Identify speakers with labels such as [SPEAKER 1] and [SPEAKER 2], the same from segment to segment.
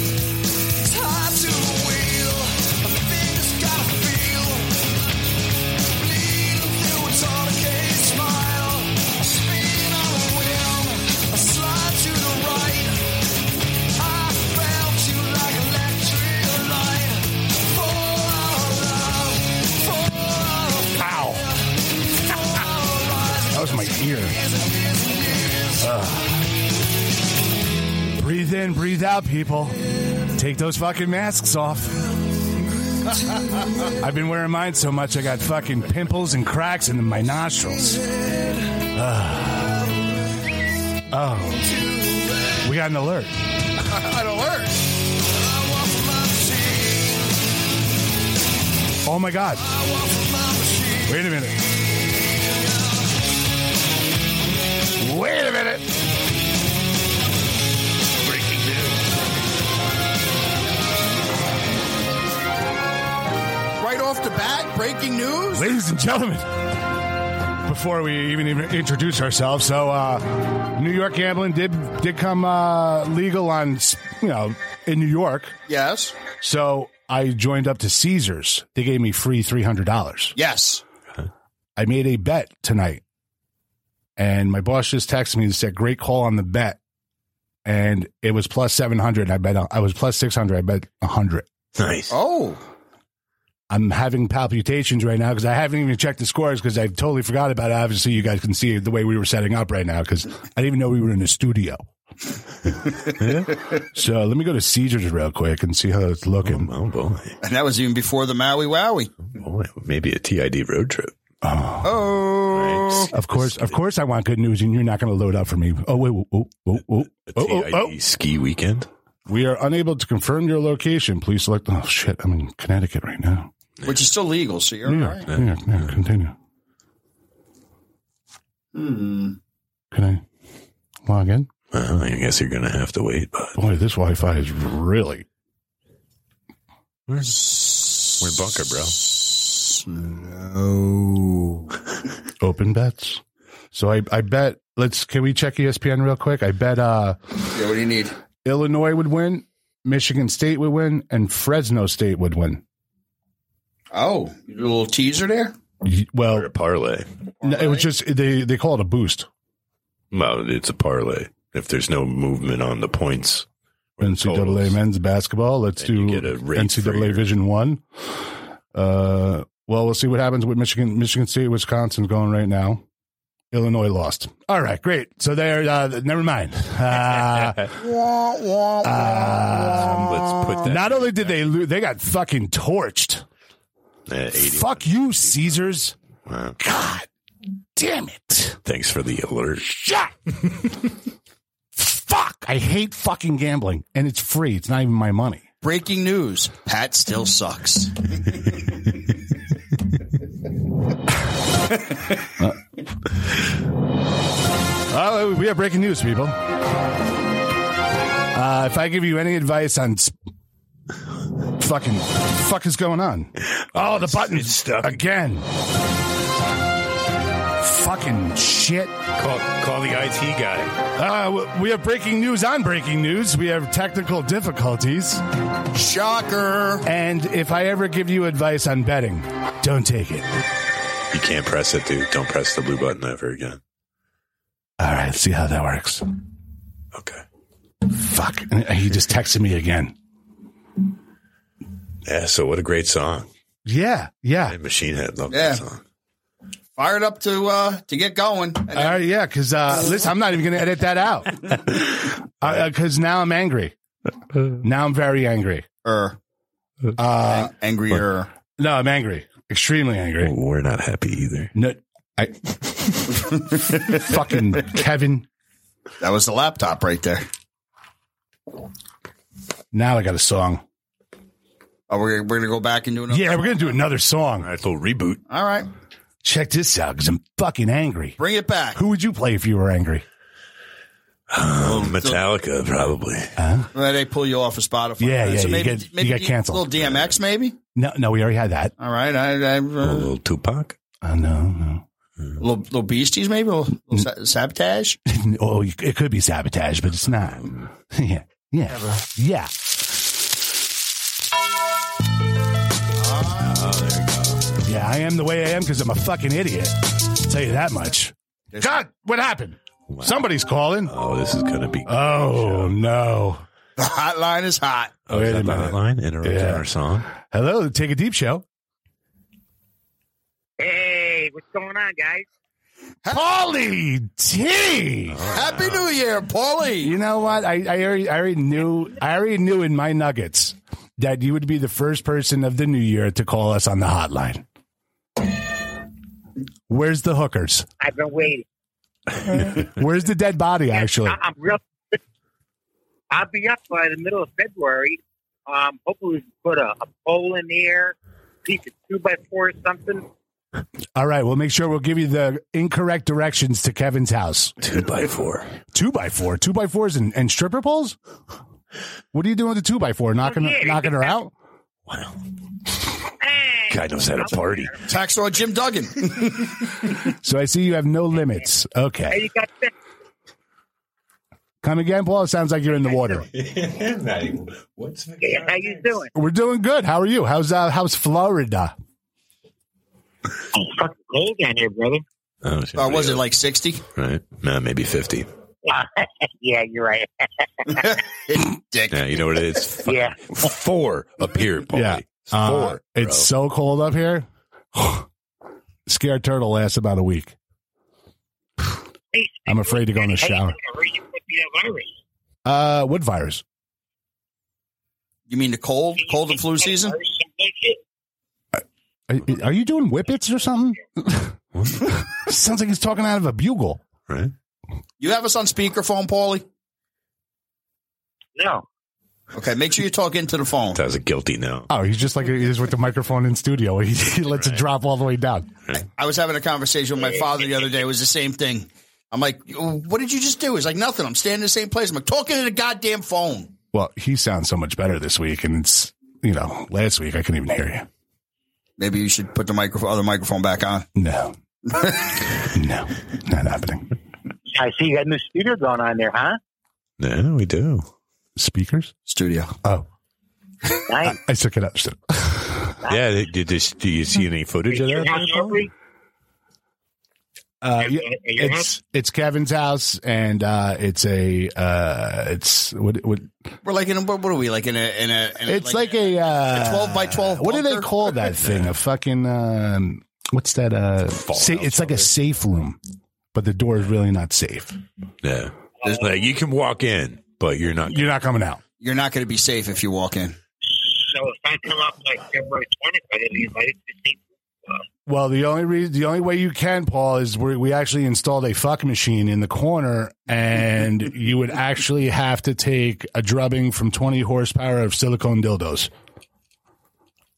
[SPEAKER 1] Time to the wheel, everything's gotta feel. Bleed through its arcade smile. I spin on a whim, I slide to the right. I felt you like electric light. Fall out of love, fall out of
[SPEAKER 2] Ow. that was my ear. Ugh. Breathe in, breathe out, people. Take those fucking masks off. I've been wearing mine so much I got fucking pimples and cracks in my nostrils. Ugh. Oh. We got an alert.
[SPEAKER 3] An alert.
[SPEAKER 2] Oh my god. Wait a minute. Wait a minute. Breaking news.
[SPEAKER 3] Right off the bat, breaking news.
[SPEAKER 2] Ladies and gentlemen, before we even, even introduce ourselves, so uh, New York gambling did did come uh, legal on you know in New York.
[SPEAKER 3] Yes.
[SPEAKER 2] So I joined up to Caesars. They gave me free three hundred dollars.
[SPEAKER 3] Yes.
[SPEAKER 2] I made a bet tonight, and my boss just texted me and said, "Great call on the bet," and it was plus seven hundred. I bet I was plus six hundred. I bet hundred.
[SPEAKER 4] Nice.
[SPEAKER 3] Oh.
[SPEAKER 2] I'm having palpitations right now because I haven't even checked the scores because I totally forgot about it. Obviously, you guys can see the way we were setting up right now because I didn't even know we were in the studio. so let me go to Caesars real quick and see how it's looking.
[SPEAKER 4] Oh boy.
[SPEAKER 3] And that was even before the Maui Wowie.
[SPEAKER 4] Boy, maybe a TID road trip.
[SPEAKER 3] Oh.
[SPEAKER 2] Of course, of course, I want good news, and you're not going to load up for me. Oh wait, oh, oh, oh, oh, oh,
[SPEAKER 4] A
[SPEAKER 2] oh,
[SPEAKER 4] TID
[SPEAKER 2] oh.
[SPEAKER 4] ski weekend.
[SPEAKER 2] We are unable to confirm your location. Please select. Oh shit, I'm in Connecticut right now.
[SPEAKER 3] Which is still legal, so you're
[SPEAKER 2] New
[SPEAKER 3] all
[SPEAKER 2] York,
[SPEAKER 3] right.
[SPEAKER 2] New York, New York. Continue. Hmm.
[SPEAKER 3] Hmm.
[SPEAKER 2] Can I log in?
[SPEAKER 4] Well, I guess you're gonna have to wait, but
[SPEAKER 2] Boy, this Wi-Fi is really.
[SPEAKER 4] we're bunker, bro.
[SPEAKER 3] Slow.
[SPEAKER 2] open bets. So I, I bet let's can we check E ESPN real quick? I bet uh
[SPEAKER 3] Yeah, what do you need?
[SPEAKER 2] Illinois would win, Michigan State would win, and Fresno State would win.
[SPEAKER 3] Oh, you do a little teaser there?
[SPEAKER 2] Y- Well,
[SPEAKER 4] Or a parlay.
[SPEAKER 2] no, it was just they they call it a boost.
[SPEAKER 4] Well, it's a parlay. If there's no movement on the points, or the
[SPEAKER 2] NCAA
[SPEAKER 4] totals.
[SPEAKER 2] men's basketball. Let's
[SPEAKER 4] And
[SPEAKER 2] do
[SPEAKER 4] you get a rate for
[SPEAKER 2] NCAA
[SPEAKER 4] your-
[SPEAKER 2] Vision One. Uh, well, we'll see what happens with Michigan. Michigan State, Wisconsin's going right now. Illinois lost. All right, great. So there. Uh, never mind. Uh,
[SPEAKER 4] Um, Let's put that
[SPEAKER 2] Not only did they lose, they got fucking torched.
[SPEAKER 4] at 80.
[SPEAKER 2] Fuck you, Caesars.
[SPEAKER 4] Wow.
[SPEAKER 2] God damn it.
[SPEAKER 4] Thanks for the alert.
[SPEAKER 2] Shut. Fuck. I hate fucking gambling, and it's free. It's not even my money.
[SPEAKER 3] Breaking news. Pat still sucks.
[SPEAKER 2] Oh, we have breaking news, people. Uh, if I give you any advice on sp- fucking fuck is going on? Oh, the button's
[SPEAKER 4] it's stuck.
[SPEAKER 2] again. Fucking shit.
[SPEAKER 4] Call, call the IT guy.
[SPEAKER 2] Uh, w- we have breaking news on breaking news. We have technical difficulties.
[SPEAKER 3] Shocker.
[SPEAKER 2] And if I ever give you advice on betting, don't take it.
[SPEAKER 4] You can't press it, dude. Don't press the blue button ever again.
[SPEAKER 2] All right, let's see how that works.
[SPEAKER 4] Okay.
[SPEAKER 2] Fuck. And he just texted me again.
[SPEAKER 4] Yeah, so what a great song.
[SPEAKER 2] Yeah, yeah.
[SPEAKER 4] And Machine Head loved
[SPEAKER 3] Yeah.
[SPEAKER 4] that song.
[SPEAKER 3] Fired up to uh to get going. And
[SPEAKER 2] All right, yeah, because uh, listen, I'm not even going to edit that out because now I'm angry. Now I'm very angry.
[SPEAKER 3] er,
[SPEAKER 2] Uh,
[SPEAKER 3] ang- angrier.
[SPEAKER 2] no, I'm angry, extremely angry.
[SPEAKER 4] We're not happy either.
[SPEAKER 2] No, I fucking Kevin.
[SPEAKER 3] That was the laptop right there.
[SPEAKER 2] Now I got a song.
[SPEAKER 3] Oh, we're, we're gonna go back and do another.
[SPEAKER 2] Yeah, we're gonna do another song.
[SPEAKER 4] All right, little reboot.
[SPEAKER 3] All right,
[SPEAKER 2] Check this out because I'm fucking angry.
[SPEAKER 3] bring it back.
[SPEAKER 2] Who would you play if you were angry?
[SPEAKER 4] Oh, Metallica, probably.
[SPEAKER 3] Well, they pull you off of Spotify.
[SPEAKER 2] Yeah, yeah,
[SPEAKER 3] So
[SPEAKER 2] you
[SPEAKER 3] maybe,
[SPEAKER 2] get- you
[SPEAKER 3] maybe
[SPEAKER 2] get canceled.
[SPEAKER 3] A little DMX, maybe.
[SPEAKER 2] No, no, we already had that.
[SPEAKER 3] All right, I, I uh,
[SPEAKER 4] A
[SPEAKER 3] little,
[SPEAKER 4] little Tupac.
[SPEAKER 2] Uh, no, no.
[SPEAKER 3] little beasties, maybe a little, little sa- sabotage.
[SPEAKER 2] Oh, you- it could be sabotage, but it's not. yeah, yeah, yeah. Yeah, I am the way I am because I'm a fucking idiot. I'll tell you that much. God, what happened? Somebody's calling.
[SPEAKER 4] Oh, this is gonna be.
[SPEAKER 2] Oh no!
[SPEAKER 3] The hotline is hot.
[SPEAKER 4] oh,
[SPEAKER 2] wait
[SPEAKER 4] is that
[SPEAKER 2] a
[SPEAKER 4] the
[SPEAKER 2] minute.
[SPEAKER 4] hotline interrupting
[SPEAKER 2] Yeah.
[SPEAKER 4] our song.
[SPEAKER 2] Hello, take a deep show.
[SPEAKER 5] Hey, what's going on, guys?
[SPEAKER 2] Paulie T.
[SPEAKER 3] Happy New Year, Paulie.
[SPEAKER 2] You know what? I, I, already, I already knew. I already knew in my nuggets that you would be the first person of the new year to call us on the hotline. Where's the hookers?
[SPEAKER 5] I've been waiting.
[SPEAKER 2] Where's the dead body? Actually,
[SPEAKER 5] I, I'm real. I'll be up by the middle of February. Um, hopefully, we can put a, a pole in the air, piece of two by four or something.
[SPEAKER 2] all right. We'll make sure we'll give you the incorrect directions to Kevin's house.
[SPEAKER 4] Two by four.
[SPEAKER 2] Two by four, two by fours, and, and stripper poles. What are you doing with the two by four? Knocking,
[SPEAKER 5] yeah,
[SPEAKER 2] knocking her out?
[SPEAKER 4] Wow,
[SPEAKER 5] Hey,
[SPEAKER 4] guy knows how to party.
[SPEAKER 3] Tax law Jim Duggan.
[SPEAKER 2] So I see you have no limits.
[SPEAKER 5] hey,
[SPEAKER 2] Okay,
[SPEAKER 5] you got that?
[SPEAKER 2] come again, Paul. It sounds like you're in the water.
[SPEAKER 4] What's
[SPEAKER 5] Hey, How you doing?
[SPEAKER 2] We're doing good. How are you? How's uh, how's Florida?
[SPEAKER 5] It's fucking cold down here, brother.
[SPEAKER 4] Oh, shit,
[SPEAKER 3] Or Uh, was it like sixty?
[SPEAKER 4] right? No, maybe fifty.
[SPEAKER 5] yeah, you're right.
[SPEAKER 3] Dick.
[SPEAKER 4] Yeah, you know what it is?
[SPEAKER 5] Yeah.
[SPEAKER 4] four up here, Paulie.
[SPEAKER 2] Yeah.
[SPEAKER 4] It's
[SPEAKER 2] Uh,
[SPEAKER 4] four.
[SPEAKER 2] it's so cold up here. Scared turtle lasts about a week.
[SPEAKER 5] Hey,
[SPEAKER 2] I'm afraid to go in the
[SPEAKER 5] hey,
[SPEAKER 2] shower.
[SPEAKER 5] Where you put that virus?
[SPEAKER 2] Uh, wood virus.
[SPEAKER 3] You mean the cold, cold and flu season?
[SPEAKER 2] Are, are you doing whippets or something? Sounds like he's talking out of a bugle.
[SPEAKER 4] bro. right.
[SPEAKER 3] You have us on speakerphone, Paulie.
[SPEAKER 5] No.
[SPEAKER 3] Okay, make sure you talk into the phone.
[SPEAKER 4] Sounds guilty now.
[SPEAKER 2] Oh, he's just like he is with the microphone in studio. He, he lets it drop all the way down.
[SPEAKER 3] I was having a conversation with my father the other day. It was the same thing. I'm like, what did you just do? He's like, nothing. I'm standing in the same place. I'm like, talking to the goddamn phone.
[SPEAKER 2] Well, he sounds so much better this week, and it's you know last week I couldn't even hear
[SPEAKER 3] Maybe you should put the microphone, other microphone back on.
[SPEAKER 2] you. No, no, not happening.
[SPEAKER 5] I see you got a new studio going on there, huh?
[SPEAKER 4] No, we do.
[SPEAKER 2] Speakers?
[SPEAKER 3] Studio.
[SPEAKER 2] Oh,
[SPEAKER 5] Nice.
[SPEAKER 2] I took it up.
[SPEAKER 4] Yeah. Did, did, this- do you see any footage of
[SPEAKER 5] Your
[SPEAKER 4] that?
[SPEAKER 5] house open?
[SPEAKER 2] Uh,
[SPEAKER 5] At-
[SPEAKER 2] yeah,
[SPEAKER 5] at- at your house?
[SPEAKER 2] it's it's Kevin's house, and uh, it's a uh, it's what what
[SPEAKER 3] We're like in a, what are we like in a, in a, in a
[SPEAKER 2] it's like, a, uh,
[SPEAKER 3] 12 by 12
[SPEAKER 2] What do they
[SPEAKER 3] bunker?
[SPEAKER 2] call that thing? A fucking um, what's that? Uh, sa-
[SPEAKER 4] house
[SPEAKER 2] it's like a safe room, but the door is really not safe.
[SPEAKER 4] Yeah. It's like you can walk in, but you're not.
[SPEAKER 2] You're not coming out.
[SPEAKER 3] you're not going to be safe if you walk in.
[SPEAKER 5] So if I come up like February 20th, I didn't be invited to see
[SPEAKER 2] Well, the only reason, the only way you can, Paul, is we we actually installed a fuck machine in the corner, and you would actually have to take a drubbing from 20 horsepower of silicone dildos.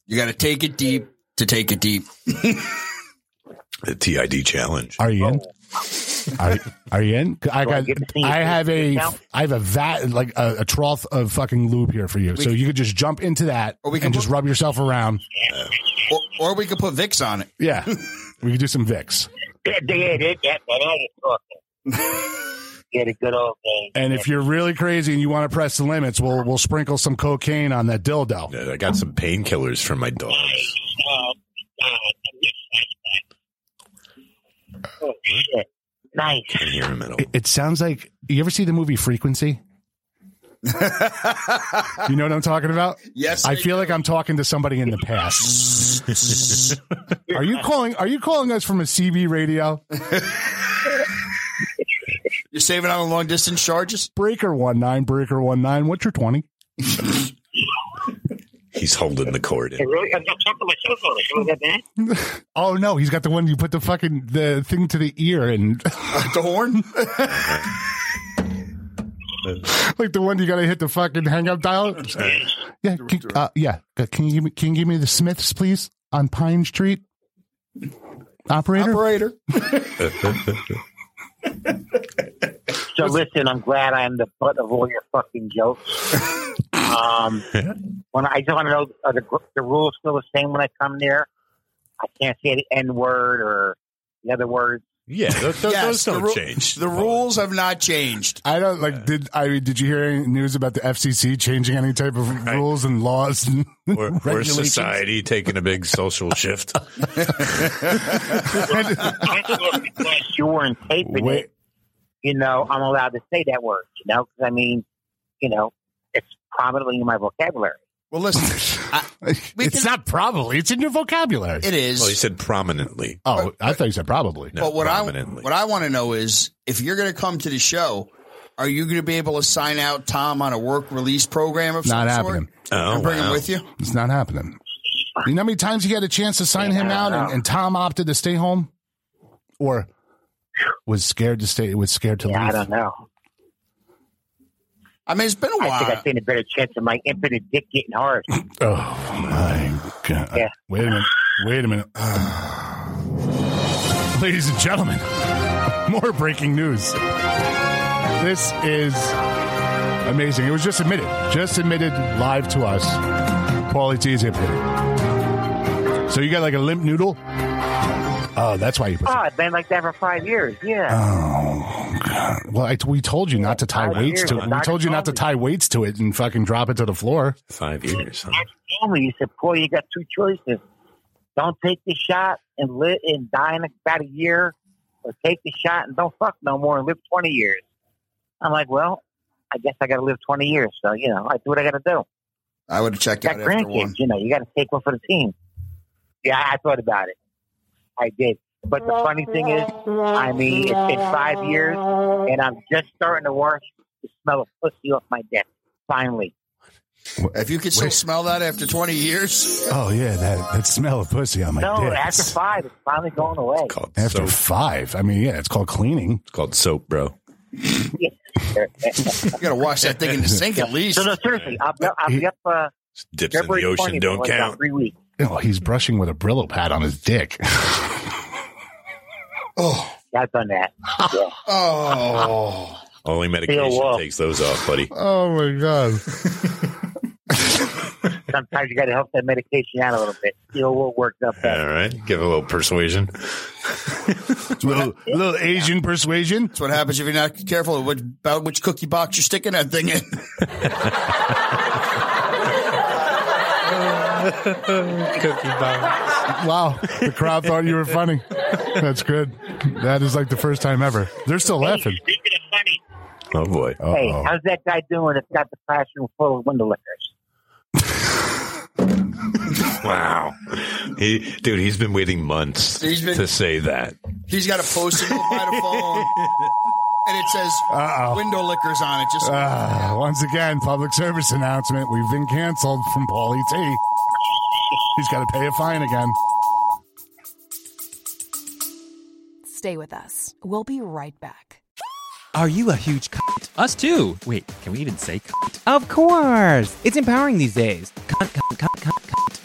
[SPEAKER 3] You got to take it deep to take it deep.
[SPEAKER 4] The TID challenge.
[SPEAKER 2] Are you in? Are, are you in? I
[SPEAKER 5] Do I
[SPEAKER 2] got.
[SPEAKER 5] get to see
[SPEAKER 2] I
[SPEAKER 5] your
[SPEAKER 2] have a.
[SPEAKER 5] now?
[SPEAKER 2] I have a vat like a, a trough of fucking lube here for you, so you could just jump into that
[SPEAKER 3] Or we can
[SPEAKER 2] and just
[SPEAKER 3] put-
[SPEAKER 2] rub yourself around.
[SPEAKER 3] Or, or we could put Vicks on it.
[SPEAKER 2] Yeah, we could do some Vicks.
[SPEAKER 5] Yeah, they did that, but I just thought get a good old day.
[SPEAKER 2] And if you're really crazy and you want to press the limits, we'll we'll sprinkle some cocaine on that dildo.
[SPEAKER 4] Yeah, I got some painkillers for my dogs.
[SPEAKER 5] Um, uh, the next flashback. Oh, shit. Nice.
[SPEAKER 4] Can't hear him at all.
[SPEAKER 2] It, it sounds like you ever see the movie Frequency? You know what I'm talking about?
[SPEAKER 3] Yes,
[SPEAKER 2] I feel like I'm talking to somebody in the past. are you calling? Are you calling us from a CB radio
[SPEAKER 3] you're saving on the long distance charges.
[SPEAKER 2] breaker one nine breaker one nine? What's your twenty?
[SPEAKER 4] He's holding the cord
[SPEAKER 5] I
[SPEAKER 4] in.
[SPEAKER 5] really, I've got something my cell phone. Can I get that?
[SPEAKER 2] Oh no, he's got the one you put the fucking the thing to the ear and
[SPEAKER 3] Like the horn.
[SPEAKER 2] like the one you gotta hit the fucking hang up dial. Yeah, can, uh, yeah. Uh, Can you give me can you give me the Smiths please on Pine Street? Operator,
[SPEAKER 3] Operator.
[SPEAKER 5] So listen, I'm glad I'm the butt of all your fucking jokes. um, when I just want to know, are the, gr- the rules still the same when I come there? I can't say the N word or the other words.
[SPEAKER 4] Yeah, those, those, those
[SPEAKER 3] Yes,
[SPEAKER 4] don't
[SPEAKER 3] the ru-
[SPEAKER 4] change.
[SPEAKER 3] The rules have not changed.
[SPEAKER 2] I don't like. Did I mean, did you hear any news about the FCC changing any type of rules and laws?
[SPEAKER 4] We're, we're
[SPEAKER 2] regulations.
[SPEAKER 4] society taking a big social shift.
[SPEAKER 5] you weren't taping
[SPEAKER 2] Wait.
[SPEAKER 5] it, you know, I'm allowed to say that word, you know, because I mean, you know, it's prominently in my vocabulary.
[SPEAKER 3] Well, listen, I, we
[SPEAKER 2] it's
[SPEAKER 3] can-
[SPEAKER 2] not probably. It's in your vocabulary.
[SPEAKER 3] it is.
[SPEAKER 4] Well, he said prominently.
[SPEAKER 2] oh, I thought you said probably.
[SPEAKER 4] No,
[SPEAKER 3] but what I
[SPEAKER 4] prominently.
[SPEAKER 3] what I want to know is if you're going to come to the show, are you going to be able to sign out Tom on a work release program of
[SPEAKER 2] Not
[SPEAKER 3] some
[SPEAKER 2] happening.
[SPEAKER 3] sort?
[SPEAKER 4] Oh,
[SPEAKER 3] and bring him
[SPEAKER 4] wow.
[SPEAKER 3] with you.
[SPEAKER 2] It's not happening. You know how many times you had a chance to sign him out, and, and Tom opted to stay home, or was scared to stay. Was scared to
[SPEAKER 5] Yeah, I
[SPEAKER 2] leave.
[SPEAKER 5] don't know.
[SPEAKER 3] I mean, it's been a
[SPEAKER 5] I think
[SPEAKER 3] while.
[SPEAKER 5] I've seen a better chance of my impotent dick getting hard.
[SPEAKER 2] Oh my god!
[SPEAKER 5] Yeah.
[SPEAKER 2] Wait a minute. Wait a minute. Ladies and gentlemen, more breaking news. This is amazing. It was just admitted, just admitted live to us. Paulie T is admitted. So you got like a limp noodle? Oh, that's why you. Put
[SPEAKER 5] Oh, I've been like that for five years. Yeah.
[SPEAKER 2] Oh God! Well, I, we told you not to tie
[SPEAKER 5] Five
[SPEAKER 2] weights
[SPEAKER 5] years,
[SPEAKER 2] to it. We
[SPEAKER 5] Dr.
[SPEAKER 2] told you not to
[SPEAKER 5] Fauci.
[SPEAKER 2] tie weights to it and fucking drop it to the floor.
[SPEAKER 4] Five years. Huh?
[SPEAKER 5] told me, he said, "Boy, you got two choices: don't take the shot and live and die in about a year, or take the shot and don't fuck no more and live twenty years." I'm like, well, I guess I got to live twenty years, so you know, I do what I got to do.
[SPEAKER 3] I would have checked
[SPEAKER 5] Got
[SPEAKER 3] out after
[SPEAKER 5] grandkids,
[SPEAKER 3] one.
[SPEAKER 5] you know, you got to take one for the team. Yeah, I thought about it. I did, but the funny thing is, I mean, it's been five years, and I'm just starting to wash the smell of pussy off my desk. Finally,
[SPEAKER 3] If you could still smell that after 20 years,
[SPEAKER 2] Oh yeah, that that smell of pussy on my
[SPEAKER 5] no,
[SPEAKER 2] dick.
[SPEAKER 5] after five, it's finally going away.
[SPEAKER 4] Called
[SPEAKER 2] After
[SPEAKER 4] soap.
[SPEAKER 2] five, I mean, yeah, it's called cleaning.
[SPEAKER 4] It's called soap, bro.
[SPEAKER 3] you got to wash that thing in the sink at least.
[SPEAKER 5] So no, seriously, I'll be, I'll be up uh,
[SPEAKER 4] Just dips in
[SPEAKER 5] February
[SPEAKER 4] the ocean.
[SPEAKER 5] 20th,
[SPEAKER 4] Don't
[SPEAKER 5] like about
[SPEAKER 4] count.
[SPEAKER 5] Three weeks.
[SPEAKER 2] Oh, he's brushing with a Brillo pad on his dick.
[SPEAKER 3] Oh,
[SPEAKER 5] I've done that. Yeah.
[SPEAKER 3] oh.
[SPEAKER 4] Only
[SPEAKER 5] Feel
[SPEAKER 4] medication
[SPEAKER 5] well.
[SPEAKER 4] takes those off, buddy.
[SPEAKER 2] oh my god!
[SPEAKER 5] Sometimes you got to help that medication out a little bit. You know, we'll work up
[SPEAKER 4] All
[SPEAKER 5] that.
[SPEAKER 4] right, give it a little persuasion.
[SPEAKER 2] little little Asian persuasion.
[SPEAKER 3] That's what happens if you're not careful of which, about which cookie box you're sticking that thing in.
[SPEAKER 2] Wow, the crowd thought you were funny. That's good. That is like the first time ever. They're still laughing.
[SPEAKER 5] Speaking of funny,
[SPEAKER 4] Oh boy,
[SPEAKER 5] hey,
[SPEAKER 2] Uh-oh.
[SPEAKER 5] how's that guy doing? It's got the classroom full of window lickers.
[SPEAKER 4] wow, he, dude, he's been waiting months
[SPEAKER 3] He's been-
[SPEAKER 4] to say that.
[SPEAKER 3] He's got a post-it note by the phone, and it says
[SPEAKER 2] Uh-oh.
[SPEAKER 3] window lickers on it. Just
[SPEAKER 2] Ah, once again, public service announcement. We've been canceled from Paulie T. He's got to pay a fine again.
[SPEAKER 6] Stay with us. We'll be right back.
[SPEAKER 7] Are you a huge cunt? Us too. Wait, can we even say cunt? Of course. It's empowering these days. Cunt, cunt, cunt, cunt, cunt.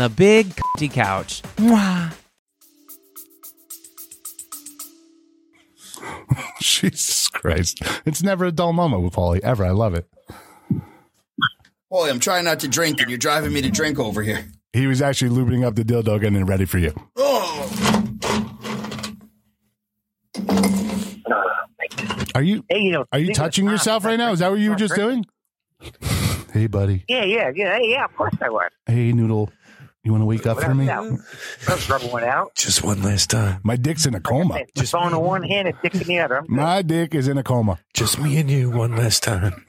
[SPEAKER 7] The Big Cunty Couch. Mwah.
[SPEAKER 2] Jesus Christ. It's never a dull moment with Paulie, ever. I love it.
[SPEAKER 3] Boy, I'm trying not to drink, and you're driving me to drink over here.
[SPEAKER 2] He was actually lubing up the dildo, getting it ready for you.
[SPEAKER 3] Oh,
[SPEAKER 2] Are you
[SPEAKER 5] Hey, you know,
[SPEAKER 2] are you
[SPEAKER 5] speaking of
[SPEAKER 2] touching
[SPEAKER 5] time,
[SPEAKER 2] yourself right now? Is that what you were just doing? Hey, buddy.
[SPEAKER 5] Yeah, yeah, yeah, hey, yeah. Of course I was.
[SPEAKER 2] Hey, noodle. You want to wake up for me?
[SPEAKER 5] Without a doubt. I was rubbing one out.
[SPEAKER 4] Just one last time.
[SPEAKER 2] My dick's in a coma.
[SPEAKER 5] Just on the one hand and dick in the other. I'm
[SPEAKER 2] Uh, My dick is in a coma.
[SPEAKER 4] Just me and you one last time.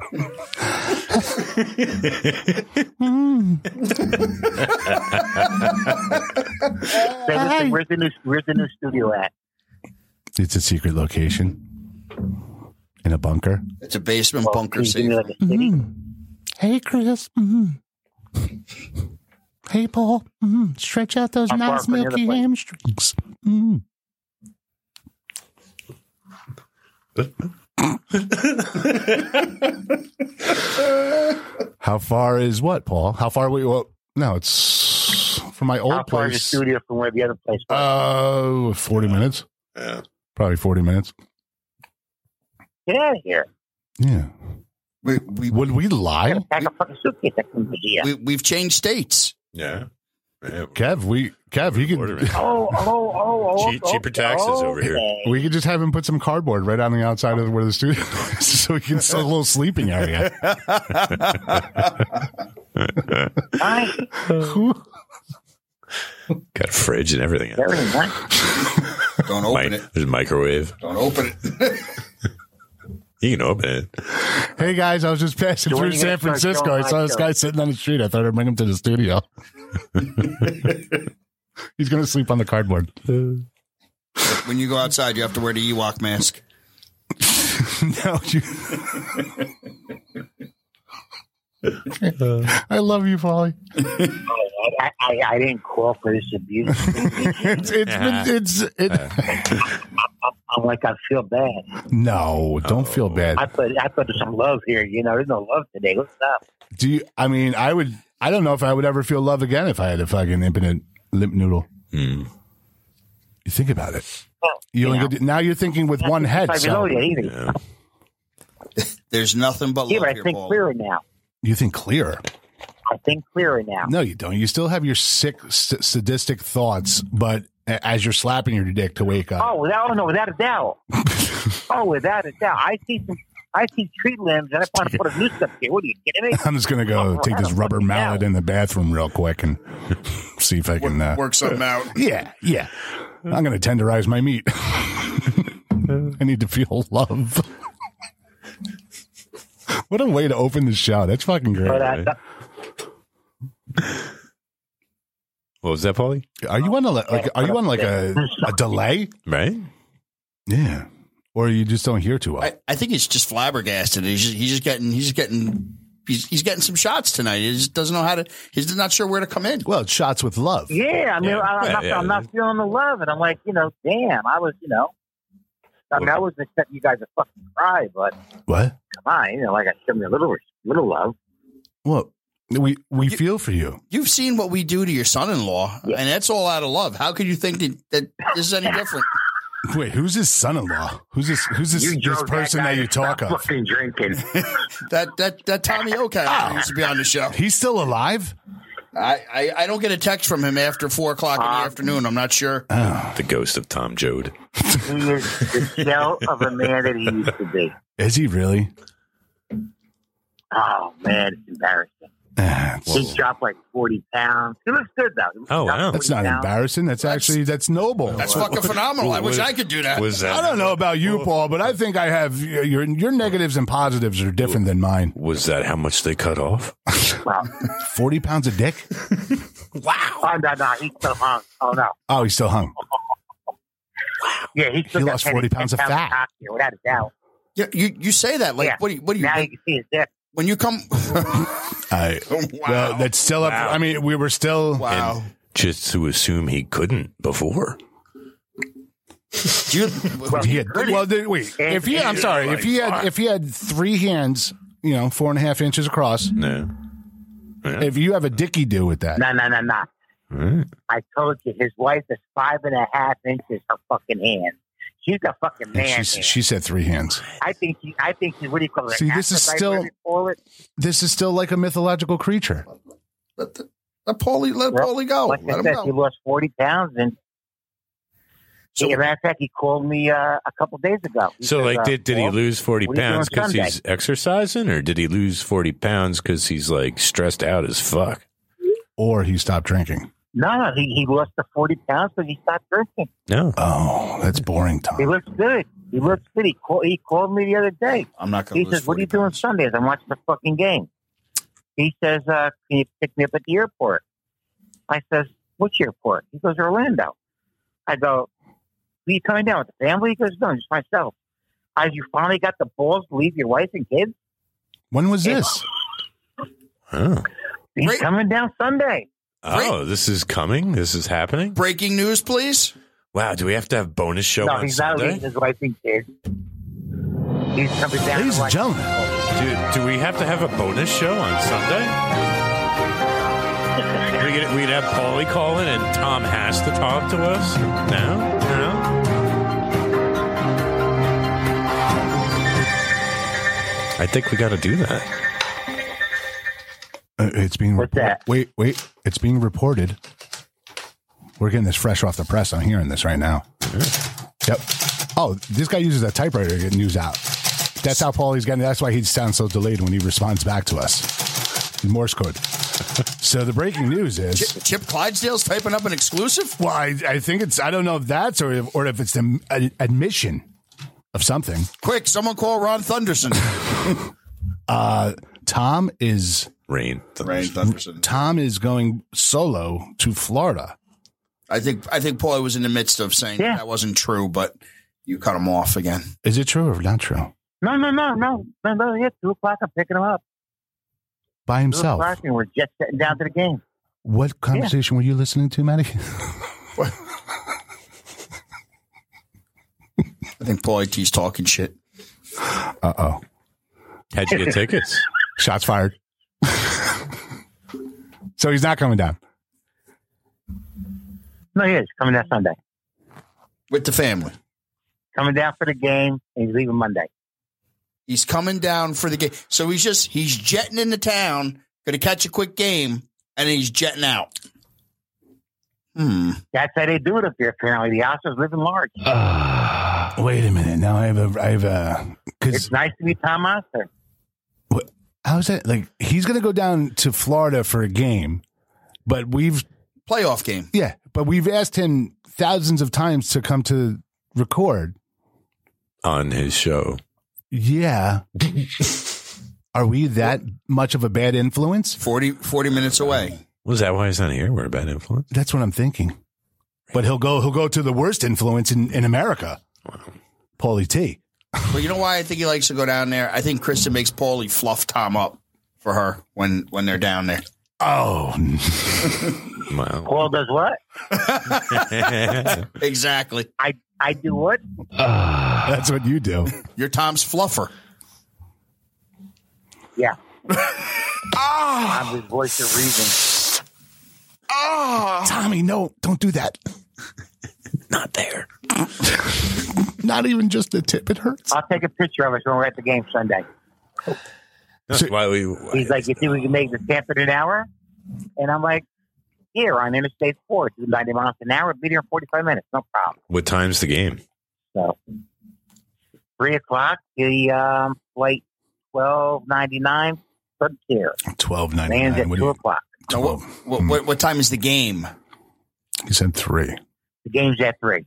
[SPEAKER 5] Say, listen, where's the new where's the new studio at?
[SPEAKER 2] It's a secret location in a bunker.
[SPEAKER 3] it's a basement bunker
[SPEAKER 5] Please give me
[SPEAKER 3] safe.
[SPEAKER 5] like a city.
[SPEAKER 2] Mm-hmm. Hey, Chris. Mm. Hey, Paul. Mm. Stretch out those
[SPEAKER 5] I'm far
[SPEAKER 2] nice
[SPEAKER 5] from the other
[SPEAKER 2] milky
[SPEAKER 5] place.
[SPEAKER 2] hamstrings. Mm. How far is what, Paul? How far we? Well, no, it's from my old
[SPEAKER 5] How far is the
[SPEAKER 2] place.
[SPEAKER 5] studio from where the other place was?
[SPEAKER 2] Oh, 40 minutes.
[SPEAKER 4] Yeah.
[SPEAKER 2] Probably 40 minutes.
[SPEAKER 5] Get out of here.
[SPEAKER 2] Yeah.
[SPEAKER 3] We, we,
[SPEAKER 2] Would we
[SPEAKER 5] I
[SPEAKER 2] lie?
[SPEAKER 5] gotta pack a fucking suitcase. I can be here.
[SPEAKER 3] we, we've changed states.
[SPEAKER 4] Yeah. yeah.
[SPEAKER 2] Kev, we Kev, you
[SPEAKER 4] Order
[SPEAKER 2] could
[SPEAKER 4] it.
[SPEAKER 5] Oh, oh, oh, oh.
[SPEAKER 4] Cheap-
[SPEAKER 5] oh,
[SPEAKER 4] cheaper taxes over here.
[SPEAKER 5] okay.
[SPEAKER 2] we could just have him put some cardboard right on the outside of where the studio is so he can it's a little sleeping area.
[SPEAKER 5] Nice.
[SPEAKER 4] Got a fridge and everything.
[SPEAKER 5] Very nice.
[SPEAKER 3] Don't open it.
[SPEAKER 4] Mic- There's a microwave.
[SPEAKER 3] Don't open it.
[SPEAKER 4] You can open it.
[SPEAKER 2] hey guys, I was just passing
[SPEAKER 5] So
[SPEAKER 2] through
[SPEAKER 5] when you
[SPEAKER 2] San
[SPEAKER 5] gonna start
[SPEAKER 2] Francisco. I
[SPEAKER 5] showing
[SPEAKER 2] saw this
[SPEAKER 5] my
[SPEAKER 2] guy
[SPEAKER 5] shows?
[SPEAKER 2] sitting on the street. I thought I'd bring him to the studio. He's gonna sleep on the cardboard.
[SPEAKER 3] when you go outside, you have to wear the Ewok mask.
[SPEAKER 2] no, you. I love you, Polly.
[SPEAKER 5] I, I, I didn't call for this abuse.
[SPEAKER 2] It's it's been, it's it.
[SPEAKER 5] I'm like, I feel bad.
[SPEAKER 2] No, don't feel bad.
[SPEAKER 5] I put I put some love here. You know, there's no love today. What's up?
[SPEAKER 2] Do you? I mean, I would. I don't know if I would ever feel love again if I had a fucking infinite limp noodle. You think about it.
[SPEAKER 5] Well,
[SPEAKER 2] You only
[SPEAKER 5] know,
[SPEAKER 2] get, now you're thinking with one head.
[SPEAKER 5] I
[SPEAKER 2] So
[SPEAKER 5] know, yeah, either.
[SPEAKER 4] Yeah.
[SPEAKER 3] There's nothing but love
[SPEAKER 5] yeah, but I
[SPEAKER 3] here,
[SPEAKER 5] think
[SPEAKER 3] Paul.
[SPEAKER 5] clearer now.
[SPEAKER 2] you think clearer.
[SPEAKER 5] I think clearer now.
[SPEAKER 2] No, you don't. You still have your sick, s- sadistic thoughts, but a- as you're slapping your dick to wake up.
[SPEAKER 5] Oh, without oh, no, without a doubt. oh, without a doubt. I see some. I see tree limbs, and I want to put a noose up here. What are you kidding me?
[SPEAKER 2] I'm just gonna go
[SPEAKER 5] Oh,
[SPEAKER 2] take this
[SPEAKER 5] right
[SPEAKER 2] rubber
[SPEAKER 5] fucking
[SPEAKER 2] mallet
[SPEAKER 5] now.
[SPEAKER 2] in the bathroom real quick and see if I can. Uh,
[SPEAKER 3] Work something out.
[SPEAKER 2] yeah, yeah. I'm gonna tenderize my meat. I need to feel love. what a way to open the show. That's fucking great.
[SPEAKER 5] But uh,
[SPEAKER 4] What was that, Polly?
[SPEAKER 2] Are you on a like? Are you on like a a delay?
[SPEAKER 4] Right?
[SPEAKER 2] Yeah. Or you just don't hear too well.
[SPEAKER 3] I, I think he's just flabbergasted. He's just, he's just getting he's just getting he's, he's getting some shots tonight. He just doesn't know how to. He's not sure where to come in.
[SPEAKER 2] well, it's shots with love.
[SPEAKER 5] yeah, I mean,
[SPEAKER 4] Yeah,
[SPEAKER 5] I, I'm,
[SPEAKER 4] yeah,
[SPEAKER 5] not,
[SPEAKER 4] yeah.
[SPEAKER 5] I'm not feeling the love, and I'm like, you know, damn, I was, you know, I mean, I wasn't expecting you guys to fucking cry, but come
[SPEAKER 2] What?
[SPEAKER 5] on, you know, like I showed me a little, little love.
[SPEAKER 2] Well, we we feel for you.
[SPEAKER 3] You've seen what we do to your son-in-law, and that's all out of love. How could you think that, that this is any different?
[SPEAKER 2] Wait, who's his son-in-law? Who's this? Who's this?
[SPEAKER 5] You drove
[SPEAKER 2] This person
[SPEAKER 5] guy
[SPEAKER 2] that you
[SPEAKER 5] to stop
[SPEAKER 2] talk of?
[SPEAKER 5] Fucking drinking.
[SPEAKER 3] That that that Tommy Okay used to be on the show.
[SPEAKER 2] He's still alive.
[SPEAKER 3] I, I I don't get a text from him after four o'clock in the afternoon. I'm not sure.
[SPEAKER 4] The ghost of Tom Joad.
[SPEAKER 5] he is the shell of a man that he used to be.
[SPEAKER 2] Is he really?
[SPEAKER 5] Oh man, it's embarrassing.
[SPEAKER 2] Ah,
[SPEAKER 5] He dropped like forty pounds. He looks good though. He
[SPEAKER 4] Oh,
[SPEAKER 5] dropped
[SPEAKER 4] wow.
[SPEAKER 5] 40
[SPEAKER 2] That's not
[SPEAKER 5] pounds.
[SPEAKER 2] embarrassing. That's actually that's noble.
[SPEAKER 3] That's fucking phenomenal. I wish I could do that.
[SPEAKER 4] Was that?
[SPEAKER 2] I don't know about you, Paul, but I think I have your your negatives and positives are different than mine.
[SPEAKER 4] Was that how much they cut off?
[SPEAKER 5] Well,
[SPEAKER 2] Forty pounds of dick.
[SPEAKER 5] oh no, no, he's still hung. Oh no,
[SPEAKER 2] Oh, he's still hung.
[SPEAKER 5] yeah, he's still
[SPEAKER 2] He
[SPEAKER 5] got
[SPEAKER 2] lost
[SPEAKER 5] 10
[SPEAKER 2] 40 pounds of
[SPEAKER 5] 10
[SPEAKER 2] fat.
[SPEAKER 5] cock here, without a doubt.
[SPEAKER 3] You you, you say that like
[SPEAKER 5] Yeah.
[SPEAKER 3] what do you, what do you
[SPEAKER 5] Now you can see his dick.
[SPEAKER 3] when you come?
[SPEAKER 2] I, Well, that's still up. I mean, we were still.
[SPEAKER 3] wow.
[SPEAKER 4] Just to assume he couldn't before.
[SPEAKER 3] Do you,
[SPEAKER 2] He had, well, then, wait.
[SPEAKER 5] And-
[SPEAKER 2] If he, I'm
[SPEAKER 5] and-
[SPEAKER 2] sorry. If he had, if he had three hands, you know, four and a half inches across.
[SPEAKER 4] No.
[SPEAKER 2] If you have a dicky do with that,
[SPEAKER 5] No, no, no, no.
[SPEAKER 4] All right.
[SPEAKER 5] I told you, his wife is five and a half inches her fucking hand. She's a fucking man.
[SPEAKER 2] She,
[SPEAKER 5] man.
[SPEAKER 2] she said three hands.
[SPEAKER 5] I think she, I think she, what do you call it?
[SPEAKER 2] See, this is
[SPEAKER 5] Aphrodite,
[SPEAKER 2] still-
[SPEAKER 5] whatever you call it.
[SPEAKER 2] This is still like a mythological creature.
[SPEAKER 3] Let, the, let Paulie let
[SPEAKER 5] Well,
[SPEAKER 3] Paulie go.
[SPEAKER 5] Like
[SPEAKER 3] let
[SPEAKER 5] I
[SPEAKER 3] him
[SPEAKER 5] said, he
[SPEAKER 3] go.
[SPEAKER 5] lost 40 pounds. And
[SPEAKER 3] So-
[SPEAKER 5] Hey, as a matter of fact, he called me uh, a couple days ago. He
[SPEAKER 4] So,
[SPEAKER 5] says,
[SPEAKER 4] like,
[SPEAKER 5] uh,
[SPEAKER 4] did, did he
[SPEAKER 5] Paul,
[SPEAKER 4] lose 40
[SPEAKER 5] what are you doing
[SPEAKER 4] pounds because
[SPEAKER 5] Sunday?
[SPEAKER 4] he's exercising, or did he lose 40 pounds because he's like stressed out as fuck?
[SPEAKER 2] Or he stopped drinking.
[SPEAKER 5] No, no, he, he lost the 40 pounds because he stopped drinking.
[SPEAKER 4] No.
[SPEAKER 2] Oh, that's boring,
[SPEAKER 5] He
[SPEAKER 2] Tom.
[SPEAKER 5] looks good. He looks good. He, call, he called me the other day.
[SPEAKER 3] I'm not going
[SPEAKER 5] He
[SPEAKER 3] to lose
[SPEAKER 5] says, "What are you
[SPEAKER 3] 40
[SPEAKER 5] doing
[SPEAKER 3] pounds.
[SPEAKER 5] Sundays? I'm watching the fucking game." He says, uh, "Can you pick me up at the airport?" I says, "Which airport?" He goes, "Orlando." I go, "Are you coming down with the family?" He goes, "No, just myself." I, you finally got the balls to leave your wife and kids.
[SPEAKER 2] When was this?
[SPEAKER 4] Oh.
[SPEAKER 5] He's
[SPEAKER 3] Right.
[SPEAKER 5] coming down Sunday.
[SPEAKER 4] Oh, this is coming? This is happening?
[SPEAKER 3] Breaking news, please.
[SPEAKER 4] Wow, do we have to have bonus show
[SPEAKER 5] no,
[SPEAKER 4] on
[SPEAKER 5] he's not
[SPEAKER 4] Sunday?
[SPEAKER 5] leaving his wife and kids. He's coming down.
[SPEAKER 2] Ladies
[SPEAKER 5] to
[SPEAKER 2] and
[SPEAKER 5] watch-
[SPEAKER 2] gentlemen,
[SPEAKER 4] Do, do we have to have a bonus show on Sunday? we could, we'd have Paulie call in and Tom has to talk to us? No? No? I think we got to do that.
[SPEAKER 2] uh, it's being
[SPEAKER 5] What's
[SPEAKER 2] report-
[SPEAKER 5] that?
[SPEAKER 2] Wait, wait, it's being reported. We're getting this fresh off the press. I'm hearing this right now. Yep. Oh, this guy uses a typewriter to get news out. That's how Paulie's getting. That's why he sounds so delayed when he responds back to us. Morse code. So the breaking news is.
[SPEAKER 3] Chip, Chip Clydesdale's typing up an exclusive.
[SPEAKER 2] Well, I, I think it's. I don't know if that's or if, or if it's an ad- admission of something.
[SPEAKER 3] Quick, someone call Ron Thunderson.
[SPEAKER 2] Uh, Tom is
[SPEAKER 4] Rain.
[SPEAKER 3] Thunderson.
[SPEAKER 2] Tom is going solo to Florida.
[SPEAKER 3] I think I think Paulie was in the midst of saying
[SPEAKER 5] Yeah.
[SPEAKER 3] that wasn't true, but you cut him off again.
[SPEAKER 2] Is it true or not true?
[SPEAKER 5] No, no, no, no, no, no. Yeah, two o'clock. I'm picking him up.
[SPEAKER 2] By
[SPEAKER 5] Two
[SPEAKER 2] himself.
[SPEAKER 5] o'clock, and we're just getting down to the game.
[SPEAKER 2] What conversation were you listening to, Matty?
[SPEAKER 3] I think Paulie T's talking shit.
[SPEAKER 2] Uh oh.
[SPEAKER 4] How'd you get tickets?
[SPEAKER 2] Shots fired. so he's not coming down.
[SPEAKER 5] No, he is coming down Sunday.
[SPEAKER 3] With the family.
[SPEAKER 5] Coming down for the game, and he's leaving Monday.
[SPEAKER 3] He's coming down for the game. So he's just he's jetting into town, gonna catch a quick game, and he's jetting out. Hmm.
[SPEAKER 5] That's how they do it up there. Apparently, the Astros live in large.
[SPEAKER 2] Wait a minute. Now I have a. I have a. Because
[SPEAKER 5] It's nice to meet Tom Oster.
[SPEAKER 2] how's that? Like he's going to go down to Florida for a game, but we've
[SPEAKER 3] Playoff game.
[SPEAKER 2] Yeah, but we've asked him thousands of times to come to record.
[SPEAKER 4] on his show.
[SPEAKER 2] Yeah. Are we that much of a bad influence?
[SPEAKER 3] 40, 40 minutes away.
[SPEAKER 4] Was that why he's not here? We're a bad influence?
[SPEAKER 2] That's what I'm thinking. But he'll go he'll go to the worst influence in, in America. Paulie T.
[SPEAKER 3] But you know why I think he likes to go down there? I think Kristen makes Paulie fluff Tom up for her when when they're down there.
[SPEAKER 2] Oh
[SPEAKER 4] Wow.
[SPEAKER 5] Paul does what?
[SPEAKER 3] Exactly.
[SPEAKER 5] I I do what?
[SPEAKER 2] that's what you do.
[SPEAKER 3] You're Tom's fluffer.
[SPEAKER 5] Yeah. I'm his voice of reason.
[SPEAKER 2] Tommy, no, don't do that.
[SPEAKER 4] not there.
[SPEAKER 2] Not even just the tip, it hurts.
[SPEAKER 5] I'll take a picture of us when we're at the game Sunday.
[SPEAKER 4] That's why we.
[SPEAKER 5] He's like, you think we can make the Stanford an hour? And I'm like, here on Interstate 4, do 90 miles an hour, be there in 45 minutes, no problem.
[SPEAKER 4] what time's the game?
[SPEAKER 5] So, 3 o'clock, the um, flight 1299, sub tier,
[SPEAKER 3] Ah.
[SPEAKER 2] Twelve ninety
[SPEAKER 5] lands
[SPEAKER 2] nine.
[SPEAKER 5] at
[SPEAKER 2] What
[SPEAKER 5] 2
[SPEAKER 2] do
[SPEAKER 5] o'clock.
[SPEAKER 3] Now, what, what, what, what time is the game?
[SPEAKER 2] you, he said three.
[SPEAKER 5] The game's at 3.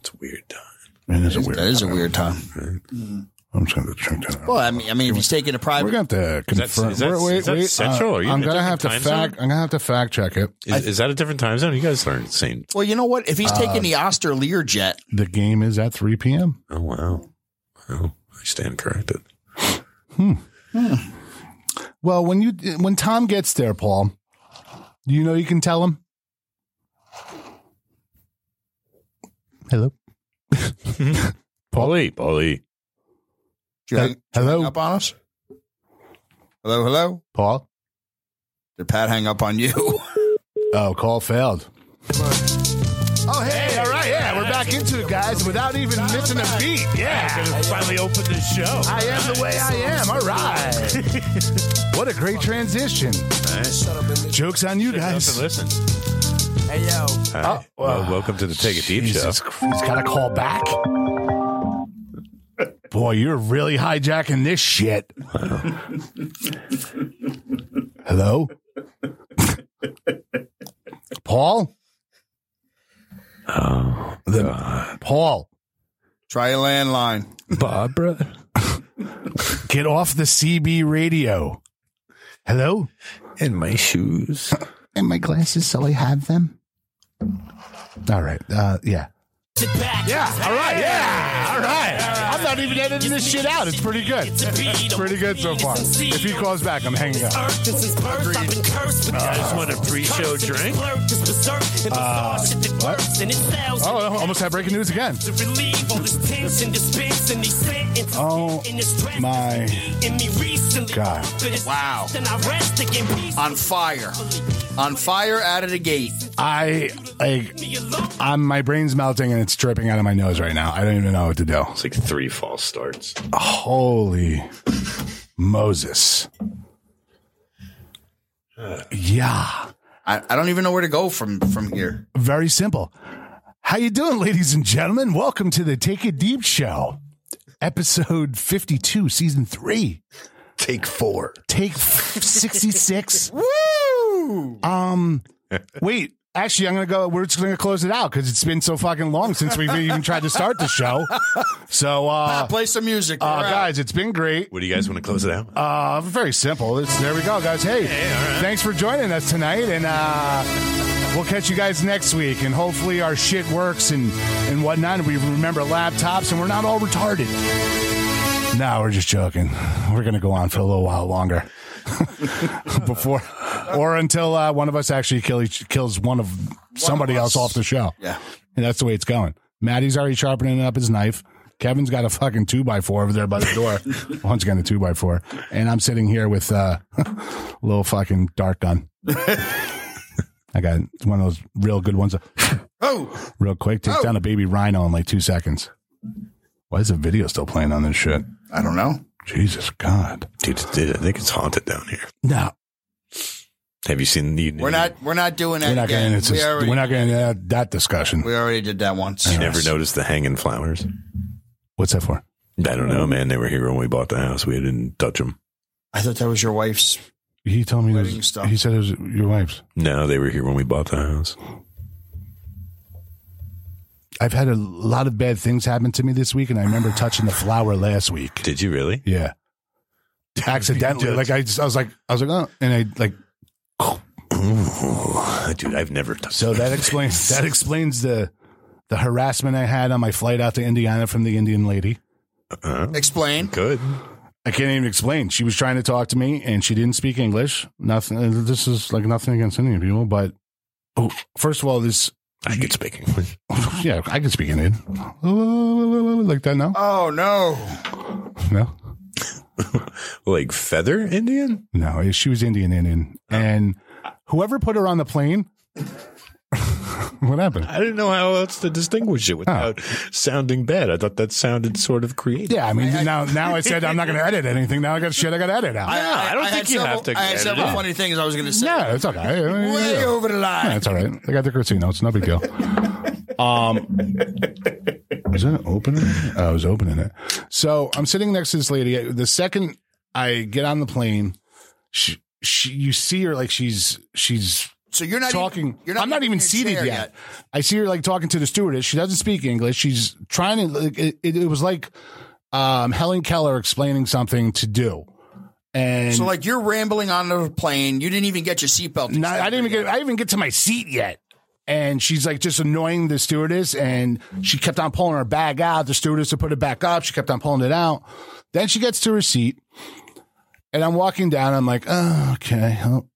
[SPEAKER 4] It's a weird time.
[SPEAKER 2] It is a weird.
[SPEAKER 3] That is a weird time.
[SPEAKER 2] I'm just gonna check that out.
[SPEAKER 3] Well, I mean, I mean, if he's taking a
[SPEAKER 2] We're
[SPEAKER 3] private,
[SPEAKER 2] gonna have to
[SPEAKER 4] that-
[SPEAKER 2] confirm.
[SPEAKER 4] is that-
[SPEAKER 2] wait, wait,
[SPEAKER 4] is that
[SPEAKER 2] wait. uh,
[SPEAKER 4] central? Are you in
[SPEAKER 2] I'm
[SPEAKER 4] a
[SPEAKER 2] gonna
[SPEAKER 4] different
[SPEAKER 2] have to
[SPEAKER 4] time
[SPEAKER 2] fact.
[SPEAKER 4] zone?
[SPEAKER 2] I'm gonna have to fact check it.
[SPEAKER 4] Is, is that a different time zone? You guys learn the same.
[SPEAKER 3] well, you know what? If he's taking the Oster Lear jet,
[SPEAKER 2] The game is at 3 p.m.
[SPEAKER 4] Oh wow! Wow, I stand corrected.
[SPEAKER 2] Well, when you when Tom gets there, Paul, do you know you can tell him? Hello.
[SPEAKER 4] Paulie, Paulie,
[SPEAKER 3] do you hang-
[SPEAKER 2] Hello,
[SPEAKER 3] hang up on us? Hello, hello.
[SPEAKER 2] Paul.
[SPEAKER 3] Did Pat hang up on you?
[SPEAKER 2] Oh, call failed. Oh, hey, all right, yeah. Yeah, we're back into it, guys, without even missing a beat. Yeah.
[SPEAKER 8] Gonna finally open the show.
[SPEAKER 2] I am the way I am. All right. what a great transition. Joke's on you guys.
[SPEAKER 8] listen.
[SPEAKER 3] Hey yo,
[SPEAKER 4] All right. well, welcome to the Take a Deep
[SPEAKER 2] Jesus
[SPEAKER 4] Show.
[SPEAKER 2] Christ, got to call back. Boy, you're really hijacking this shit. Hello? Paul?
[SPEAKER 4] Oh,
[SPEAKER 2] The- Paul,
[SPEAKER 3] try a landline.
[SPEAKER 4] Barbara.
[SPEAKER 2] get off the CB radio. Hello?
[SPEAKER 4] In my shoes.
[SPEAKER 2] And my glasses, so I have them. All right. Uh, yeah. Yeah. All right. Yeah. All right. I'm not even editing this shit out. It's pretty good. It's pretty good so far. If he calls back, I'm hanging up.
[SPEAKER 8] I just want a pre-show drink.
[SPEAKER 2] Oh, I almost had breaking news again. Oh my god.
[SPEAKER 3] Wow,
[SPEAKER 8] Uh,
[SPEAKER 3] on fire, on fire out of the gate.
[SPEAKER 2] I like I'm my brain's melting and it's dripping out of my nose right now. I don't even know what to do.
[SPEAKER 4] It's like three false starts.
[SPEAKER 2] Holy Moses. Yeah.
[SPEAKER 3] I, I don't even know where to go from from here.
[SPEAKER 2] Very simple. How you doing, ladies and gentlemen? Welcome to the Take It Deep Show. Episode 52, season three.
[SPEAKER 4] Take four.
[SPEAKER 2] Take 66.
[SPEAKER 3] Woo!
[SPEAKER 2] Um, wait. Actually, I'm gonna go. We're just gonna close it out because it's been so fucking long since we've even tried to start the show. So, uh,
[SPEAKER 3] Play some music,
[SPEAKER 2] uh
[SPEAKER 3] All right.
[SPEAKER 2] guys, it's been great.
[SPEAKER 4] What do you guys want to close it out? with?
[SPEAKER 2] Uh, very simple. It's, there we go, guys. Hey, thanks for joining us tonight, and uh, we'll catch you guys next week. And hopefully, our shit works and and whatnot. And we remember laptops, and we're not all retarded. No, we're just joking. We're gonna go on for a little while longer before or until uh, one of us actually kill each, kills one of somebody
[SPEAKER 3] of
[SPEAKER 2] else
[SPEAKER 3] us.
[SPEAKER 2] off the show.
[SPEAKER 3] Yeah.
[SPEAKER 2] and that's the way it's going. Maddie's already sharpening up his knife. Kevin's got a fucking two by four over there by the door. Once again, a two by four, and I'm sitting here with uh, a little fucking dark gun. I got one of those real good ones,
[SPEAKER 3] Oh,
[SPEAKER 2] real quick. Takes down a baby rhino in like two seconds. Why is the video still playing on this shit?
[SPEAKER 3] I don't know.
[SPEAKER 2] Jesus God!
[SPEAKER 4] Dude, dude, I think it's haunted down here.
[SPEAKER 2] No,
[SPEAKER 4] Have you seen the?
[SPEAKER 3] We're not we're not doing that
[SPEAKER 2] we're not
[SPEAKER 3] again.
[SPEAKER 2] going. to
[SPEAKER 3] we already
[SPEAKER 2] We're not going to that, that discussion.
[SPEAKER 3] we already did that once.
[SPEAKER 4] You never noticed the hanging flowers?
[SPEAKER 2] What's that for?
[SPEAKER 4] I don't know, man. They were here when we bought the house. We didn't touch them.
[SPEAKER 3] I thought that was your wife's.
[SPEAKER 2] He told me. it
[SPEAKER 3] Wedding
[SPEAKER 2] Was,
[SPEAKER 3] stuff.
[SPEAKER 2] he said it was your wife's.
[SPEAKER 4] No, they were here when we bought the house.
[SPEAKER 2] I've had a lot of bad things happen to me this week, and I remember touching the flower last week.
[SPEAKER 4] Did you really?
[SPEAKER 2] Yeah, accidentally. like I, just, I was like, I was like, oh, and I like.
[SPEAKER 4] Dude, I've never touched
[SPEAKER 2] So that explains that explains the the harassment I had on my flight out to Indiana from the Indian lady.
[SPEAKER 4] Uh,
[SPEAKER 3] Explain.
[SPEAKER 4] good.
[SPEAKER 2] I can't even explain. She was trying to talk to me, and she didn't speak English. Nothing. uh, This is like nothing against Indian people, but oh, first of all, this
[SPEAKER 4] I could speak English.
[SPEAKER 2] yeah, I can speak Indian like that. No,
[SPEAKER 3] Oh no!
[SPEAKER 2] no.
[SPEAKER 4] Like feather Indian?
[SPEAKER 2] No, she was Indian Indian, and whoever put her on the plane. what happened?
[SPEAKER 4] I didn't know how else to distinguish it without sounding bad. I thought that sounded sort of creative.
[SPEAKER 2] Ah. Yeah, I mean now now I said I'm not going to edit anything. Now I got shit I got to edit out.
[SPEAKER 4] No, I don't
[SPEAKER 3] had
[SPEAKER 4] think you
[SPEAKER 3] several-
[SPEAKER 4] have to
[SPEAKER 3] I had
[SPEAKER 4] edit
[SPEAKER 3] several
[SPEAKER 4] it.
[SPEAKER 3] funny things I was going to say.
[SPEAKER 2] yeah, it's okay. I-
[SPEAKER 3] Way
[SPEAKER 2] yeah.
[SPEAKER 3] over the line.
[SPEAKER 2] Yeah, it's all right. I got the casino. It's no big deal. Um, was that opening? it? I was opening it. So I'm sitting next to this lady. The second I get on the plane, she, she you see her like she's she's
[SPEAKER 3] So you're not
[SPEAKER 2] talking.
[SPEAKER 3] Even, you're not
[SPEAKER 2] I'm not even
[SPEAKER 3] in your
[SPEAKER 2] seated
[SPEAKER 3] chair
[SPEAKER 2] yet. I see her like talking to the stewardess. She doesn't speak English. She's trying to. Like, it, it, it was like um, Helen Keller explaining something to do, and
[SPEAKER 3] So like you're rambling on the plane. You didn't even get your seatbelt.
[SPEAKER 2] not, I didn't even
[SPEAKER 3] extended
[SPEAKER 2] get. I didn't even get to my seat yet. And she's like just annoying the stewardess, and she kept on pulling her bag out. The stewardess to put it back up. She kept on pulling it out. Then she gets to her seat, and I'm walking down. I'm like, oh, okay, oh,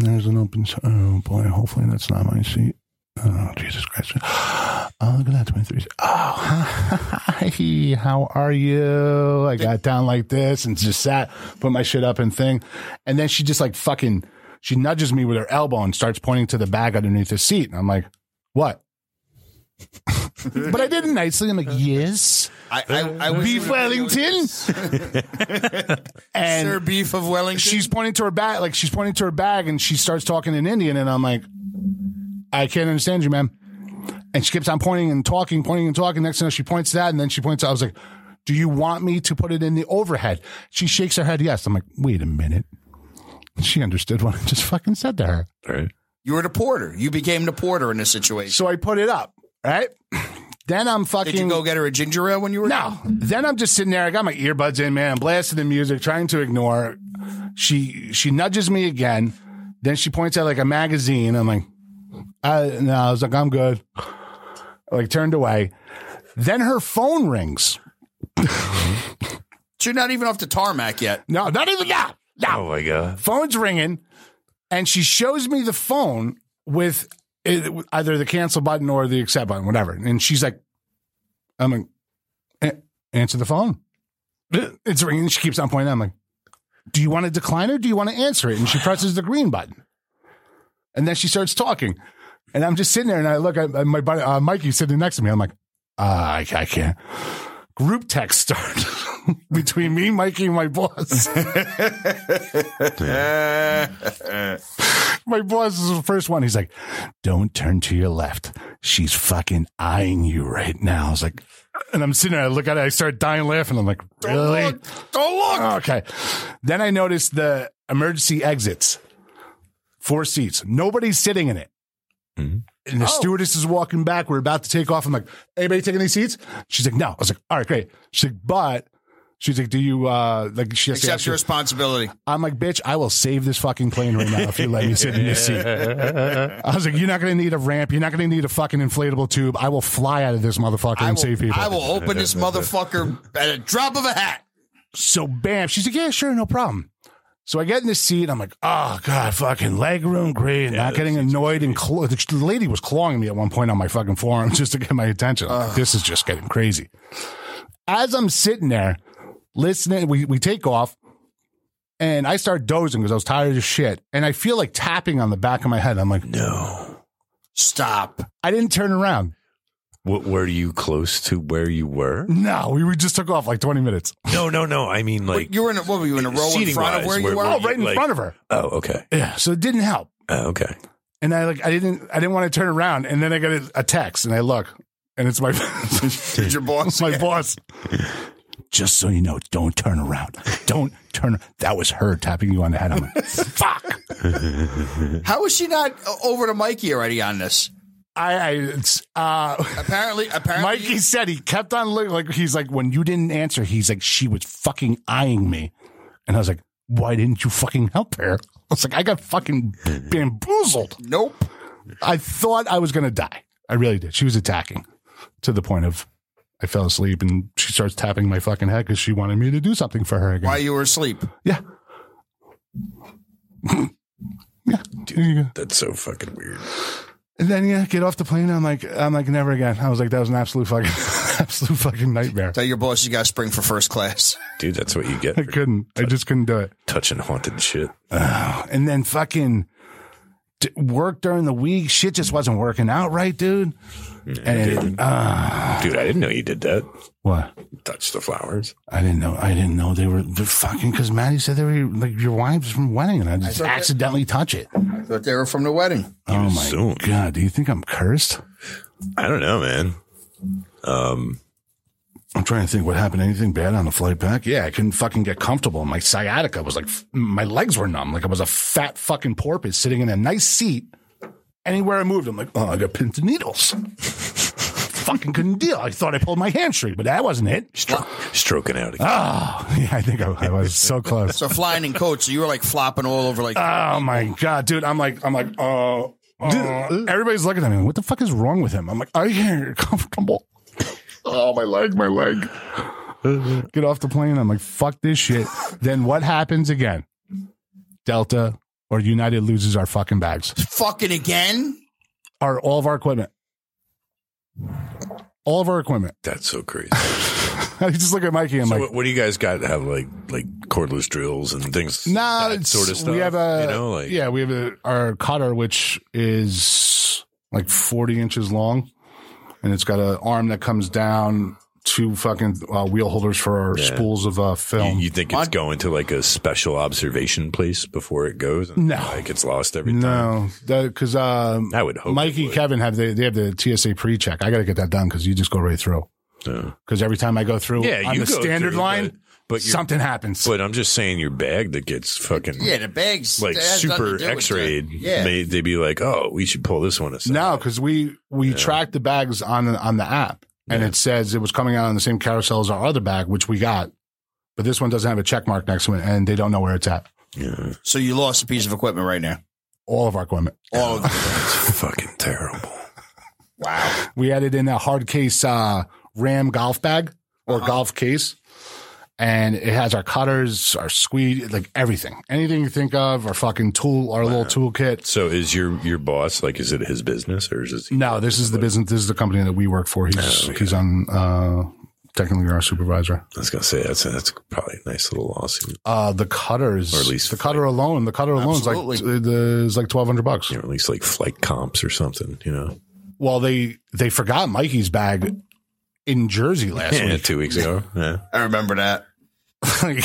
[SPEAKER 2] there's an open. s- Oh boy, hopefully that's not my seat. Oh Jesus Christ! Oh look at that twenty three. Oh hi, how are you? I got down like this and just sat, put my shit up and thing, and then she just like fucking. She nudges me with her elbow and starts pointing to the bag underneath the seat, and I'm like, what? but I did it nicely. I'm like, yes.
[SPEAKER 3] I, I, I wish
[SPEAKER 2] Beef
[SPEAKER 3] you would've been
[SPEAKER 2] Wellington. and
[SPEAKER 3] Sir Beef of Wellington.
[SPEAKER 2] she's pointing to her bag, like she's pointing to her bag, and she starts talking in Indian, and I'm like, I can't understand you, ma'am. And she keeps on pointing and talking, pointing and talking. Next thing you know, she points to that, and then she points. I was like, Do you want me to put it in the overhead? She shakes her head, yes. I'm like, Wait a minute. She understood what I just fucking said to her.
[SPEAKER 4] Right.
[SPEAKER 3] you were the porter. You became the porter in this situation.
[SPEAKER 2] So I put it up, right? Then I'm fucking.
[SPEAKER 3] Did you go get her a ginger ale when you were
[SPEAKER 2] No. Then I'm just sitting there. I got my earbuds in, man. I'm blasting the music, trying to ignore. She she nudges me again. Then she points out like a magazine. I'm like, I, no. I was like, I'm good. Like turned away. Then her phone rings.
[SPEAKER 3] So you're not even off the tarmac yet.
[SPEAKER 2] No, not even now.
[SPEAKER 4] Oh my god.
[SPEAKER 2] Phone's ringing, and she shows me the phone with it, with either the cancel button or the accept button, whatever. And she's like, I'm like, "A- answer the phone. It's ringing. She keeps on pointing. I'm like, do you want to decline it? Or do you want to answer it? And she presses the green button, and then she starts talking. And I'm just sitting there, and I look at at my buddy uh, Mikey sitting next to me. I'm like, uh, I, I can't. Group text start between me, Mikey, and my boss. my boss is the first one. He's like, "Don't turn to your left. She's fucking eyeing you right now." I was like, and I'm sitting there. I look at it. I start dying laughing. I'm like, "Really? Don't look." Okay. Then I noticed the emergency exits, four seats. Nobody's sitting in it. And the stewardess is walking back. We're about to take off. I'm like, anybody taking these seats? She's like, no. I was like, all right, great. She's like, but she's like, do you uh like she has to
[SPEAKER 3] Accept
[SPEAKER 2] ask you-
[SPEAKER 3] your responsibility.
[SPEAKER 2] I'm like, bitch, I will save this fucking plane right now if you let me sit in this seat. I was like, you're not going to need a ramp. You're not going to need a fucking inflatable tube. I will fly out of this motherfucker
[SPEAKER 3] I
[SPEAKER 2] and
[SPEAKER 3] will,
[SPEAKER 2] save people.
[SPEAKER 3] I will open this motherfucker at a drop of a hat.
[SPEAKER 2] So bam, she's like, yeah, sure, no problem. So I get in this seat. I'm like, oh god, fucking leg room, great. not getting annoyed and cl- the lady was clawing me at one point on my fucking forearm just to get my attention. I'm like, this is just getting crazy. As I'm sitting there listening, we we take off, and I start dozing because I was tired as shit, and I feel like tapping on the back of my head. I'm like,
[SPEAKER 4] No.
[SPEAKER 3] Stop.
[SPEAKER 2] I didn't turn around.
[SPEAKER 4] What were you close to where you were?
[SPEAKER 2] No, we were- just took off like 20 minutes.
[SPEAKER 4] No, no, no. I mean like
[SPEAKER 3] You were in a, what were you in a row in
[SPEAKER 4] Seating
[SPEAKER 3] front of
[SPEAKER 4] wise,
[SPEAKER 3] where you
[SPEAKER 4] where-
[SPEAKER 3] were?
[SPEAKER 4] where
[SPEAKER 2] Oh,
[SPEAKER 4] you-
[SPEAKER 2] right in
[SPEAKER 4] like-
[SPEAKER 2] front of her.
[SPEAKER 4] Oh, okay.
[SPEAKER 2] Yeah, so it didn't help.
[SPEAKER 4] Oh, okay.
[SPEAKER 2] and I like I didn't I didn't want to turn around, and then I got a, a text, and I look, and it's my it's
[SPEAKER 3] Did your boss?
[SPEAKER 2] my boss. Just so you know, don't turn around. Don't turn. That was her tapping you on the head. I'm like, fuck.
[SPEAKER 3] How is she not uh, over to Mikey already on this?
[SPEAKER 2] I, I it's, uh,
[SPEAKER 3] Apparently, apparently,
[SPEAKER 2] Mikey said he kept on looking like he's like when you didn't answer, he's like she was fucking eyeing me, and I was like, why didn't you fucking help her? I was like, I got fucking bamboozled.
[SPEAKER 3] Nope.
[SPEAKER 2] I thought I was going to die. I really did. She was attacking to the point of I fell asleep and she starts tapping my fucking head because she wanted me to do something for her again.
[SPEAKER 3] While you were asleep,
[SPEAKER 2] Yeah. yeah. There you go.
[SPEAKER 4] That's so fucking weird.
[SPEAKER 2] And then yeah, get off the plane. I'm like, I'm like, never again. I was like, that was an absolute fucking, absolute fucking nightmare.
[SPEAKER 3] tell your boss you got to spring for first class.
[SPEAKER 4] Dude, that's what you get
[SPEAKER 2] I
[SPEAKER 4] for
[SPEAKER 2] couldn't. I just couldn't do it.
[SPEAKER 4] touching haunted shit.
[SPEAKER 2] and then fucking d- work during the week. Shit just wasn't working out right, dude. And uh,
[SPEAKER 4] Dude, I didn't know you did that.
[SPEAKER 2] what?
[SPEAKER 4] Touch the flowers.
[SPEAKER 2] I didn't know. I didn't know they were they're fucking because Maddie said they were like your wives from wedding, and I just
[SPEAKER 3] thought that-
[SPEAKER 2] accidentally touch it.
[SPEAKER 3] I thought they were from the wedding.
[SPEAKER 2] Oh my
[SPEAKER 4] assume.
[SPEAKER 2] god! Do you think I'm cursed?
[SPEAKER 4] I don't know, man. Um,
[SPEAKER 2] I'm trying to think what happened. Anything bad on the flight back? Yeah, I couldn't fucking get comfortable. My sciatica was like, f- my legs were numb. Like I was a fat fucking porpoise sitting in a nice seat. Anywhere I moved, I'm like, oh, I got pins and needles. fucking couldn't deal. I thought I pulled my hamstring, but that wasn't it.
[SPEAKER 4] Stro- stroking out again.
[SPEAKER 2] Oh, yeah, I think I, I was so close.
[SPEAKER 3] So flying in coach, so you were like flopping all over, like
[SPEAKER 2] Oh my god, dude! I'm like, I'm like, oh, oh. everybody's looking at me. What the fuck is wrong with him? I'm like, I can't comfortable. oh my leg, my leg. Get off the plane. I'm like, fuck this shit. then what happens again? Delta or United loses our fucking bags,
[SPEAKER 3] fucking again.
[SPEAKER 2] our all of our equipment, all of our equipment.
[SPEAKER 4] That's so crazy.
[SPEAKER 2] I just look at Mikey. I'm
[SPEAKER 4] So
[SPEAKER 2] like,
[SPEAKER 4] what, what do you guys got to have like like cordless drills and things?
[SPEAKER 2] No,
[SPEAKER 4] that
[SPEAKER 2] it's-
[SPEAKER 4] sort of stuff.
[SPEAKER 2] We have a
[SPEAKER 4] you know like
[SPEAKER 2] yeah, we have a, our cutter which is like forty inches long, and it's got an arm that comes down, two fucking uh, wheel holders for
[SPEAKER 4] Yeah.
[SPEAKER 2] spools of uh, film.
[SPEAKER 4] You, you think it's going to like a special observation place before it goes? And,
[SPEAKER 2] No.
[SPEAKER 4] like it's lost every time.
[SPEAKER 2] no, because um,
[SPEAKER 4] I would hope.
[SPEAKER 2] Mikey Kevin have the they have the TSA pre check. I got to get that done because you just go right through. Because every time I go through,
[SPEAKER 4] Yeah,
[SPEAKER 2] on
[SPEAKER 4] you
[SPEAKER 2] the
[SPEAKER 4] go
[SPEAKER 2] standard
[SPEAKER 4] through,
[SPEAKER 2] line,
[SPEAKER 4] but- but you're-
[SPEAKER 2] something happens.
[SPEAKER 4] But I'm just saying, your bag that gets fucking
[SPEAKER 3] Yeah, the bags
[SPEAKER 4] like
[SPEAKER 3] that has nothing to do
[SPEAKER 4] super
[SPEAKER 3] with that.
[SPEAKER 4] X-rayed.
[SPEAKER 3] Yeah.
[SPEAKER 4] may- they'd be like, oh, we should pull this one aside.
[SPEAKER 2] No, because we we tracked the bags on the, on the app, and it says it was coming out on the same carousel as our other bag, which we got, but this one doesn't have a check mark next to it, and they don't know where it's at.
[SPEAKER 4] Yeah.
[SPEAKER 3] So you lost a piece of equipment right now.
[SPEAKER 2] All of our equipment.
[SPEAKER 3] All of it.
[SPEAKER 4] It's fucking terrible.
[SPEAKER 3] wow.
[SPEAKER 2] We added in a hard case uh, Ram golf bag or golf case, and it has our cutters, our squeed, like everything, anything you think of, our fucking tool, our little toolkit.
[SPEAKER 4] So is your your boss like? Is it his business or is it?
[SPEAKER 2] No, this is the business. This is the company that we work for. He's he's on uh, technically our supervisor.
[SPEAKER 4] I was gonna say that's that's probably a nice little lawsuit.
[SPEAKER 2] Uh, the cutters,
[SPEAKER 4] Or at least
[SPEAKER 2] the cutter alone, the cutter alone is like
[SPEAKER 3] Absolutely.
[SPEAKER 2] the, is like twelve hundred bucks.
[SPEAKER 4] You know, at least like flight comps or something. You know,
[SPEAKER 2] Well, they they forgot Mikey's bag in Jersey last
[SPEAKER 4] yeah,
[SPEAKER 2] week.
[SPEAKER 4] two weeks ago. Yeah.
[SPEAKER 3] I remember that.
[SPEAKER 2] Like,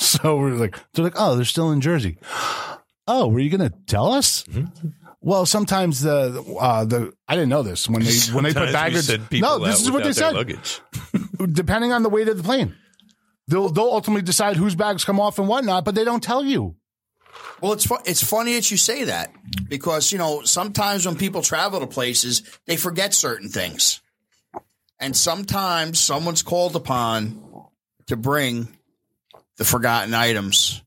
[SPEAKER 2] so we're like, they're like, oh, they're still in Jersey. Oh, were you gonna tell us?
[SPEAKER 4] Mm-hmm.
[SPEAKER 2] Well, sometimes the uh, the I didn't know this when they when they put
[SPEAKER 4] Sometimes we
[SPEAKER 2] baggage.
[SPEAKER 4] send people
[SPEAKER 2] No, this
[SPEAKER 4] out
[SPEAKER 2] is what they
[SPEAKER 4] without their
[SPEAKER 2] said.
[SPEAKER 4] Luggage.
[SPEAKER 2] Depending on the weight of the plane, they'll they'll ultimately decide whose bags come off and whatnot, but they don't tell you.
[SPEAKER 3] Well, it's fu- it's funny that you say that because you know sometimes when people travel to places they forget certain things, and sometimes someone's called upon to bring the forgotten items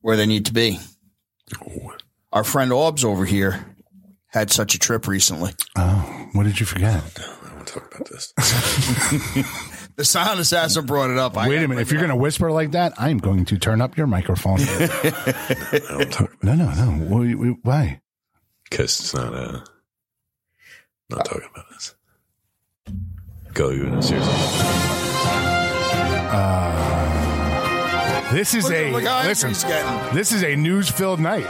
[SPEAKER 3] where they need to be. Our friend Orbs over here had such a trip recently.
[SPEAKER 2] Oh, what did you forget?
[SPEAKER 4] I don't want to talk about this.
[SPEAKER 3] The silent assassin brought it up. I-
[SPEAKER 2] Wait a minute. If you're going to whisper like that, I'm going to turn up your microphone.
[SPEAKER 4] I don't talk
[SPEAKER 2] no, no, no. Why- Why?
[SPEAKER 4] because it's not a. Not talking about this. Go you know, seriously.
[SPEAKER 2] This is
[SPEAKER 3] Look at-
[SPEAKER 2] a
[SPEAKER 3] look how angry
[SPEAKER 2] listen.
[SPEAKER 3] he's getting.
[SPEAKER 2] This is a news-filled night.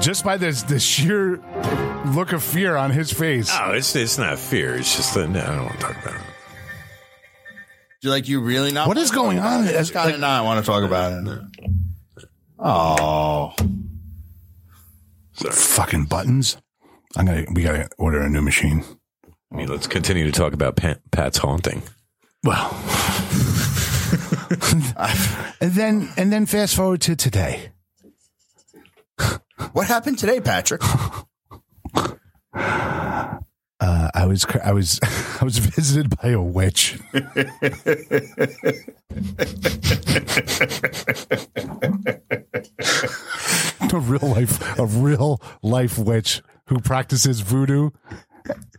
[SPEAKER 2] Just by this the sheer look of fear on his face.
[SPEAKER 3] Ah.
[SPEAKER 4] Oh, it's it's not fear. It's just that no, I don't want to talk about it.
[SPEAKER 3] You're like you really not.
[SPEAKER 2] What is going on?
[SPEAKER 3] It's kind of not. I want to talk about it. Oh,
[SPEAKER 2] Fucking buttons. I'm gonna. We gotta order a new machine.
[SPEAKER 4] I mean, let's continue to talk about Pat, Pat's haunting.
[SPEAKER 2] Well. and then and then fast forward to today.
[SPEAKER 3] what happened today, Patrick?
[SPEAKER 2] Uh, I was cr- I was I was visited by a witch. a real life a real life witch who practices voodoo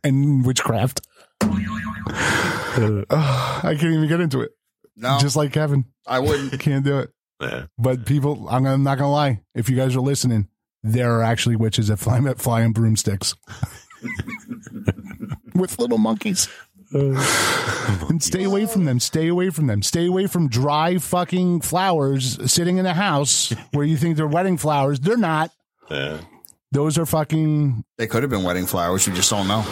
[SPEAKER 2] and witchcraft. Uh, I can't even get into it.
[SPEAKER 3] No,
[SPEAKER 2] Just like Kevin,
[SPEAKER 3] I wouldn't.
[SPEAKER 2] can't do it.
[SPEAKER 4] Yeah.
[SPEAKER 2] But people, I'm, I'm not gonna lie. If you guys are listening, there are actually witches that fly that fly on broomsticks with little monkeys. and stay away from them. Stay away from them. Stay away from dry fucking flowers sitting in a house where you think they're wedding flowers. They're not.
[SPEAKER 4] Yeah.
[SPEAKER 2] Those are fucking.
[SPEAKER 3] They could have been wedding flowers. We just don't know.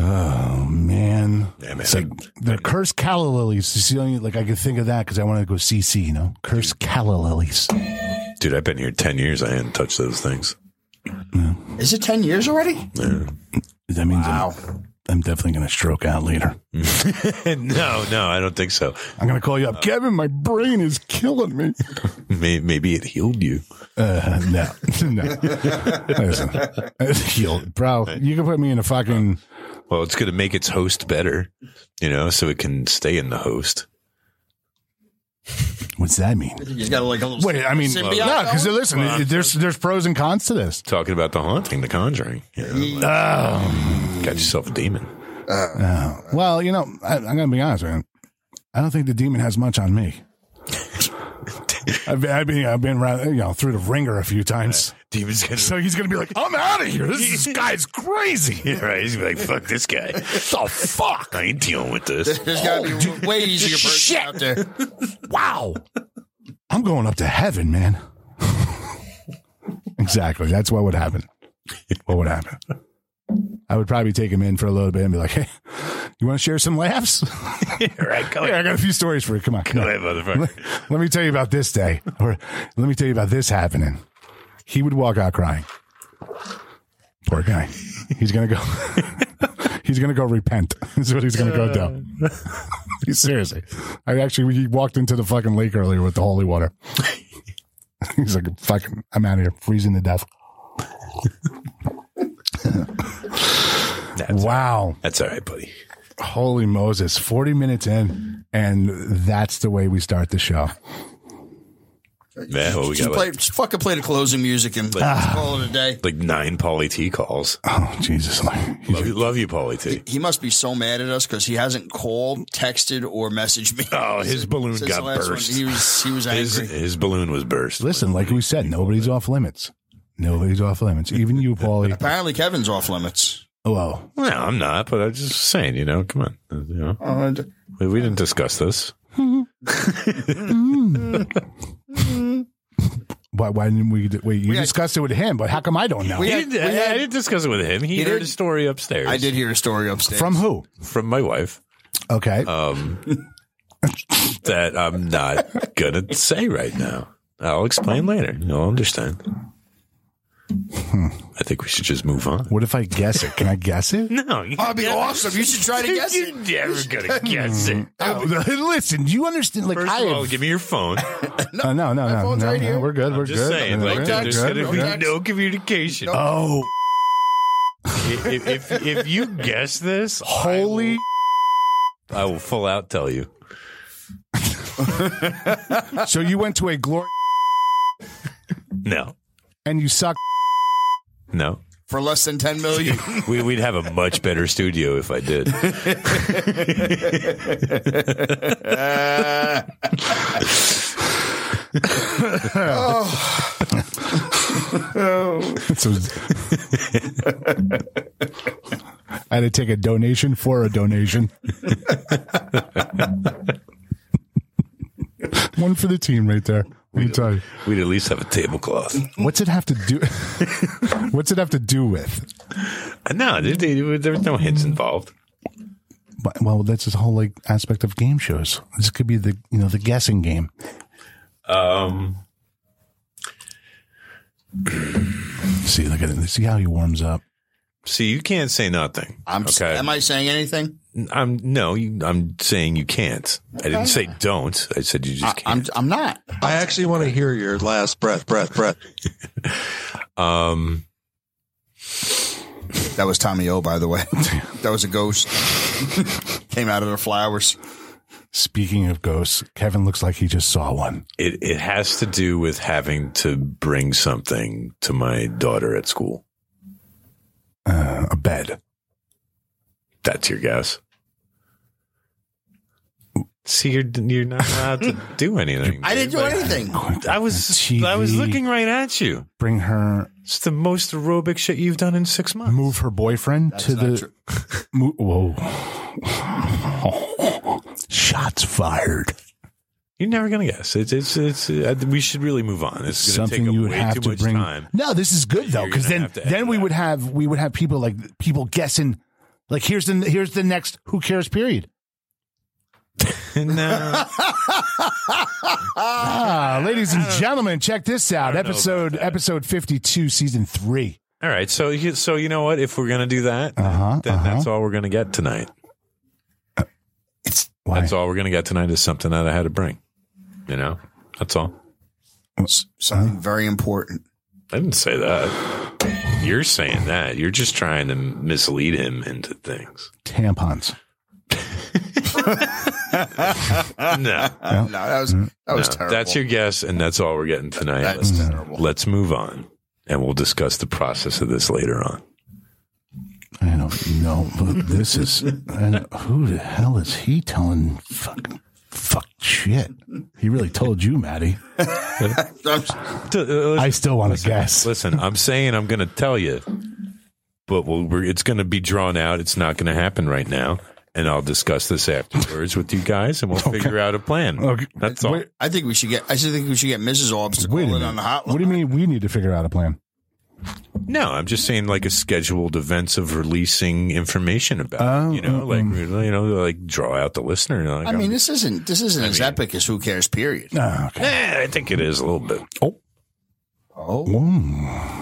[SPEAKER 2] Oh man.
[SPEAKER 4] Yeah, man.
[SPEAKER 2] It's like they're cursed calla lilies. You see, like I can think of that because I want to go CC. You know, cursed calla lilies.
[SPEAKER 4] Dude, I've been here 10 years. I hadn't touched those things.
[SPEAKER 3] Is it ten years already?
[SPEAKER 2] That means
[SPEAKER 3] Wow.
[SPEAKER 2] I'm definitely going to stroke out later.
[SPEAKER 4] no, no, I don't think so.
[SPEAKER 2] I'm going to call you up. Kevin, my brain is killing me.
[SPEAKER 4] Maybe, maybe it healed you.
[SPEAKER 2] Uh, no, no. Listen, Yo, bro, you can put me in a fucking.
[SPEAKER 4] Well, it's going to make its host better, you know, so it can stay in the host.
[SPEAKER 2] What's that mean?
[SPEAKER 3] He's got like a little.
[SPEAKER 2] Wait, I mean,
[SPEAKER 3] symbiote
[SPEAKER 2] yeah, because
[SPEAKER 3] going?
[SPEAKER 2] listen, there's there's pros and cons to this.
[SPEAKER 4] Talking about the haunting, the conjuring. You know, like, got yourself a demon.
[SPEAKER 2] Well, you know, I, I'm going to be honest, man. I don't think the demon has much on me. I've been, I've been, I've been, around, you know, through the ringer a few times.
[SPEAKER 4] Demon's going
[SPEAKER 2] So he's going to be like, I'm out of here. This, this guy's crazy.
[SPEAKER 4] Yeah, right. He's gonna be like, fuck this guy. the fuck? I ain't dealing with this.
[SPEAKER 3] There's got to be way easier person out there.
[SPEAKER 2] Wow. I'm going up to heaven, man. exactly. That's what would happen. What would happen? I would probably take him in for a little bit and be like, "Hey, you want to share some laughs?
[SPEAKER 4] right, come
[SPEAKER 2] Here, I got a few stories for you. Come on, come
[SPEAKER 4] here, motherfucker.
[SPEAKER 2] Let, let me tell you about this day, or let me tell you about this happening." He would walk out crying. Poor guy. He's gonna go. he's gonna go repent. Is what he's gonna go do. Seriously, I actually he walked into the fucking lake earlier with the holy water. he's like, "Fucking, I'm out of here, freezing to death." wow.
[SPEAKER 4] That's all right, buddy.
[SPEAKER 2] Holy Moses, 40 minutes in, and that's the way we start the show.
[SPEAKER 4] Yeah, well, we
[SPEAKER 3] Just,
[SPEAKER 4] got
[SPEAKER 3] play,
[SPEAKER 4] like,
[SPEAKER 3] just fucking play the closing music and let's call it a day.
[SPEAKER 4] like nine Polly T calls.
[SPEAKER 2] Oh, Jesus.
[SPEAKER 4] Love you, love you, Polly T.
[SPEAKER 3] He must be so mad at us because he hasn't called, texted, or messaged me.
[SPEAKER 4] Oh, his balloon
[SPEAKER 3] Since
[SPEAKER 4] got
[SPEAKER 3] the last one.
[SPEAKER 4] burst.
[SPEAKER 3] He was he was angry.
[SPEAKER 4] His, his balloon was burst.
[SPEAKER 2] Listen, like we said, nobody's off limits. Nobody's off limits. Even you, Paulie. Oh,
[SPEAKER 3] Apparently, Kevin's off limits.
[SPEAKER 2] Whoa.
[SPEAKER 4] No, I'm not, but I'm just saying, you know, come on. You know, we, we didn't discuss this.
[SPEAKER 2] Why, why didn't we? Wait, you
[SPEAKER 3] We had-
[SPEAKER 2] discussed it with him, but how come I don't know?
[SPEAKER 3] We
[SPEAKER 4] He
[SPEAKER 3] had-
[SPEAKER 4] didn't-
[SPEAKER 3] we had-
[SPEAKER 4] I didn't discuss it with him. He,
[SPEAKER 3] He
[SPEAKER 4] heard
[SPEAKER 3] did-
[SPEAKER 4] a story upstairs.
[SPEAKER 3] I did hear a story upstairs.
[SPEAKER 2] From who?
[SPEAKER 4] from my wife
[SPEAKER 2] Okay.
[SPEAKER 4] um, that I'm not gonna say right now. I'll explain later. You'll understand.
[SPEAKER 3] Hmm.
[SPEAKER 4] I think we should just move on.
[SPEAKER 2] what if I guess it? Can I guess it?
[SPEAKER 4] No, you,
[SPEAKER 3] that'd be awesome. You should try to guess it.
[SPEAKER 4] You're never gonna guess it.
[SPEAKER 2] Oh, listen, you understand. Like,
[SPEAKER 4] First
[SPEAKER 2] I
[SPEAKER 4] of all,
[SPEAKER 2] have-
[SPEAKER 4] give me your phone.
[SPEAKER 2] Uh, no, no, no, no,
[SPEAKER 3] phone's right
[SPEAKER 2] no,
[SPEAKER 3] here.
[SPEAKER 2] We're good. we're
[SPEAKER 4] Just
[SPEAKER 2] good.
[SPEAKER 4] saying,
[SPEAKER 2] We're
[SPEAKER 4] like,
[SPEAKER 2] good,
[SPEAKER 4] there's
[SPEAKER 2] good,
[SPEAKER 4] gonna
[SPEAKER 2] we're
[SPEAKER 4] be
[SPEAKER 2] good.
[SPEAKER 4] no communication.
[SPEAKER 2] Oh,
[SPEAKER 4] if, if, if you guess this,
[SPEAKER 2] holy.
[SPEAKER 4] I will full out tell you.
[SPEAKER 2] so you went to a glory
[SPEAKER 4] No,
[SPEAKER 2] and you sucked.
[SPEAKER 4] no.
[SPEAKER 3] for less than ten million.
[SPEAKER 4] We, we'd have a much better studio if I did.
[SPEAKER 2] So I had to take a donation for a donation. One for the team right there. Let me tell you.
[SPEAKER 4] We'd at least have a tablecloth.
[SPEAKER 2] What's it have to do? what's it have to do with?
[SPEAKER 4] No, there, there, there was no hints involved.
[SPEAKER 2] But- Well, that's this whole like aspect of game shows. This could be the you know the guessing game.
[SPEAKER 4] Um,
[SPEAKER 2] See, look at it. See how he warms up.
[SPEAKER 4] see, you can't say nothing.
[SPEAKER 3] I'm.
[SPEAKER 4] okay.
[SPEAKER 3] Am I saying anything?
[SPEAKER 4] I'm no. You, I'm saying you can't. I didn't say don't. I said you just
[SPEAKER 3] I, I'm.
[SPEAKER 4] can't.
[SPEAKER 3] I'm not.
[SPEAKER 9] I actually want to hear your last breath, breath, breath.
[SPEAKER 4] um,
[SPEAKER 3] That was Tommy O. By the way, that was a ghost. Came out of the flowers.
[SPEAKER 2] Speaking of ghosts, Kevin looks like he just saw one.
[SPEAKER 4] it it has to do with having to bring something to my daughter at school.
[SPEAKER 2] Uh, a bed.
[SPEAKER 4] That's your guess. See, you're you're not allowed to do anything.
[SPEAKER 3] I didn't
[SPEAKER 4] dude.
[SPEAKER 3] do
[SPEAKER 4] Like,
[SPEAKER 3] anything.
[SPEAKER 4] I was
[SPEAKER 2] A
[SPEAKER 4] I was
[SPEAKER 2] TV.
[SPEAKER 4] looking right at you.
[SPEAKER 2] Bring her.
[SPEAKER 4] It's the most aerobic shit you've done in six months.
[SPEAKER 2] Move her boyfriend to
[SPEAKER 3] not
[SPEAKER 2] the.
[SPEAKER 3] true.
[SPEAKER 2] Mo- Whoa. Shots fired.
[SPEAKER 4] You're never gonna guess. It's it's it's. Uh, we should really move on. It's gonna
[SPEAKER 2] Something
[SPEAKER 4] take up
[SPEAKER 2] you would
[SPEAKER 4] way
[SPEAKER 2] have
[SPEAKER 4] too
[SPEAKER 2] to
[SPEAKER 4] much
[SPEAKER 2] bring.
[SPEAKER 4] time.
[SPEAKER 2] No, this is good though,
[SPEAKER 4] You're
[SPEAKER 2] because
[SPEAKER 4] gonna
[SPEAKER 2] then
[SPEAKER 4] have to
[SPEAKER 2] then
[SPEAKER 4] edit
[SPEAKER 2] we
[SPEAKER 4] that.
[SPEAKER 2] would have we would have people like people guessing. Like here's the here's the next who cares period.
[SPEAKER 4] no,
[SPEAKER 2] Ah, ladies and gentlemen, check this out.
[SPEAKER 4] don't know
[SPEAKER 2] Episode
[SPEAKER 4] about that.
[SPEAKER 2] episode fifty two, season three.
[SPEAKER 4] all right. So you- so you know what? If we're gonna do that,
[SPEAKER 2] Uh-huh,
[SPEAKER 4] then
[SPEAKER 2] uh-huh.
[SPEAKER 4] that's all we're gonna get tonight.
[SPEAKER 2] Why?
[SPEAKER 4] That's all we're gonna get tonight is something that I had to bring. You know, that's all.
[SPEAKER 3] S- Something very important.
[SPEAKER 4] I didn't say that. You're saying that. You're just trying to mislead him into things.
[SPEAKER 2] Tampons.
[SPEAKER 4] No.
[SPEAKER 3] No, that
[SPEAKER 2] Mm-hmm.
[SPEAKER 3] was that
[SPEAKER 4] No,
[SPEAKER 3] was terrible.
[SPEAKER 4] That's your guess, and that's all we're getting tonight.
[SPEAKER 3] That's
[SPEAKER 4] let's,
[SPEAKER 3] terrible.
[SPEAKER 4] let's move on, and we'll discuss the process of this later on.
[SPEAKER 2] I don't know. But this is I don't- who the hell is he telling? Fucking fuck shit. He really told you, Maddie. I still want to guess.
[SPEAKER 4] Listen, I'm saying I'm going to tell you, but we'll, we're, it's going to be drawn out. It's not going to happen right now. And I'll discuss this afterwards with you guys, and we'll figure out a plan.
[SPEAKER 2] Okay.
[SPEAKER 4] That's all.
[SPEAKER 2] Wait-
[SPEAKER 3] I think we should get. I should think we should get Mrs. Orbs to
[SPEAKER 2] Wait a
[SPEAKER 3] call in
[SPEAKER 2] minute.
[SPEAKER 3] on the hotline.
[SPEAKER 2] What do you mean we need to figure out a plan?
[SPEAKER 4] No, I'm just saying like a scheduled events of releasing information about. it, you know, like you know, like draw out the listener. Like,
[SPEAKER 3] Oh, mm-hmm. I mean, this isn't this isn't as epic as Who Cares? Period.
[SPEAKER 4] Eh, I think it is a little bit. Oh.
[SPEAKER 3] Oh.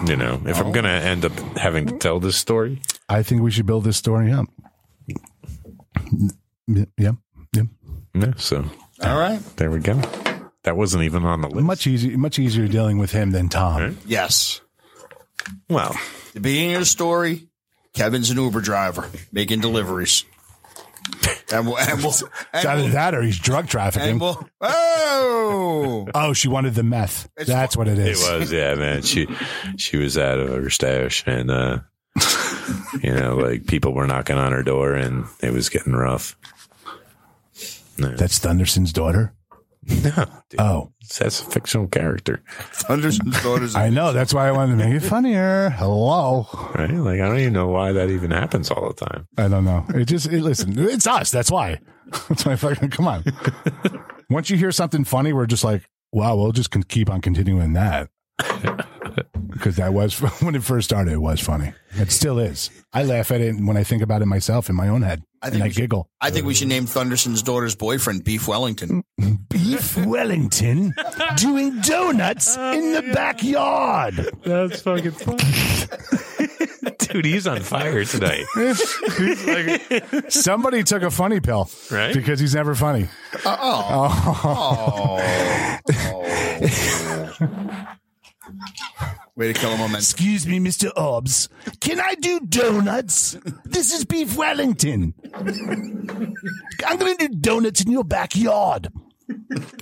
[SPEAKER 4] You know, if I'm going to end up having to tell this story,
[SPEAKER 2] I think we should build this story up. Yeah, yeah.
[SPEAKER 4] yeah, so.
[SPEAKER 3] All right.
[SPEAKER 4] There we go. That wasn't even on the list.
[SPEAKER 2] Much easier, much easier dealing with him than Tom.
[SPEAKER 3] Yes.
[SPEAKER 4] Well,
[SPEAKER 3] the beginning of the story, Kevin's an Uber driver making deliveries. And we'll, and we'll,
[SPEAKER 2] It's
[SPEAKER 3] and
[SPEAKER 2] either
[SPEAKER 3] we'll,
[SPEAKER 2] that or he's drug
[SPEAKER 3] and
[SPEAKER 2] trafficking.
[SPEAKER 3] we'll oh,
[SPEAKER 2] oh, she wanted the meth. That's what it
[SPEAKER 4] It
[SPEAKER 2] is.
[SPEAKER 4] was, yeah, man. She she was out of her stash, and uh, you know, like people were knocking on her door, and it was getting rough.
[SPEAKER 2] That's Thunderson's daughter.
[SPEAKER 4] No, dude.
[SPEAKER 2] Oh,
[SPEAKER 4] that's a fictional character,
[SPEAKER 3] thunders and thunders.
[SPEAKER 2] I know. That's why I wanted to make it funnier. Hello.
[SPEAKER 4] right? Like I don't even know why that even happens all the time.
[SPEAKER 2] I don't know. It just it, listen. It's us. That's why. That's why. Fucking come on. Once you hear something funny, we're just like, wow. We'll just con- keep on continuing that because that was when it first started. It was funny. It still is. I laugh at it when I think about it myself in my own head,
[SPEAKER 3] I think
[SPEAKER 2] and I
[SPEAKER 3] we should-
[SPEAKER 2] giggle.
[SPEAKER 3] I think we should name Thunderson's daughter's boyfriend Beef Wellington.
[SPEAKER 2] Beef Wellington doing donuts in the backyard.
[SPEAKER 4] That's fucking funny, dude. He's on fire tonight.
[SPEAKER 2] Somebody took a funny pill,
[SPEAKER 4] Right?
[SPEAKER 2] Because he's never funny.
[SPEAKER 3] Oh, way to kill a moment.
[SPEAKER 2] Excuse me, Mr. Obbs. Can I do donuts? This is Beef Wellington. I'm going to do donuts in your backyard.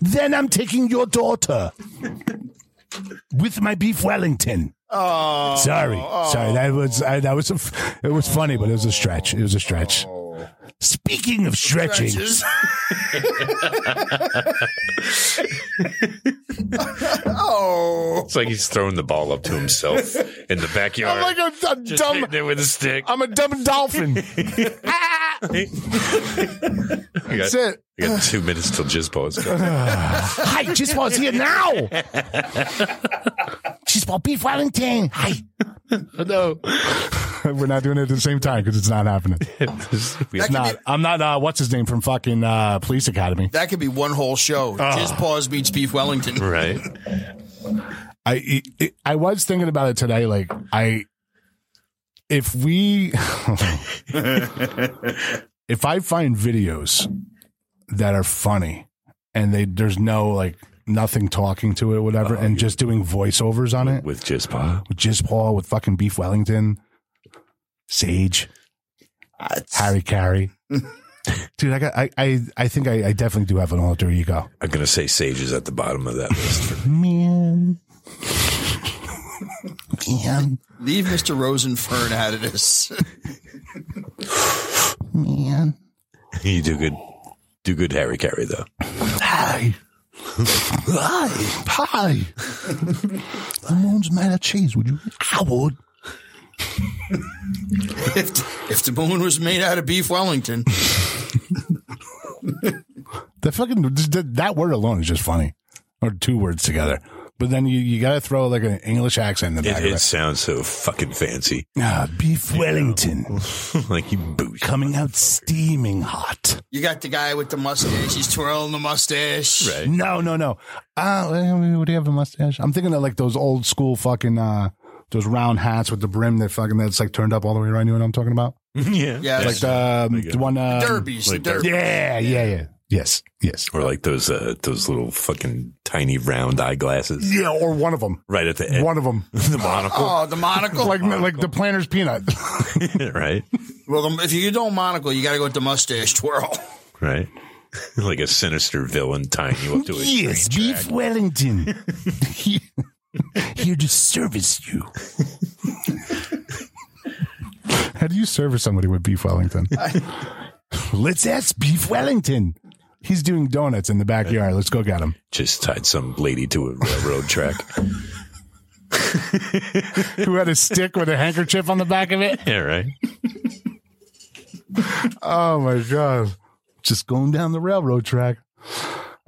[SPEAKER 2] Then I'm taking your daughter with my Beef Wellington. Oh, sorry, sorry. That was I, that was a, f- it was funny, but it was a stretch. It was a stretch. Speaking of stretching,
[SPEAKER 3] oh,
[SPEAKER 4] It's like he's throwing the ball up to himself in the backyard.
[SPEAKER 2] I'm like a, a
[SPEAKER 4] Just
[SPEAKER 2] dumb.
[SPEAKER 4] hitting it with a stick.
[SPEAKER 2] I'm a dumb dolphin.
[SPEAKER 4] I got,
[SPEAKER 2] That's it.
[SPEAKER 4] I got two minutes till jizz balls. go.
[SPEAKER 2] Hi, just was here now. She's about beef Wellington. Hi. No, we're not doing it at the same time because it's not happening.
[SPEAKER 4] We-
[SPEAKER 2] It's not. I'm not. Uh, what's his name from fucking uh, Police Academy?
[SPEAKER 3] that could be one whole show.
[SPEAKER 4] Ah.
[SPEAKER 3] His paws beats Beef Wellington.
[SPEAKER 4] right.
[SPEAKER 2] I it- it, I was thinking about it today. Like I, if we, if I find videos that are funny and they there's no like nothing talking to it, whatever, and just doing voiceovers on it.
[SPEAKER 4] With jizz ball.
[SPEAKER 2] with Jizz Paul, with fucking Beef Wellington, Sage, Harry Carey. Dude, I got I I, I think I, I definitely do have an alter ego.
[SPEAKER 4] I'm going to say Sage is at the bottom of that list.
[SPEAKER 2] Man. Man,
[SPEAKER 3] Leave Mr. Rosenfern out of this.
[SPEAKER 2] man.
[SPEAKER 4] you do good. Do good, Harry Carey, though.
[SPEAKER 2] Hi. Hi. Hi. Ramon's made of cheese, would you? I would.
[SPEAKER 3] if, if the moon was made out of Beef Wellington,
[SPEAKER 2] The fucking just that, that word alone is just funny. Or two words together. But then you, you gotta throw like an English accent in the back
[SPEAKER 4] It,
[SPEAKER 2] of
[SPEAKER 4] it
[SPEAKER 2] it.
[SPEAKER 4] sounds so fucking fancy.
[SPEAKER 2] Ah, beef Wellington.
[SPEAKER 4] like you boosh.
[SPEAKER 2] coming out steaming hot.
[SPEAKER 3] you got the guy with the mustache. He's twirling the mustache.
[SPEAKER 4] Right.
[SPEAKER 2] No, no, no. Uh, well, would he have a mustache? I'm thinking of like those old school fucking uh, those round hats with the brim that fucking that's like turned up all the way around. You know what I'm talking about?
[SPEAKER 4] yeah.
[SPEAKER 3] Yeah,
[SPEAKER 2] Like the, um,
[SPEAKER 4] Like, uh,
[SPEAKER 2] the one um,
[SPEAKER 3] derbies.
[SPEAKER 4] like
[SPEAKER 3] the derby.
[SPEAKER 2] Yeah, yeah, yeah. Yes, yes.
[SPEAKER 4] Or like those uh, those little fucking tiny round eyeglasses
[SPEAKER 2] Yeah, or one of them.
[SPEAKER 4] right at the end.
[SPEAKER 2] One of them,
[SPEAKER 4] the monocle,
[SPEAKER 3] Oh, the monocle.
[SPEAKER 2] like like the planter's peanut.
[SPEAKER 4] right?
[SPEAKER 3] well, the, if you don't monocle, you got to go with the mustache twirl.
[SPEAKER 4] Right. like a sinister villain tying you up to a
[SPEAKER 2] yes, Beef Wellington. Here to service you. How do you service somebody with Beef Wellington? Let's ask Beef Wellington. He's doing donuts in the backyard. Let's go get him.
[SPEAKER 4] just tied some lady to a railroad track.
[SPEAKER 2] Who had a stick with a handkerchief on the back of it?
[SPEAKER 4] yeah, right.
[SPEAKER 2] Oh my god! Just going down the railroad track.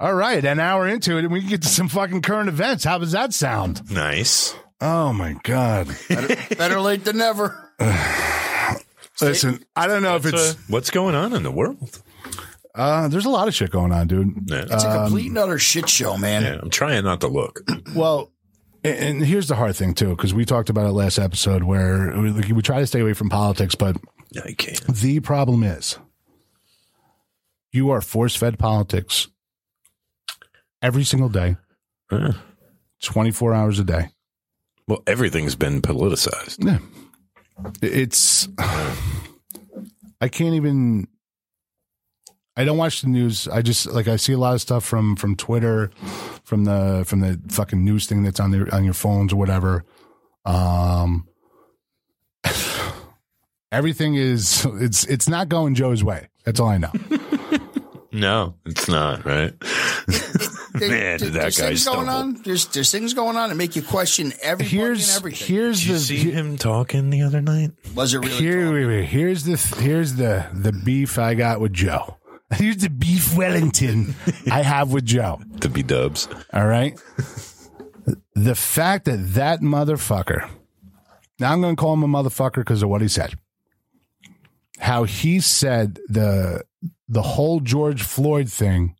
[SPEAKER 2] All right, an hour into it, and we can get to some fucking current events. How does that sound?
[SPEAKER 4] Nice.
[SPEAKER 2] Oh my god!
[SPEAKER 3] Better late than never.
[SPEAKER 2] Listen, I don't know if it's
[SPEAKER 4] what's going on in the world.
[SPEAKER 2] Uh, there's a lot of shit going on, dude.
[SPEAKER 3] It's a complete and utter shit show, man.
[SPEAKER 4] Um, Yeah, I'm trying not to look.
[SPEAKER 2] Well, and and here's the hard thing too, because we talked about it last episode, where we, like, we try to stay away from politics, but
[SPEAKER 4] I can't.
[SPEAKER 2] the problem is you are force-fed politics every single day,
[SPEAKER 4] Huh.
[SPEAKER 2] 24 hours a day.
[SPEAKER 4] Well, everything's been politicized.
[SPEAKER 2] Yeah. It's I can't even I don't watch the news. I just like I see a lot of stuff from from Twitter, from the from the fucking news thing that's on their on your phones or whatever. Um everything is it's it's not going Joe's way. That's all I know.
[SPEAKER 4] No, it's not right.
[SPEAKER 3] There-
[SPEAKER 4] Man,
[SPEAKER 3] there-
[SPEAKER 4] did that
[SPEAKER 3] there's
[SPEAKER 4] guy
[SPEAKER 3] things
[SPEAKER 4] stumble.
[SPEAKER 3] going on. There's there's things going on that make you question every here's, and everything.
[SPEAKER 2] Here's
[SPEAKER 4] Did you
[SPEAKER 2] the
[SPEAKER 4] see him talking the other night?
[SPEAKER 3] Was it really?
[SPEAKER 2] here wait, wait, here's the here's the the beef I got with Joe. Here's the beef Wellington I have with Joe.
[SPEAKER 4] To be dubs.
[SPEAKER 2] All right. the fact that that motherfucker, now I'm going to call him a motherfucker because of what he said. How he said the the whole George Floyd thing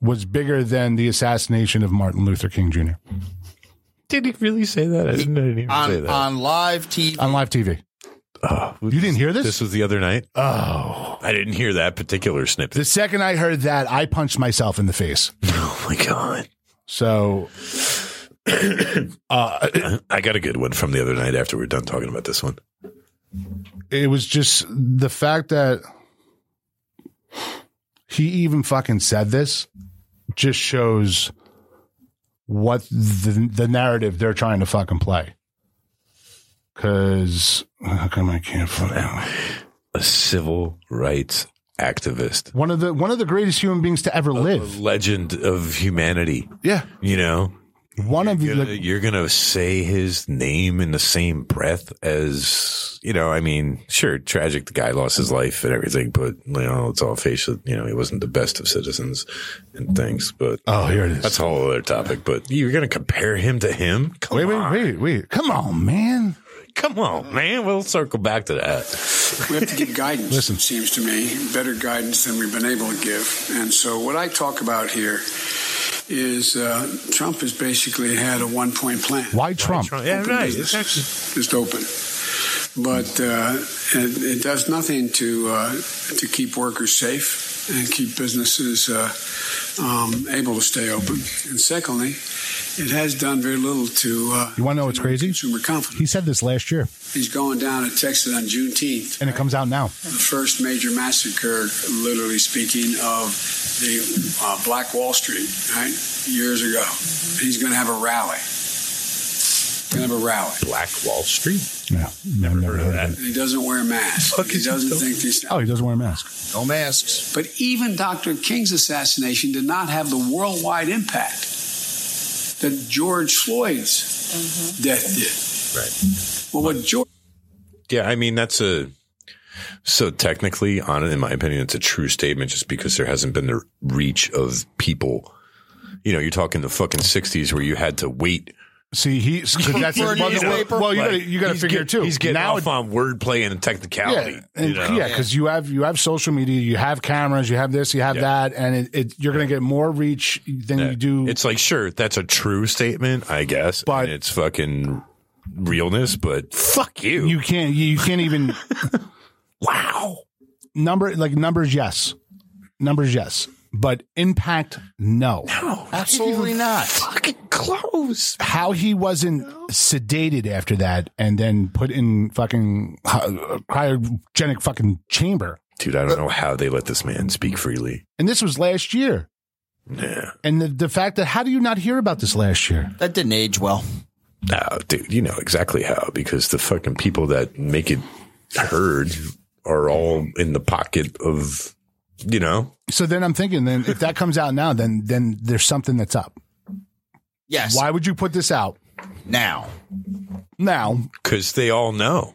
[SPEAKER 2] was bigger than the assassination of Martin Luther King Jr.
[SPEAKER 4] Did he really say that? I didn't know he didn't say
[SPEAKER 3] on
[SPEAKER 4] that. Oh,
[SPEAKER 3] on live TV?
[SPEAKER 2] on live TV. you didn't hear this?
[SPEAKER 4] This was the other night.
[SPEAKER 2] oh,
[SPEAKER 4] I didn't hear that particular snippet.
[SPEAKER 2] the second I heard that, I punched myself in the face.
[SPEAKER 4] Oh my god!
[SPEAKER 2] So uh,
[SPEAKER 4] I got a good one from the other night after we were done talking about this one.
[SPEAKER 2] it was just the fact that he even fucking said this just shows what the, the narrative they're trying to fucking play. Cause how come I can't find
[SPEAKER 4] A civil rights activist,
[SPEAKER 2] one of the one of the greatest human beings to ever
[SPEAKER 4] a
[SPEAKER 2] live?
[SPEAKER 4] legend of humanity.
[SPEAKER 2] Yeah,
[SPEAKER 4] You know,
[SPEAKER 2] one of the
[SPEAKER 4] you're gonna, you're gonna say his name in the same breath as you know. I mean, sure, tragic. The guy lost his life and everything, but you know, it's all facial. You know, he wasn't the best of citizens and things. But
[SPEAKER 2] oh, here it is.
[SPEAKER 4] that's a whole other topic. But you're gonna compare him to him? Come
[SPEAKER 2] wait,
[SPEAKER 4] on,
[SPEAKER 2] wait, wait, wait! Come on, man.
[SPEAKER 4] come on, man. We'll circle back to that.
[SPEAKER 10] We have to give guidance,
[SPEAKER 2] Listen.
[SPEAKER 10] it seems to me, better guidance than we've been able to give. And so what I talk about here is uh, Trump has basically had a one point plan.
[SPEAKER 2] Why Trump?
[SPEAKER 4] Yeah,
[SPEAKER 10] Open
[SPEAKER 4] right.
[SPEAKER 10] business.
[SPEAKER 4] It's actually
[SPEAKER 10] Just open. But uh, it, it does nothing to, uh, to keep workers safe and keep businesses uh, um, able to stay open. And secondly, it has done very little to uh,
[SPEAKER 2] You want to know what's crazy?
[SPEAKER 10] consumer confidence.
[SPEAKER 2] He said this last year,
[SPEAKER 10] He's going down to Texas on Juneteenth
[SPEAKER 2] and it comes out now.
[SPEAKER 10] the first major massacre, literally speaking, of the uh, Black Wall Street, right? Years ago. He's going to have a rally. Going to have a rally.
[SPEAKER 4] Black Wall Street.
[SPEAKER 2] Yeah, never, never heard of it.
[SPEAKER 10] He doesn't wear a mask.
[SPEAKER 4] Fuck
[SPEAKER 10] he
[SPEAKER 4] is he
[SPEAKER 10] doesn't
[SPEAKER 4] talking-
[SPEAKER 10] think these.
[SPEAKER 2] Oh, he doesn't wear a mask.
[SPEAKER 3] No masks.
[SPEAKER 10] But even Dr. King's assassination did not have the worldwide impact that George Floyd's death did. Right. Well, what George.
[SPEAKER 4] Yeah, I mean that's a so technically on it in my opinion it's a true statement just because there hasn't been the reach of people. You know, you're talking the fucking 60s where you had to wait.
[SPEAKER 2] See, he 'cause that's
[SPEAKER 3] For a
[SPEAKER 2] well,
[SPEAKER 3] newspaper?
[SPEAKER 2] well, Oh, you
[SPEAKER 4] Like,
[SPEAKER 2] gotta you got to
[SPEAKER 4] he's
[SPEAKER 2] figure
[SPEAKER 4] get-
[SPEAKER 2] too.
[SPEAKER 4] He's getting
[SPEAKER 2] now
[SPEAKER 4] off on wordplay and technicality.
[SPEAKER 2] yeah, and-
[SPEAKER 4] you know?
[SPEAKER 2] yeah, because you have you have social media, you have cameras, you have this, you have that, and it, it you're gonna get more reach than you do.
[SPEAKER 4] It's like, sure, that's a true statement, I guess,
[SPEAKER 2] But-
[SPEAKER 4] and it's fucking realness, but fuck you.
[SPEAKER 2] you can't you, you can't even
[SPEAKER 4] wow.
[SPEAKER 2] number like numbers. Yes, numbers. Yes, but impact. No,
[SPEAKER 3] Absolutely not.
[SPEAKER 4] Fucking close.
[SPEAKER 2] how he wasn't sedated after that and then put in fucking uh, cryogenic fucking chamber.
[SPEAKER 4] Dude, I don't know how they let this man speak freely.
[SPEAKER 2] And this was last year.
[SPEAKER 4] Yeah.
[SPEAKER 2] And the, the fact that how do you not hear about this last year?
[SPEAKER 3] That didn't age well.
[SPEAKER 4] No, dude, you know exactly how because the fucking people that make it heard are all in the pocket of, you know,
[SPEAKER 2] So then I'm thinking, then if that comes out now, then then there's something that's up.
[SPEAKER 3] Yes.
[SPEAKER 2] Why would you put this out
[SPEAKER 3] now?
[SPEAKER 2] now?
[SPEAKER 4] because they all know,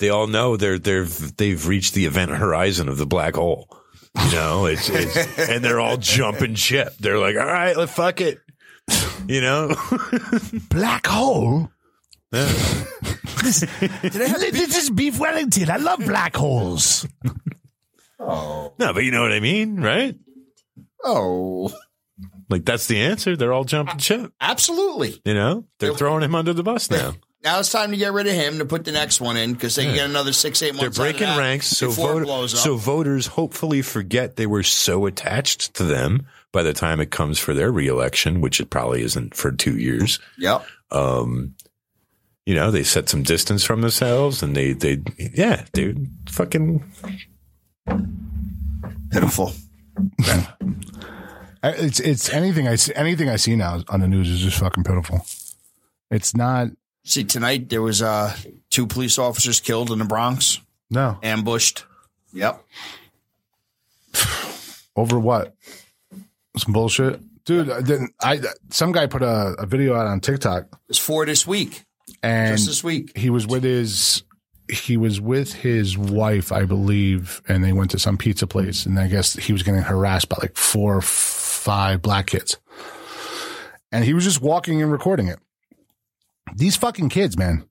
[SPEAKER 4] they all know they're they're they've reached the event horizon of the black hole. You know, it's, it's and they're all jumping ship. They're like, all right, let fuck it. You know?
[SPEAKER 2] Black hole.
[SPEAKER 4] Yeah.
[SPEAKER 2] This, this is beef Wellington. I love black holes.
[SPEAKER 4] No, but you know what I mean, right?
[SPEAKER 3] Oh.
[SPEAKER 4] Like that's the answer. They're all jumping ship.
[SPEAKER 3] Absolutely.
[SPEAKER 4] You know? They're throwing him under the bus now.
[SPEAKER 3] Now it's time to get rid of him to put the next one in because they can
[SPEAKER 4] Yeah.
[SPEAKER 3] get another six, eight
[SPEAKER 4] They're
[SPEAKER 3] months.
[SPEAKER 4] breaking
[SPEAKER 3] out of that
[SPEAKER 4] ranks, so
[SPEAKER 3] before it
[SPEAKER 4] vote-
[SPEAKER 3] blows up.
[SPEAKER 4] so voters hopefully forget they were so attached to them by the time it comes for their reelection, which it probably isn't for two years.
[SPEAKER 3] Yep.
[SPEAKER 4] Um, you know, they set some distance from themselves, and they they yeah, dude, fucking
[SPEAKER 3] pitiful.
[SPEAKER 2] I- It's it's anything I see, anything I see now on the news is just fucking pitiful. It's not
[SPEAKER 3] See, tonight there was uh, two police officers killed in the Bronx,
[SPEAKER 2] no
[SPEAKER 3] ambushed. Yep.
[SPEAKER 2] over what some bullshit, dude. I didn't I? Some guy put a, a video out on TikTok,
[SPEAKER 3] It's four this week.
[SPEAKER 2] and
[SPEAKER 3] Just this week.
[SPEAKER 2] he was with his he was with his wife, I believe, and they went to some pizza place, and I guess he was getting harassed by like four or five black kids, and he was just walking and recording it. These fucking kids, man,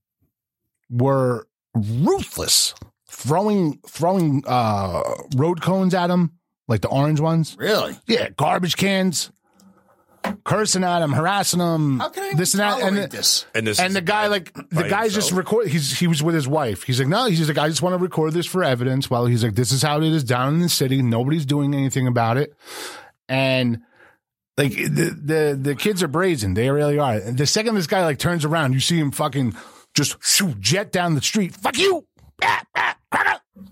[SPEAKER 2] were ruthless, throwing throwing uh, road cones at him, like the orange ones.
[SPEAKER 3] Really?
[SPEAKER 2] Yeah, garbage cans, cursing at him, harassing him.
[SPEAKER 3] How can I
[SPEAKER 2] this and that? And the-
[SPEAKER 3] this?
[SPEAKER 4] and this
[SPEAKER 2] and the guy like the
[SPEAKER 4] by
[SPEAKER 2] guy's just
[SPEAKER 4] himself?
[SPEAKER 2] record he's he was with his wife he's like no he's like i just want to record this for evidence well he's like this is how it is down in the city nobody's doing anything about it and like the the, the kids are brazen they really are the second this guy like turns around you see him fucking just shoo, jet down the street fuck you Ah, ah, ah, ah.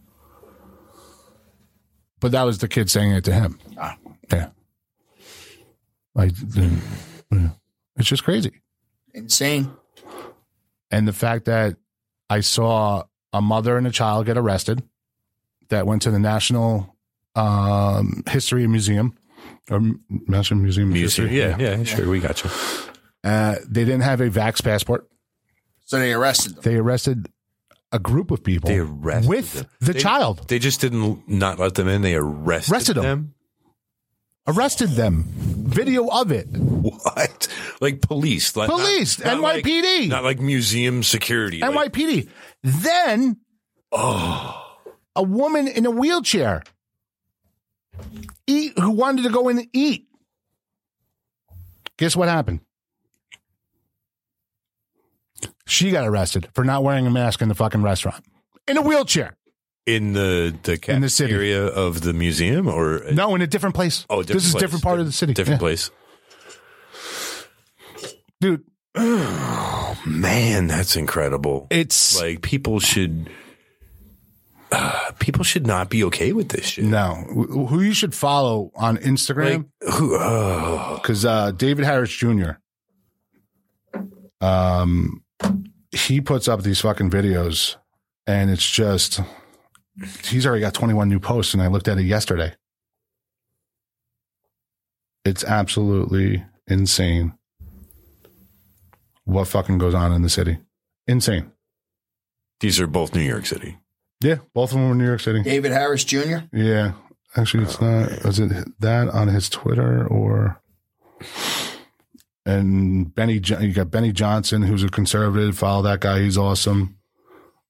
[SPEAKER 2] but that was the kid saying it to him
[SPEAKER 4] Ah.
[SPEAKER 2] yeah like yeah. it's just crazy
[SPEAKER 3] Insane.
[SPEAKER 2] and the fact that I saw a mother and a child get arrested that went to the National um, History Museum or M- National Museum of
[SPEAKER 4] music.
[SPEAKER 2] History.
[SPEAKER 4] Yeah, yeah, sure, we got you.
[SPEAKER 2] Uh, they didn't have a vax passport.
[SPEAKER 3] So they arrested them.
[SPEAKER 2] They arrested a group of people
[SPEAKER 4] They arrested
[SPEAKER 2] with
[SPEAKER 4] them.
[SPEAKER 2] the
[SPEAKER 4] They-
[SPEAKER 2] child.
[SPEAKER 4] They just didn't not let them in. They arrested,
[SPEAKER 2] Arrested 'em.
[SPEAKER 4] them.
[SPEAKER 2] Arrested them. Video of it.
[SPEAKER 4] What? Like police? Like,
[SPEAKER 2] Police,
[SPEAKER 4] like-
[SPEAKER 2] NYPD.
[SPEAKER 4] not like museum security. like-
[SPEAKER 2] NYPD. Then
[SPEAKER 4] oh,
[SPEAKER 2] a woman in a wheelchair eat, who wanted to go in and eat. Guess what happened? She got arrested for not wearing a mask in the fucking restaurant in a wheelchair.
[SPEAKER 4] in the the
[SPEAKER 2] In the city.
[SPEAKER 4] cafeteria of the museum, or
[SPEAKER 2] No, in a different place.
[SPEAKER 4] Oh, different
[SPEAKER 2] this is
[SPEAKER 4] place.
[SPEAKER 2] a different part of the city.
[SPEAKER 4] Different
[SPEAKER 2] Yeah.
[SPEAKER 4] place.
[SPEAKER 2] dude.
[SPEAKER 4] Man, that's incredible.
[SPEAKER 2] It's
[SPEAKER 4] like people should uh, people should not be okay with this shit.
[SPEAKER 2] no Wh- who you should follow on
[SPEAKER 4] Like
[SPEAKER 2] Instagram
[SPEAKER 4] who? Oh,
[SPEAKER 2] because uh, David Harris Jr. Um, he puts up these fucking videos, and it's just he's already got 21 new posts, and I looked at it yesterday. It's absolutely insane what fucking goes on in the city. Insane.
[SPEAKER 4] these are both New York City.
[SPEAKER 2] Yeah, both of them were in New York City.
[SPEAKER 3] David Harris Jr.
[SPEAKER 2] Yeah. Actually, it's not. Was it that on his Twitter or? And Benny, Jo- you got Benny Johnson, who's a conservative. Follow that guy; he's awesome.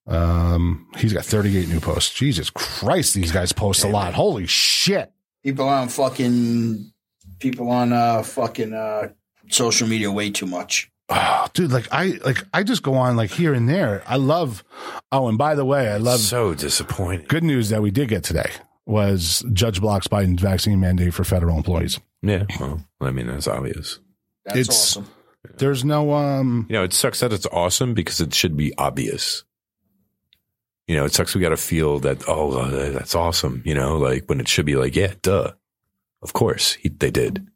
[SPEAKER 2] Um, he's got 38 new posts. Jesus Christ, these guys post a lot. Holy shit!
[SPEAKER 3] People on fucking people on uh fucking uh social media way too much.
[SPEAKER 2] Oh, dude, like I, like I just go on like here and there. I love. Oh, and by the way, I love.
[SPEAKER 4] so disappointing.
[SPEAKER 2] Good news that we did get today was Judge blocks Biden's vaccine mandate for federal employees.
[SPEAKER 4] Yeah. Well, I mean that's obvious.
[SPEAKER 3] That's
[SPEAKER 2] It's-
[SPEAKER 3] awesome.
[SPEAKER 2] There's no um.
[SPEAKER 4] You know, it sucks that it's awesome because it should be obvious. You know, it sucks we got to feel that, oh, uh, that's awesome, you know, like when it should be like, yeah, duh. Of course, he, they did.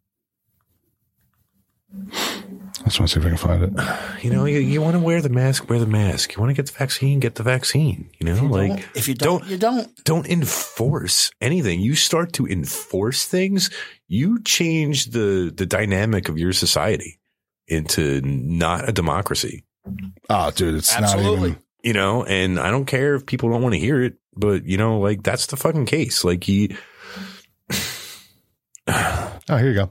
[SPEAKER 2] I just want to see if I can find it.
[SPEAKER 4] You know, you, you want to wear the mask, wear the mask. You want to get the vaccine, get the vaccine. You know, like
[SPEAKER 3] Don't- if you don't, you don't.
[SPEAKER 4] don't enforce anything. You start to enforce things, you change the the dynamic of your society into not a democracy.
[SPEAKER 2] Oh, dude, it's not
[SPEAKER 3] Absolutely.
[SPEAKER 2] even.
[SPEAKER 4] You know, and I don't care if people don't want to hear it, but you know, like that's the fucking case. Like he
[SPEAKER 2] Oh, here you go.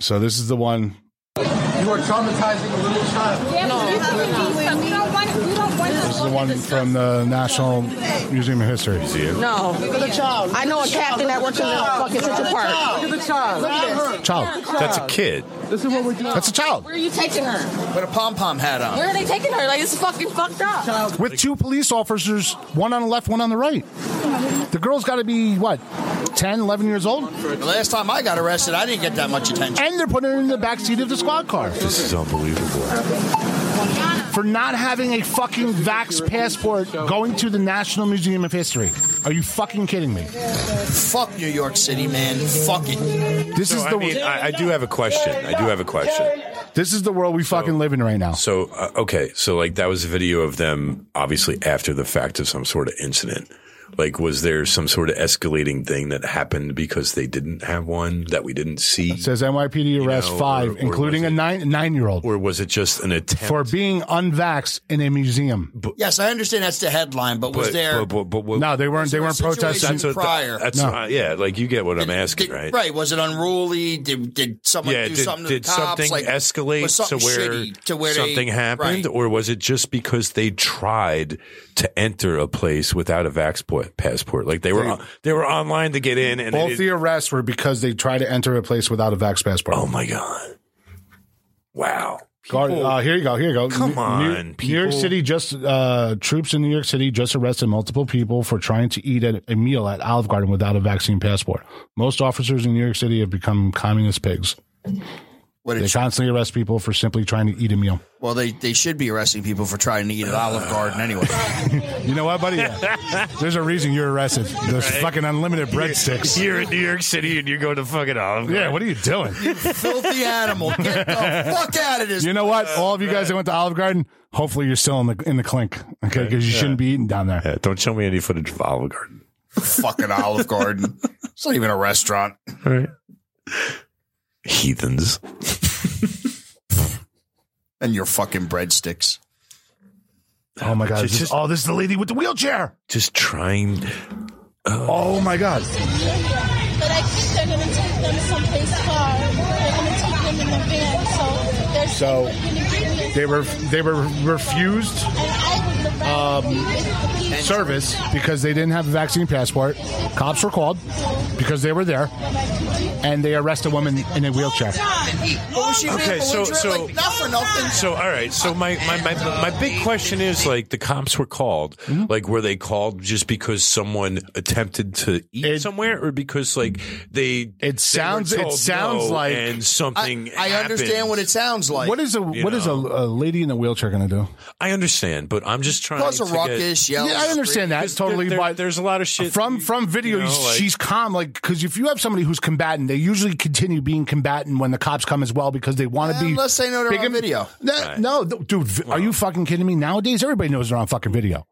[SPEAKER 2] So this is the one.
[SPEAKER 11] You are traumatizing a little child.
[SPEAKER 12] No. We don't want. We don't want
[SPEAKER 2] This is the one from the National Museum of History.
[SPEAKER 12] No. Look at the child. I know a captain that works in the fucking Central Park. Look at the child. Look at this.
[SPEAKER 2] Child.
[SPEAKER 4] That's a kid.
[SPEAKER 3] This is what we're doing.
[SPEAKER 2] That's a child.
[SPEAKER 12] Where are you taking her?
[SPEAKER 3] With a pom pom hat on.
[SPEAKER 12] Where are they taking her? Like, it's fucking fucked up.
[SPEAKER 2] With two police officers, one on the left, one on the right. The girl's got to be, what, 10, 11 years old?
[SPEAKER 3] The last time I got arrested, I didn't get that much attention.
[SPEAKER 2] And they're putting her in the back seat of the squad car.
[SPEAKER 4] This is unbelievable.
[SPEAKER 2] For not having a fucking vax passport going to the National Museum of History. Are you fucking kidding me?
[SPEAKER 3] Fuck New York City, man. Fuck it.
[SPEAKER 2] This
[SPEAKER 4] So,
[SPEAKER 2] is
[SPEAKER 4] I
[SPEAKER 2] the
[SPEAKER 4] mean, I, I do have a question. I do have a question.
[SPEAKER 2] This is the world we fucking live in right now.
[SPEAKER 4] So uh, okay, so like that was a video of them, obviously after the fact of some sort of incident. Like, was there some sort of escalating thing that happened because they didn't have one that we didn't see,
[SPEAKER 2] It says NYPD arrests
[SPEAKER 4] know,
[SPEAKER 2] five,
[SPEAKER 4] or- or
[SPEAKER 2] including a nine nine year old,
[SPEAKER 4] or was it just an attempt?
[SPEAKER 2] for being unvaxxed in a museum.
[SPEAKER 3] Yes, I understand that's the headline, but, was
[SPEAKER 4] But-
[SPEAKER 3] there.
[SPEAKER 4] but- but- but- but-
[SPEAKER 2] no, they weren't. They weren't
[SPEAKER 3] situation
[SPEAKER 2] protesting.
[SPEAKER 3] That's what- prior.
[SPEAKER 4] That's
[SPEAKER 2] No.
[SPEAKER 4] not, yeah, like you get what I'm asking, right?
[SPEAKER 3] Right? Was it unruly? Did did someone
[SPEAKER 4] Yeah,
[SPEAKER 3] do
[SPEAKER 4] did,
[SPEAKER 3] something to
[SPEAKER 4] did
[SPEAKER 3] the cops?
[SPEAKER 4] something
[SPEAKER 3] like
[SPEAKER 4] escalate
[SPEAKER 3] was something
[SPEAKER 4] to where,
[SPEAKER 3] shitty to where they-
[SPEAKER 4] something happened,
[SPEAKER 3] Right.
[SPEAKER 4] or was it just because they tried to enter a place without a vax po- passport? Like they were on- they were online to get in, and they
[SPEAKER 2] Both
[SPEAKER 4] didn't-
[SPEAKER 2] the arrests were because they tried to enter a place without a vax passport.
[SPEAKER 4] oh my god, wow.
[SPEAKER 2] Guard-
[SPEAKER 4] People-
[SPEAKER 2] uh, here you go. Here you go.
[SPEAKER 4] Come
[SPEAKER 2] New-
[SPEAKER 4] on,
[SPEAKER 2] New, New York
[SPEAKER 4] people.
[SPEAKER 2] City just uh, troops in New York City just arrested multiple people for trying to eat at a meal at Olive Garden without a vaccine passport. Most officers in New York City have become communist pigs.
[SPEAKER 3] What
[SPEAKER 2] They
[SPEAKER 3] it,
[SPEAKER 2] constantly arrest people for simply trying to eat a meal.
[SPEAKER 3] well, they they should be arresting people for trying to eat at Olive Garden anyway.
[SPEAKER 2] You know what, buddy? There's a reason you're arrested. There's fucking unlimited breadsticks.
[SPEAKER 4] You're in New York City and you're going to fucking Olive
[SPEAKER 2] Yeah, what are you doing?
[SPEAKER 3] Filthy animal! Get the fuck out of this.
[SPEAKER 2] You know what? All of you guys that went to Olive Garden, hopefully you're still in the in the clink, okay? Because you shouldn't be eating down there.
[SPEAKER 4] Yeah, don't show me any footage of Olive Garden.
[SPEAKER 3] fucking Olive Garden. It's not even a restaurant.
[SPEAKER 4] All right. Heathens.
[SPEAKER 3] And your fucking breadsticks.
[SPEAKER 2] Oh my god!
[SPEAKER 4] Just-
[SPEAKER 2] Is this-
[SPEAKER 4] just-
[SPEAKER 2] oh, this is the lady with the wheelchair.
[SPEAKER 4] Just trying. uh,
[SPEAKER 2] Oh my god!
[SPEAKER 13] But I think they're going to take them someplace far. They're going to take them in the van. So there's
[SPEAKER 2] So they were they were refused um, service because they didn't have a vaccine passport. Cops were called because they were there, and they arrest a woman in a wheelchair.
[SPEAKER 3] What was she being
[SPEAKER 4] Okay, so-
[SPEAKER 3] belligerent?
[SPEAKER 4] so-
[SPEAKER 3] like, not for nothing.
[SPEAKER 4] So, all right. So, my, my, my, my big question is like, the cops were called.
[SPEAKER 2] Mm-hmm.
[SPEAKER 4] Like, were they called just because someone attempted to eat somewhere or because, like, they. they were
[SPEAKER 2] sounds- it
[SPEAKER 4] told
[SPEAKER 2] sounds
[SPEAKER 4] no
[SPEAKER 2] like-
[SPEAKER 4] And
[SPEAKER 3] I,
[SPEAKER 4] something.
[SPEAKER 3] I understand what it sounds like.
[SPEAKER 2] What is a
[SPEAKER 4] You
[SPEAKER 2] what is a, a lady in a wheelchair going to do?
[SPEAKER 4] I understand, but I'm just trying
[SPEAKER 3] Cause
[SPEAKER 4] to.
[SPEAKER 3] a ruckus, yell.
[SPEAKER 2] Yeah, I understand that
[SPEAKER 4] Because
[SPEAKER 2] totally.
[SPEAKER 4] there- there-
[SPEAKER 2] but
[SPEAKER 4] there's a lot of shit
[SPEAKER 2] from
[SPEAKER 4] you-
[SPEAKER 2] from video.
[SPEAKER 4] you know,
[SPEAKER 2] you-
[SPEAKER 4] like-
[SPEAKER 2] she's calm, like because if you have somebody who's combatant, they usually continue being combatant when the cops come as well because they want to be.
[SPEAKER 3] Unless they know they're
[SPEAKER 2] big
[SPEAKER 3] on
[SPEAKER 2] and-
[SPEAKER 3] video.
[SPEAKER 2] No,
[SPEAKER 4] Right.
[SPEAKER 2] no, th- dude, v- are you fucking kidding me? Nowadays, everybody knows they're on fucking video.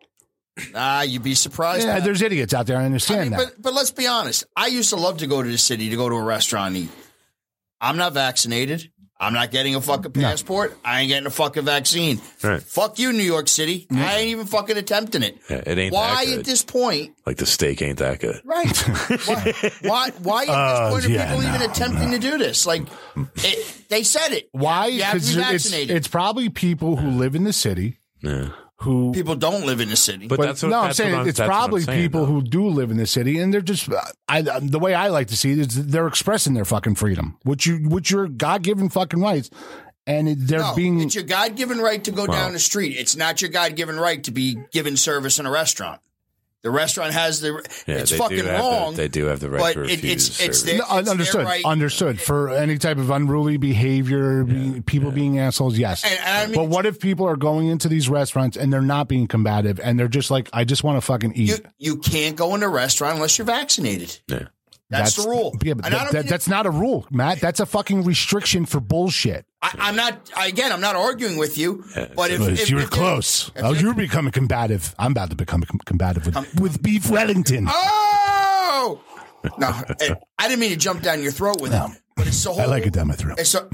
[SPEAKER 3] Ah, you'd be surprised.
[SPEAKER 2] Yeah,
[SPEAKER 3] Pat.
[SPEAKER 2] there's idiots out there. I understand
[SPEAKER 3] I mean,
[SPEAKER 2] that.
[SPEAKER 3] but but let's be honest. I used to love to go to the city to go to a restaurant and eat. I'm not vaccinated. I'm not getting a fucking passport. I ain't getting a fucking vaccine.
[SPEAKER 4] Right.
[SPEAKER 3] Fuck you, New York City. I ain't even fucking attempting it.
[SPEAKER 4] Yeah, it ain't
[SPEAKER 3] why
[SPEAKER 4] that good.
[SPEAKER 3] at this point?
[SPEAKER 4] Like, the steak ain't that good.
[SPEAKER 3] Right. why, why? Why at
[SPEAKER 2] Uh,
[SPEAKER 3] this point are
[SPEAKER 2] yeah,
[SPEAKER 3] people
[SPEAKER 2] no,
[SPEAKER 3] even attempting to do this? Like, it, they said it.
[SPEAKER 2] Why?
[SPEAKER 3] You have to be
[SPEAKER 2] Because it's,
[SPEAKER 3] vaccinated.
[SPEAKER 2] it's probably people who live in the city
[SPEAKER 4] Yeah.
[SPEAKER 2] who.
[SPEAKER 3] people don't live in the city.
[SPEAKER 4] But,
[SPEAKER 2] But
[SPEAKER 4] that's what,
[SPEAKER 2] no, I'm
[SPEAKER 4] that's
[SPEAKER 2] saying
[SPEAKER 4] what
[SPEAKER 2] it's
[SPEAKER 4] that's what I'm
[SPEAKER 2] probably
[SPEAKER 4] saying,
[SPEAKER 2] people
[SPEAKER 4] though.
[SPEAKER 2] who do live in the city, and they're just. I, the way I like to see it is they're expressing their fucking freedom, which you, which your God given fucking rights, and it, they're
[SPEAKER 3] No,
[SPEAKER 2] being.
[SPEAKER 3] it's your God given right to go down the street. It's not your God given right to be given service in a restaurant. The restaurant has the.
[SPEAKER 4] Yeah,
[SPEAKER 3] it's
[SPEAKER 4] they do
[SPEAKER 3] fucking
[SPEAKER 4] have the-
[SPEAKER 3] wrong.
[SPEAKER 4] they do have the right
[SPEAKER 3] but
[SPEAKER 4] to
[SPEAKER 3] it-
[SPEAKER 4] refuse
[SPEAKER 3] it's, it's
[SPEAKER 4] service.
[SPEAKER 3] their,
[SPEAKER 2] No,
[SPEAKER 3] it's their
[SPEAKER 2] understood.
[SPEAKER 3] right.
[SPEAKER 2] Understood. For any type of unruly behavior, be- people being assholes, yes.
[SPEAKER 3] And- and I mean-
[SPEAKER 2] but what if people are going into these restaurants and they're not being combative and they're just like, I just want to fucking eat?
[SPEAKER 3] You, you can't go in a restaurant unless you're vaccinated.
[SPEAKER 4] Yeah.
[SPEAKER 3] That's, the rule.
[SPEAKER 2] Yeah, but
[SPEAKER 3] And I
[SPEAKER 2] that,
[SPEAKER 3] don't
[SPEAKER 2] that-
[SPEAKER 3] mean-
[SPEAKER 2] that's not a rule, Matt. That's a fucking restriction for bullshit.
[SPEAKER 3] I, I'm not. I- Again, I'm not arguing with you. But if, if- if-
[SPEAKER 2] Oh, you were becoming combative. I'm about to become com- combative with, with Beef Wellington.
[SPEAKER 3] Oh no! eh, I didn't mean to jump down your throat with them. But it's the whole.
[SPEAKER 2] I like it down my throat.
[SPEAKER 3] It's a,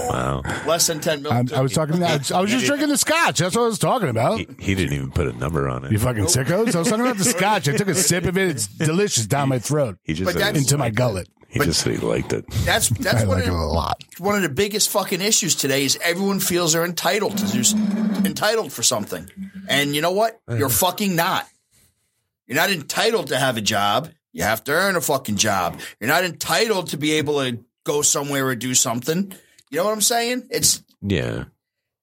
[SPEAKER 4] Wow.
[SPEAKER 3] less than ten
[SPEAKER 2] I'm,
[SPEAKER 3] million.
[SPEAKER 2] I was talking. I was, I was just drinking the scotch. That's what I was talking about.
[SPEAKER 4] He, he didn't even put a number on it.
[SPEAKER 2] You fucking sickos. I was talking about the scotch. I took a sip of it. It's delicious down my throat.
[SPEAKER 4] He just
[SPEAKER 3] But
[SPEAKER 4] said
[SPEAKER 3] that's-
[SPEAKER 4] it's
[SPEAKER 2] into my
[SPEAKER 4] like-
[SPEAKER 2] gullet.
[SPEAKER 4] He just said he liked it.
[SPEAKER 3] That's that's
[SPEAKER 4] I
[SPEAKER 3] one
[SPEAKER 4] like
[SPEAKER 3] of
[SPEAKER 4] him
[SPEAKER 3] the,
[SPEAKER 4] a lot.
[SPEAKER 3] One of the biggest fucking issues today is everyone feels they're entitled to do s- entitled for something, and you know what? You're fucking not. You're not entitled to have a job. You have to earn a fucking job. You're not entitled to be able to go somewhere or do something. You know what I'm saying? It's
[SPEAKER 4] Yeah.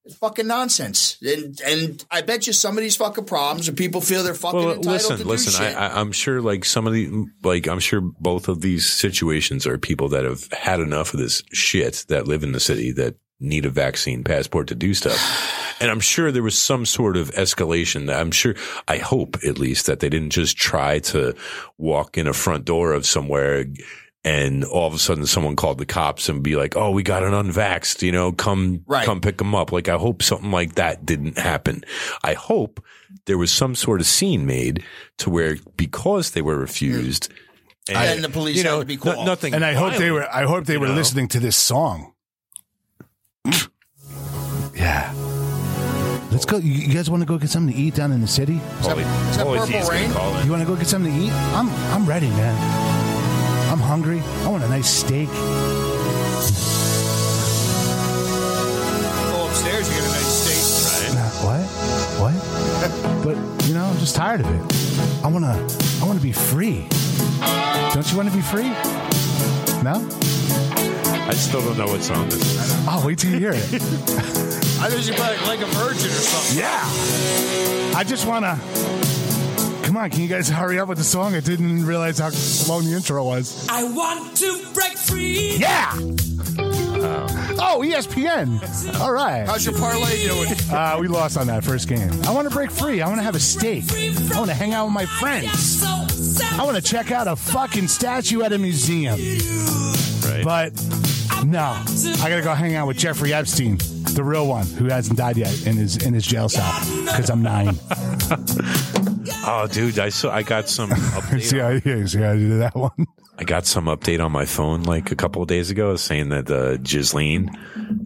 [SPEAKER 3] it's fucking nonsense. And and I bet you some of these fucking problems are people feel they're fucking
[SPEAKER 4] Well,
[SPEAKER 3] entitled to
[SPEAKER 4] listen,
[SPEAKER 3] do
[SPEAKER 4] listen.
[SPEAKER 3] shit.
[SPEAKER 4] I, I, I'm sure, like some of the, like I'm sure both of these situations are people that have had enough of this shit that live in the city that need a vaccine passport to do stuff. And I'm sure there was some sort of escalation. I'm sure, I hope at least that they didn't just try to walk in a front door of somewhere and all of a sudden someone called the cops and be like, "Oh, we got an unvaxxed, you know, come come pick them up." Like I hope something like that didn't happen. I hope there was some sort of scene made to where because they were refused
[SPEAKER 3] And the police had to be
[SPEAKER 4] no-
[SPEAKER 3] called.
[SPEAKER 4] nothing
[SPEAKER 2] And I hope they
[SPEAKER 4] violent,
[SPEAKER 2] were. I hope they
[SPEAKER 4] you
[SPEAKER 2] were
[SPEAKER 4] know?
[SPEAKER 2] listening to this song. yeah. Let's go. You you guys want to go get something to eat down in the city?
[SPEAKER 4] Paulie- Paulie's gonna call it.
[SPEAKER 2] You want to go get something to eat? I'm I'm ready, man. I'm hungry. I want a nice steak.
[SPEAKER 8] Go upstairs, you get a nice steak,
[SPEAKER 2] Uh, What? What? but you know, I'm just tired of it. I wanna I wanna be free. Don't you want to be free? No?
[SPEAKER 4] I still don't know what song this is.
[SPEAKER 2] Oh, wait till you hear it.
[SPEAKER 3] I think you probably like a virgin or something.
[SPEAKER 2] Yeah. I just wanna. Come on, can you guys hurry up with the song? I didn't realize how long the intro was.
[SPEAKER 1] I want to break free.
[SPEAKER 2] Yeah. Oh, ESPN. All right.
[SPEAKER 1] How's your parlay doing?
[SPEAKER 2] Uh, we lost on that first game. I want to break free. I want to have a steak. I want to hang out with my friends. I want to check out a fucking statue at a museum. But no, I gotta go hang out with Jeffrey Epstein, the real one who hasn't died yet in his in his jail cell because I'm nine.
[SPEAKER 4] Oh, dude, I saw I got some update
[SPEAKER 2] see how yeah, see how you did that one.
[SPEAKER 4] I got some update on my phone like a couple of days ago saying that uh, Ghislaine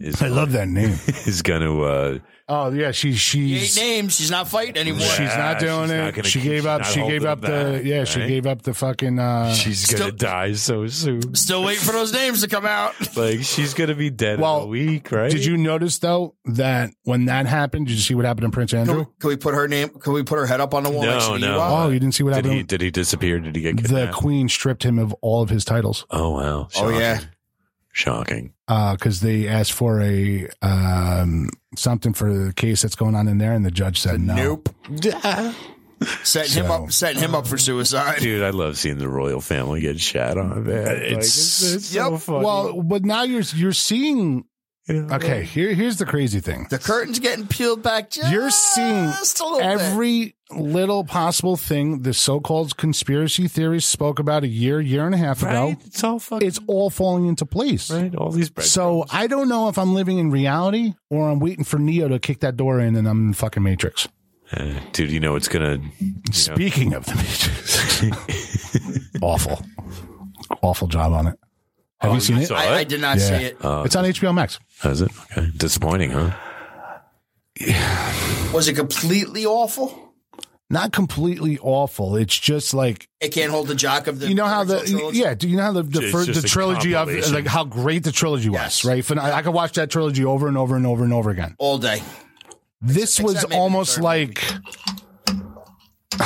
[SPEAKER 4] is
[SPEAKER 2] I love that name.
[SPEAKER 4] is going to uh,
[SPEAKER 2] Oh yeah, she she's
[SPEAKER 3] Eight names. She's not fighting anymore.
[SPEAKER 2] she's not doing
[SPEAKER 4] she's not
[SPEAKER 2] it.
[SPEAKER 4] gonna
[SPEAKER 2] she
[SPEAKER 4] keep-
[SPEAKER 2] gave
[SPEAKER 4] she's
[SPEAKER 2] up.
[SPEAKER 4] not
[SPEAKER 2] She gave
[SPEAKER 4] holding
[SPEAKER 2] up the
[SPEAKER 4] back,
[SPEAKER 2] yeah. She
[SPEAKER 4] right?
[SPEAKER 2] gave up the fucking. Uh,
[SPEAKER 4] she's going to die so soon.
[SPEAKER 3] Still waiting for those names to come out.
[SPEAKER 4] Like she's going to be dead in a week, right?
[SPEAKER 2] Did you notice though that when that happened, did you see what happened to Prince Andrew?
[SPEAKER 3] Can we put her name? Can we put her head up on the wall? next to
[SPEAKER 4] No,
[SPEAKER 3] the
[SPEAKER 4] no.
[SPEAKER 3] Ewok?
[SPEAKER 2] Oh, you didn't see what
[SPEAKER 4] did
[SPEAKER 2] happened?
[SPEAKER 4] he did he disappear? Did he get
[SPEAKER 2] the
[SPEAKER 4] kidnapped?
[SPEAKER 2] Queen stripped him of all of his titles
[SPEAKER 4] oh wow! Shocking.
[SPEAKER 3] yeah.
[SPEAKER 4] shocking.
[SPEAKER 2] because they asked for a um, something for the case that's going on in there, and the judge said no.
[SPEAKER 3] Nope. setting him up. Setting him up for suicide.
[SPEAKER 4] Dude, I love seeing the royal family get shat on. Man.
[SPEAKER 2] It's,
[SPEAKER 3] yep.
[SPEAKER 2] Well, but now you're you're seeing. Okay, here here's the crazy thing.
[SPEAKER 3] the curtain's getting peeled back. Ah, Just
[SPEAKER 2] You're seeing
[SPEAKER 3] a little bit.
[SPEAKER 2] every little possible thing the so-called conspiracy theories spoke about a year, year and a half ago.
[SPEAKER 4] It's all fucking.
[SPEAKER 2] It's all falling into place.
[SPEAKER 4] Right, all these.
[SPEAKER 2] So I don't know if I'm living in reality or I'm waiting for Neo to kick that door in and I'm in the fucking Matrix.
[SPEAKER 4] Uh, dude, you know it's gonna.
[SPEAKER 2] Speaking of the Matrix, awful, awful job on it. Have
[SPEAKER 4] Oh,
[SPEAKER 2] you seen
[SPEAKER 4] you
[SPEAKER 2] it?
[SPEAKER 4] saw I- it? I did not see it. Oh.
[SPEAKER 2] it's on HBO Max.
[SPEAKER 4] Is it okay? Disappointing, huh?
[SPEAKER 3] Was it completely awful?
[SPEAKER 2] Not completely awful. It's just like
[SPEAKER 3] It can't hold the jock of the.
[SPEAKER 2] you know how the
[SPEAKER 3] original trilogy?
[SPEAKER 2] yeah. Do you know how the the,
[SPEAKER 3] It's
[SPEAKER 2] fir-
[SPEAKER 3] just
[SPEAKER 2] the
[SPEAKER 3] a
[SPEAKER 2] trilogy of
[SPEAKER 3] compilation.
[SPEAKER 2] like how great the trilogy was, right? Phen- I could watch that trilogy over and over and over and over again.
[SPEAKER 3] all day.
[SPEAKER 2] This was almost like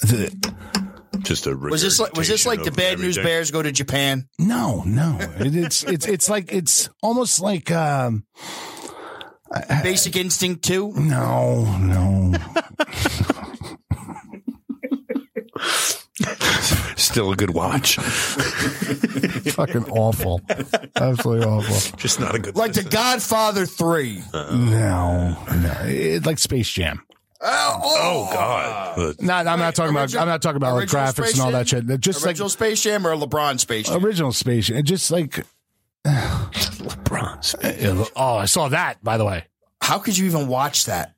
[SPEAKER 2] the
[SPEAKER 4] Just a
[SPEAKER 3] Was this like was this like the Bad News Bears go to Japan?
[SPEAKER 2] No, no. It- it's it's it's like it's almost like um
[SPEAKER 3] Basic Instinct two.
[SPEAKER 2] no, no.
[SPEAKER 4] Still a good watch.
[SPEAKER 2] Fucking awful. Absolutely awful.
[SPEAKER 4] Just not a good.
[SPEAKER 3] Like the Godfather three.
[SPEAKER 2] No, no. It, like Space Jam.
[SPEAKER 4] Oh, God.
[SPEAKER 2] No, I'm not talking about
[SPEAKER 3] Original-
[SPEAKER 2] I'm not talking about like
[SPEAKER 3] original
[SPEAKER 2] graphics and all that shit. Just
[SPEAKER 3] original Space Jam or LeBron Space Jam?
[SPEAKER 2] like original Space Jam. Just like
[SPEAKER 4] LeBron
[SPEAKER 2] Oh, I saw that by the way.
[SPEAKER 3] How could you even watch that?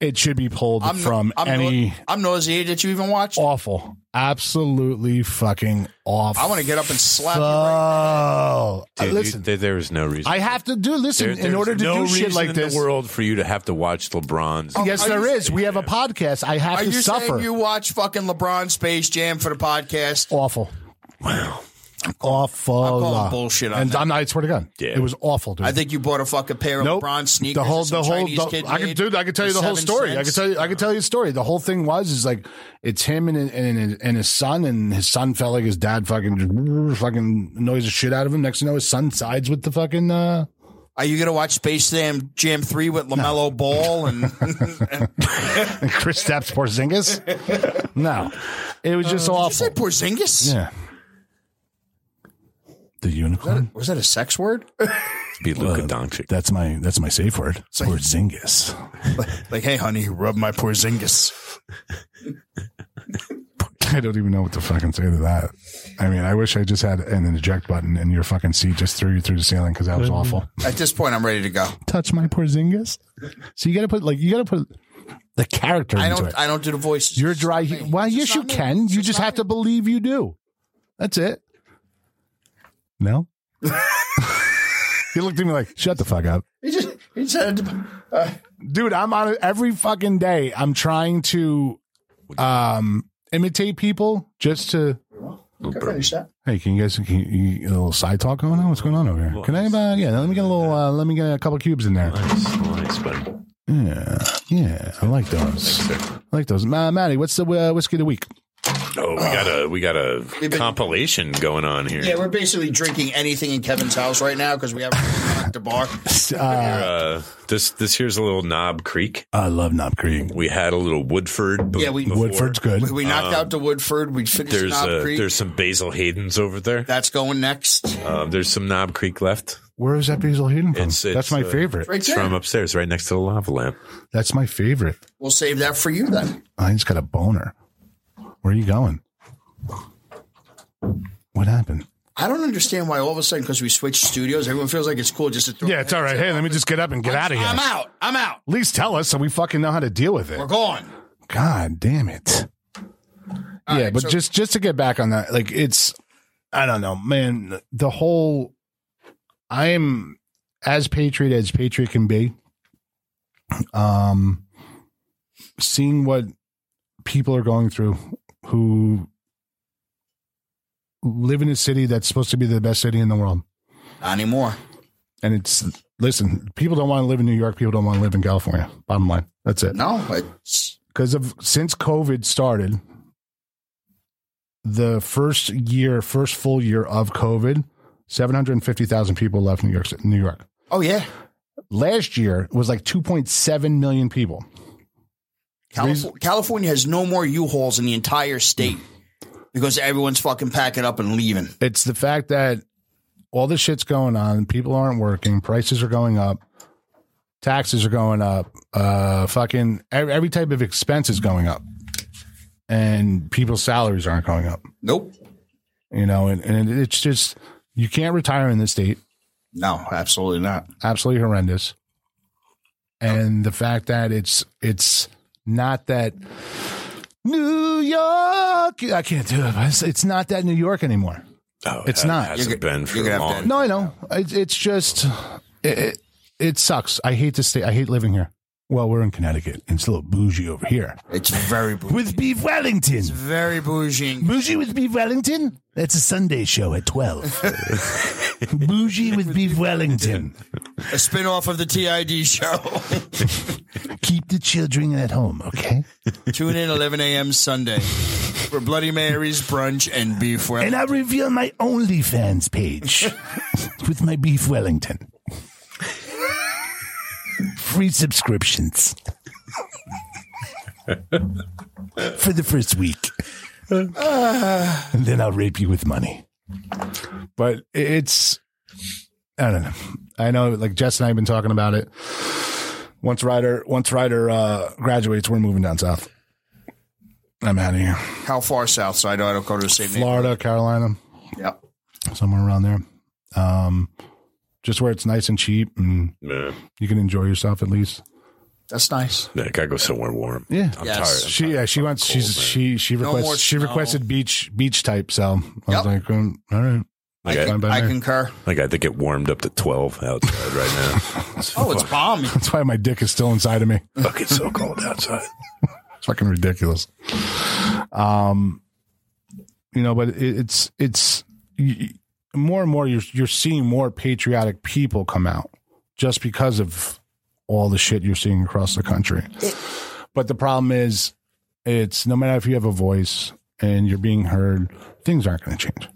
[SPEAKER 2] It should be pulled
[SPEAKER 3] I'm no-
[SPEAKER 2] from
[SPEAKER 3] I'm no-
[SPEAKER 2] any
[SPEAKER 3] I'm nauseated that you even watched. it.
[SPEAKER 2] awful. Absolutely fucking awful.
[SPEAKER 3] I want to get up and slap you.
[SPEAKER 2] Oh,
[SPEAKER 4] Dude, you-
[SPEAKER 2] listen.
[SPEAKER 4] there, there is no reason.
[SPEAKER 2] I have to do
[SPEAKER 4] There-
[SPEAKER 2] listen in
[SPEAKER 4] there's
[SPEAKER 2] order to
[SPEAKER 4] no
[SPEAKER 2] do shit
[SPEAKER 4] reason
[SPEAKER 2] like
[SPEAKER 4] in
[SPEAKER 2] this. Oh,
[SPEAKER 4] the world for you to have to watch LeBron's.
[SPEAKER 2] yes, there is. We have a podcast. I have
[SPEAKER 3] Are
[SPEAKER 2] to
[SPEAKER 3] you
[SPEAKER 2] suffer.
[SPEAKER 3] saying you watch fucking LeBron Space Jam for the podcast?
[SPEAKER 2] Awful. Awful.
[SPEAKER 3] I'm calling bullshit on
[SPEAKER 2] and
[SPEAKER 3] that.
[SPEAKER 2] I'm not, I swear to God, it was awful, dude.
[SPEAKER 3] I think you bought a fucking pair of
[SPEAKER 2] Nope.
[SPEAKER 3] bronze sneakers.
[SPEAKER 2] The whole,
[SPEAKER 3] that some
[SPEAKER 2] the whole,
[SPEAKER 3] Chinese
[SPEAKER 2] the-
[SPEAKER 3] kid
[SPEAKER 2] I
[SPEAKER 3] made
[SPEAKER 2] could, dude, I could tell you
[SPEAKER 3] for
[SPEAKER 2] the whole
[SPEAKER 3] seven
[SPEAKER 2] story. I
[SPEAKER 3] cents.
[SPEAKER 2] could tell you, I could tell you the story. The whole thing was is like it's him and and and- and his son, and his son felt like his dad fucking just fucking annoys the shit out of him. Next thing you know, his son sides with the fucking. uh
[SPEAKER 3] Are you going to watch Space Jam Jam Three with Lamelo Ball and
[SPEAKER 2] and Chris Stapps Porzingis? No, it was
[SPEAKER 3] Oh,
[SPEAKER 2] just awful.
[SPEAKER 3] you say Porzingis?
[SPEAKER 2] Yeah. The unicorn.
[SPEAKER 3] Was that a sex word?
[SPEAKER 4] Be Luka
[SPEAKER 2] Uh,
[SPEAKER 4] Doncic.
[SPEAKER 2] That's my that's my safe word. Porzingis.
[SPEAKER 3] like, hey, honey, rub my Porzingis.
[SPEAKER 2] I don't even know what to fucking say to that. I mean, I wish I just had an eject button and your fucking seat just threw you through the ceiling because that was awful.
[SPEAKER 3] At this point, I'm ready to go.
[SPEAKER 2] Touch my Porzingis. So you got to put like you got to put the character
[SPEAKER 3] I
[SPEAKER 2] into
[SPEAKER 3] don't.
[SPEAKER 2] it.
[SPEAKER 3] I don't do the voices.
[SPEAKER 2] You're dry. He- well, yes, you can. You just have to believe you do. That's it. No. he looked at me like, "Shut the fuck up."
[SPEAKER 3] He just, he just had to, uh,
[SPEAKER 2] dude i'm on it every fucking day i'm trying to um imitate people just to hey can you guys can you, you- a little side talk going on what's going on over here can i uh, yeah let me get a little uh, let me get a couple cubes in there yeah yeah i like those i like those Ma- maddie what's the uh, whiskey of the week
[SPEAKER 4] Oh, we got a we got a compilation going on here.
[SPEAKER 3] Yeah, we're basically drinking anything in Kevin's house right now because we haven't gone to the bar.
[SPEAKER 4] Uh, this this here's a little Knob Creek.
[SPEAKER 2] I love Knob Creek.
[SPEAKER 4] We had a little Woodford. b-
[SPEAKER 3] Yeah, we
[SPEAKER 4] before.
[SPEAKER 3] We, we knocked
[SPEAKER 4] Um,
[SPEAKER 3] out the Woodford. We finished
[SPEAKER 4] There's
[SPEAKER 3] Knob
[SPEAKER 4] uh
[SPEAKER 3] Creek.
[SPEAKER 4] there's some Basil Hayden's over there.
[SPEAKER 3] That's going next.
[SPEAKER 4] Um, there's some Knob Creek left.
[SPEAKER 2] where is that basil hidden from
[SPEAKER 4] It's-
[SPEAKER 2] that's
[SPEAKER 4] it's,
[SPEAKER 2] my
[SPEAKER 4] uh,
[SPEAKER 2] favorite
[SPEAKER 3] Right
[SPEAKER 4] It's
[SPEAKER 3] there.
[SPEAKER 4] from upstairs, right next to the lava lamp.
[SPEAKER 2] that's my favorite
[SPEAKER 3] We'll save that for you then.
[SPEAKER 2] i just got a boner where are you going what happened
[SPEAKER 3] I don't understand why all of a sudden because we switched studios, everyone feels like it's cool just to throw.
[SPEAKER 2] yeah it's all right hey let me just get up and get out of here
[SPEAKER 3] I'm out. I'm out.
[SPEAKER 2] At least tell us so we fucking know how to deal with it.
[SPEAKER 3] We're gone.
[SPEAKER 2] God damn it. yeah, but just just to get back on that, like it's I don't know, man, the whole I am as patriot as patriot can be. Um seeing what people are going through who live in a city that's supposed to be the best city in the world.
[SPEAKER 3] Not anymore.
[SPEAKER 2] And it's listen, people don't want to live in New York, people don't want to live in California. Bottom line. That's it
[SPEAKER 3] No, it's
[SPEAKER 2] because of since COVID started, the first year, first full year of COVID, seven hundred fifty thousand people left New York. New York.
[SPEAKER 3] Oh yeah.
[SPEAKER 2] Last year was like two point seven million people.
[SPEAKER 3] Calif- California has no more U-Hauls in the entire state because everyone's fucking packing up and leaving.
[SPEAKER 2] It's the fact that all this shit's going on. People aren't working. Prices are going up. Taxes are going up. Uh, fucking every, every type of expense is going up, and people's salaries aren't going up.
[SPEAKER 3] Nope.
[SPEAKER 2] You know, and, and it's just you can't retire in this state.
[SPEAKER 3] No, absolutely not.
[SPEAKER 2] absolutely horrendous. And the fact that it's it's not that New York, I can't do it. but It's, it's not that New York anymore.
[SPEAKER 4] Oh,
[SPEAKER 2] It's
[SPEAKER 4] it
[SPEAKER 2] not.
[SPEAKER 4] Hasn't
[SPEAKER 2] You're
[SPEAKER 4] been for
[SPEAKER 3] you're gonna have
[SPEAKER 4] long.
[SPEAKER 2] No, I know. It's, it's just it, it, it sucks. I hate this state. I hate living here. Well, we're in Connecticut. and It's a little bougie over here.
[SPEAKER 3] It's very bougie.
[SPEAKER 2] With beef Wellington.
[SPEAKER 3] very bougie.
[SPEAKER 2] Bougie with beef Wellington. That's a Sunday show at twelve. bougie with beef Wellington.
[SPEAKER 3] A spin-off of the TID show.
[SPEAKER 2] Keep the children at home, okay?
[SPEAKER 3] Tune in 11 a.m. Sunday for Bloody Mary's brunch and beef well.
[SPEAKER 2] And I reveal my OnlyFans page with my beef Wellington. Free subscriptions for the first week. and then I'll rape you with money. But it's, I don't know. I know, like Jess and I have been talking about it. Once Ryder, once Ryder uh, graduates, we're moving down south. I'm out of here.
[SPEAKER 3] How far south? So I know I don't go to the same name.
[SPEAKER 2] Florida, Carolina
[SPEAKER 3] Yep.
[SPEAKER 2] somewhere around there. Um, just where it's nice and cheap and
[SPEAKER 4] Yeah.
[SPEAKER 2] you can enjoy yourself at least.
[SPEAKER 3] That's nice.
[SPEAKER 4] Yeah, gotta go somewhere warm.
[SPEAKER 2] Yeah.
[SPEAKER 4] I'm
[SPEAKER 3] Yes.
[SPEAKER 4] tired.
[SPEAKER 2] She yeah, she wants she's she she
[SPEAKER 3] No
[SPEAKER 2] requests
[SPEAKER 3] more
[SPEAKER 2] she
[SPEAKER 3] snow.
[SPEAKER 2] requested beach beach type, so I was
[SPEAKER 3] Yep.
[SPEAKER 2] like, um, all right.
[SPEAKER 4] Like
[SPEAKER 2] Fine by
[SPEAKER 3] I
[SPEAKER 2] me.
[SPEAKER 3] concur.
[SPEAKER 4] Like I think it warmed up to twelve outside right now.
[SPEAKER 3] Oh, it's bomb.
[SPEAKER 2] That's why my dick is still inside of me.
[SPEAKER 4] Fuck, it's so cold outside.
[SPEAKER 2] It's fucking ridiculous. Um, you know, but it, it's it's y- more and more you're you're seeing more patriotic people come out just because of all the shit you're seeing across the country. But the problem is, it's no matter if you have a voice and you're being heard, things aren't going to change.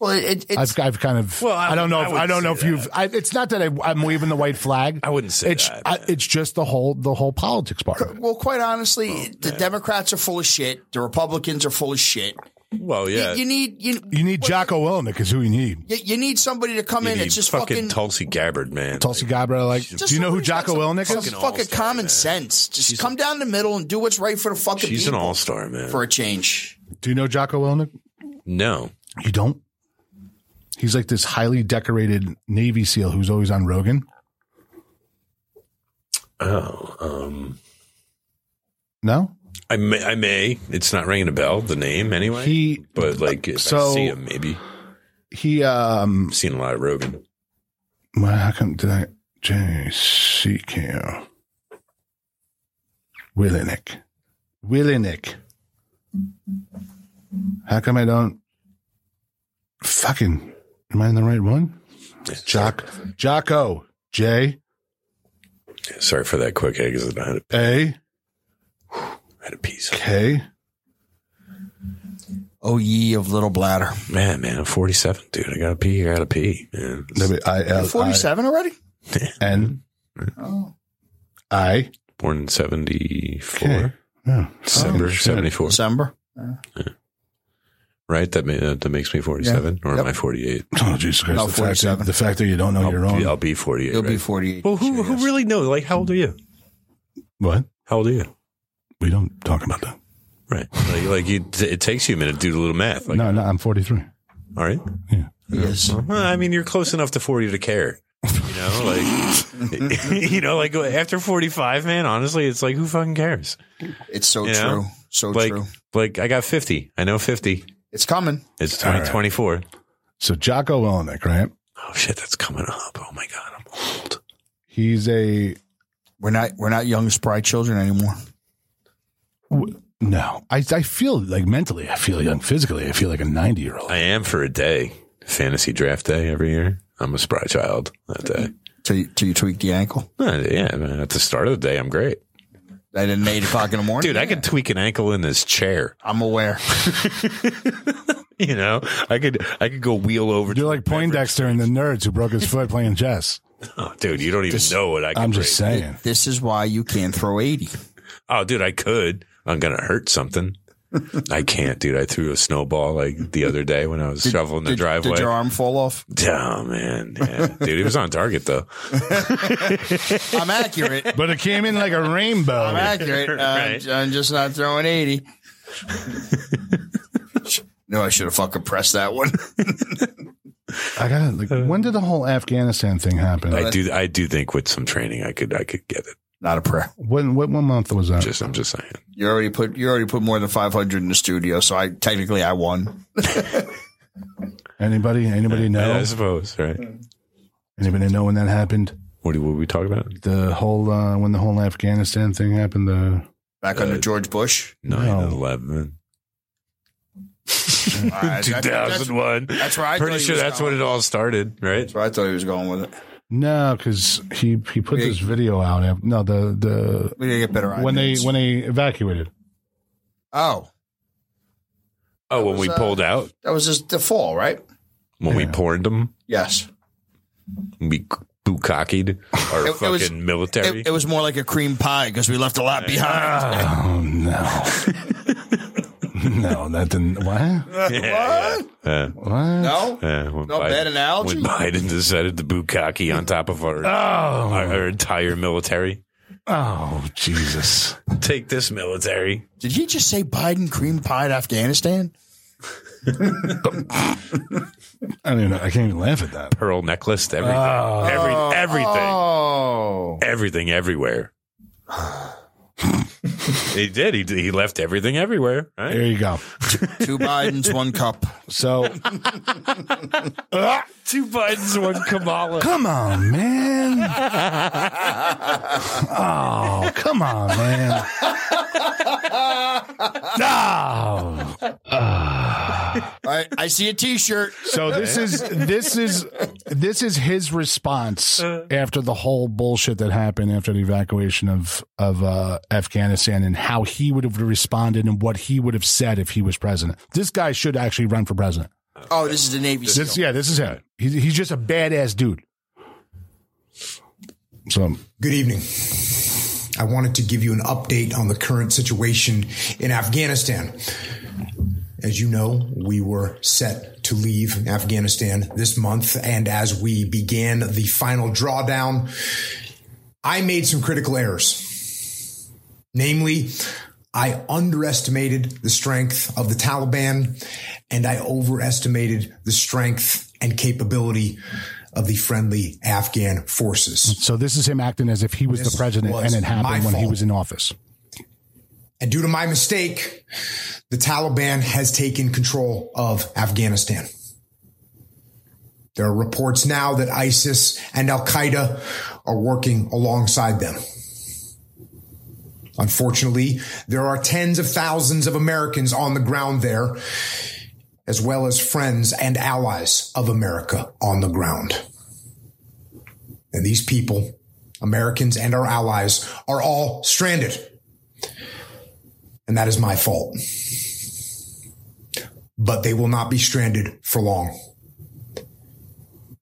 [SPEAKER 3] Well, it,
[SPEAKER 2] I've,
[SPEAKER 3] it's
[SPEAKER 2] I've kind of.
[SPEAKER 4] Well, I
[SPEAKER 2] I, don't know.
[SPEAKER 4] wouldn't-
[SPEAKER 2] If,
[SPEAKER 4] I
[SPEAKER 2] I, don't know if
[SPEAKER 4] wouldn't
[SPEAKER 2] you've. I, it's not that I, I'm waving the white flag. I wouldn't
[SPEAKER 4] say
[SPEAKER 2] it's,
[SPEAKER 4] that,
[SPEAKER 2] I, it's just the whole the whole politics part. of it.
[SPEAKER 3] Well, quite honestly, the Democrats are full of shit. The Republicans are full of shit.
[SPEAKER 4] Well, yeah.
[SPEAKER 3] You need you,
[SPEAKER 2] You need Jocko Willemick is who you need.
[SPEAKER 3] you, you need somebody to come
[SPEAKER 4] You
[SPEAKER 3] in.
[SPEAKER 4] need
[SPEAKER 3] It's just
[SPEAKER 4] fucking,
[SPEAKER 3] fucking
[SPEAKER 4] Tulsi Gabbard, man.
[SPEAKER 2] Tulsi Gabbard, like, do you know who Jocko Willemick is?
[SPEAKER 3] Just fucking common sense. Just come down the middle and do what's right for the fucking
[SPEAKER 4] She's an
[SPEAKER 3] people.
[SPEAKER 4] all star, man.
[SPEAKER 3] For a change.
[SPEAKER 2] Do you know Jocko Willemick?
[SPEAKER 4] No.
[SPEAKER 2] You don't. He's like this highly decorated Navy SEAL who's always on Rogan.
[SPEAKER 4] Oh, um,
[SPEAKER 2] No,
[SPEAKER 4] I may, I may. It's not ringing a bell. The name, anyway.
[SPEAKER 2] He-
[SPEAKER 4] but like, if I
[SPEAKER 2] so-
[SPEAKER 4] see him, maybe
[SPEAKER 2] he um.
[SPEAKER 4] I've seen a lot of Rogan.
[SPEAKER 2] Well, how come did I JCK Willenick. Willenick. How come I don't fucking am I in the right one? Jock Jocko J
[SPEAKER 4] Sorry for that quick exit. I had a,
[SPEAKER 2] A
[SPEAKER 4] I had a piece.
[SPEAKER 2] K
[SPEAKER 3] Oh ye of little bladder.
[SPEAKER 4] Man, man, I'm 47, dude. I gotta pee. I gotta pee. Man.
[SPEAKER 2] W I
[SPEAKER 3] You're
[SPEAKER 2] L
[SPEAKER 3] forty seven already?
[SPEAKER 2] N I
[SPEAKER 4] Born in 74.
[SPEAKER 2] K. Yeah.
[SPEAKER 4] December
[SPEAKER 2] Holy shit.
[SPEAKER 4] 74.
[SPEAKER 3] December.
[SPEAKER 4] Right? That, ma- uh, that makes me 47 or am I 48?
[SPEAKER 2] Oh Jesus Christ!
[SPEAKER 4] No,
[SPEAKER 2] the, fact that, the fact that you don't know your own.
[SPEAKER 4] Yeah, I'll be 48.
[SPEAKER 3] You'll be
[SPEAKER 4] right?
[SPEAKER 3] 48.
[SPEAKER 4] Well, who, who really knows? Like, how old are you?
[SPEAKER 2] What?
[SPEAKER 4] How old are you?
[SPEAKER 2] We don't talk about that.
[SPEAKER 4] Right. Like, like you, t- it takes you a minute to do the little math. Like,
[SPEAKER 2] no, no, I'm 43.
[SPEAKER 4] all right.
[SPEAKER 3] Yes.
[SPEAKER 4] Well, I mean, you're close enough to 40 to care. You know, like, you know, like after 45, man, honestly, it's like, who fucking cares?
[SPEAKER 3] It's so
[SPEAKER 4] You know?
[SPEAKER 3] true.
[SPEAKER 2] Oh,
[SPEAKER 3] So
[SPEAKER 4] like,
[SPEAKER 3] true.
[SPEAKER 4] like I got 50. I know 50.
[SPEAKER 3] It's coming.
[SPEAKER 4] It's
[SPEAKER 2] All right.
[SPEAKER 4] 2024.
[SPEAKER 2] So Jocko Willenick, right?
[SPEAKER 4] Oh shit, that's coming up. Oh my god, I'm old.
[SPEAKER 2] He's a
[SPEAKER 3] We're not we're not young spry children anymore.
[SPEAKER 2] W- No, I I feel like mentally, I feel young. Physically, I feel like a ninety year old.
[SPEAKER 4] I am for a day. Fantasy draft day every year. I'm a spry child that day.
[SPEAKER 3] Till you, till you tweak the ankle.
[SPEAKER 2] Mm-hmm.
[SPEAKER 4] Uh, Yeah, man, at the start of the day, I'm great.
[SPEAKER 3] I didn't eight o'clock in the morning.
[SPEAKER 4] Dude, I could tweak an ankle in this chair.
[SPEAKER 3] I'm aware.
[SPEAKER 4] You know, I could, I could go wheel over.
[SPEAKER 2] You're like Poindexter and the nerds who broke his foot playing chess.
[SPEAKER 4] Oh, dude, you don't even know what I could.
[SPEAKER 2] I'm just
[SPEAKER 4] break.
[SPEAKER 2] saying.
[SPEAKER 3] This is why you can't throw eighty.
[SPEAKER 4] Oh, dude, I could. I'm gonna hurt something. I can't, dude. I threw a snowball like the other day when I was shoveling the
[SPEAKER 3] Did-
[SPEAKER 4] driveway.
[SPEAKER 3] Did your arm fall off?
[SPEAKER 4] oh man, yeah. dude, it was on target though.
[SPEAKER 3] I'm accurate.
[SPEAKER 2] But it came in like a
[SPEAKER 3] I'm
[SPEAKER 2] rainbow.
[SPEAKER 3] accurate. Uh,
[SPEAKER 4] Right.
[SPEAKER 3] I'm just not throwing 80. no, I should have fucking pressed that one.
[SPEAKER 2] I got like when did the whole Afghanistan thing happen?
[SPEAKER 4] I do. I do think with some training, I could. I could get it.
[SPEAKER 3] not a prayer.
[SPEAKER 2] When what one month was that?
[SPEAKER 4] Just. I'm just saying.
[SPEAKER 3] You already put you already put more than 500 in the studio, so I technically I won.
[SPEAKER 2] Anybody anybody
[SPEAKER 4] Yeah, I
[SPEAKER 2] know?
[SPEAKER 4] suppose. Right.
[SPEAKER 3] Hmm.
[SPEAKER 2] Anybody know when that happened?
[SPEAKER 4] What do what we talk about?
[SPEAKER 2] The whole uh, when the whole Afghanistan thing happened. The
[SPEAKER 3] Back under George Bush.
[SPEAKER 4] 9
[SPEAKER 2] No.
[SPEAKER 4] 11.
[SPEAKER 3] All right, that- that's,
[SPEAKER 4] 2001.
[SPEAKER 3] that's where I thought
[SPEAKER 4] Pretty
[SPEAKER 3] he
[SPEAKER 4] sure
[SPEAKER 3] was
[SPEAKER 4] that's
[SPEAKER 3] going.
[SPEAKER 4] when it all started, right?
[SPEAKER 3] that's where I thought he was going with it.
[SPEAKER 2] no, because he he put this video out. af- No, the the
[SPEAKER 3] We gotta get better.
[SPEAKER 2] when they
[SPEAKER 3] ideas.
[SPEAKER 2] when they evacuated.
[SPEAKER 3] oh
[SPEAKER 4] Oh, when
[SPEAKER 3] was,
[SPEAKER 4] we
[SPEAKER 3] uh,
[SPEAKER 4] pulled out,
[SPEAKER 3] that was just the fall, right?
[SPEAKER 4] when we porned them,
[SPEAKER 3] Yes.
[SPEAKER 4] we bukkakied our
[SPEAKER 3] It- it
[SPEAKER 4] fucking
[SPEAKER 3] was-
[SPEAKER 4] military.
[SPEAKER 3] It, it was more like a cream pie because we left a lot behind.
[SPEAKER 4] Ah.
[SPEAKER 2] Oh no. no, that didn't. What?
[SPEAKER 4] yeah, yeah, yeah.
[SPEAKER 2] What?
[SPEAKER 3] No,
[SPEAKER 4] yeah, when
[SPEAKER 3] No bad analogy?
[SPEAKER 4] When Biden decided to bukkake on top of our, our,
[SPEAKER 2] Oh,
[SPEAKER 4] our entire military.
[SPEAKER 2] oh, Jesus!
[SPEAKER 4] Take this military.
[SPEAKER 3] did you just say Biden cream pie to Afghanistan?
[SPEAKER 2] I don't even. Know, I can't even laugh at that.
[SPEAKER 4] Pearl necklace, everything. Every, everything.
[SPEAKER 3] Oh,
[SPEAKER 4] everything everywhere. he did. He he left everything everywhere. Right?
[SPEAKER 2] There you go.
[SPEAKER 3] two Bidens, one cup.
[SPEAKER 2] So
[SPEAKER 4] Two Bidens, one Kamala.
[SPEAKER 2] come on, man. Oh, come on, man. No. Ah.
[SPEAKER 10] I, I see a T-shirt.
[SPEAKER 2] So this is this is this is his response after the whole bullshit that happened after the evacuation of of uh, Afghanistan and how he would have responded and what he would have said if he was president. This guy should actually run for president.
[SPEAKER 10] Oh, this is the Navy SEAL.
[SPEAKER 2] This, yeah, this is him. He's, he's just a badass dude. So
[SPEAKER 3] Good evening. I wanted to give you an update on the current situation in Afghanistan. As you know, we were set to leave Afghanistan this month. And as we began the final drawdown, I made some critical errors. Namely, I underestimated the strength of the Taliban and I overestimated the strength and capability of the friendly Afghan forces.
[SPEAKER 2] so this is him acting as if he was
[SPEAKER 3] This
[SPEAKER 2] the president
[SPEAKER 3] was
[SPEAKER 2] and it
[SPEAKER 3] my
[SPEAKER 2] happened when he
[SPEAKER 3] fault.
[SPEAKER 2] was in office.
[SPEAKER 3] And due to my mistake, the Taliban has taken control of Afghanistan. There are reports now that ISIS and Al Qaeda are working alongside them. Unfortunately, there are tens of thousands of Americans on the ground there, as well as friends and allies of America on the ground. And these people, Americans and our allies, are all stranded and that is my fault. But they will not be stranded for long.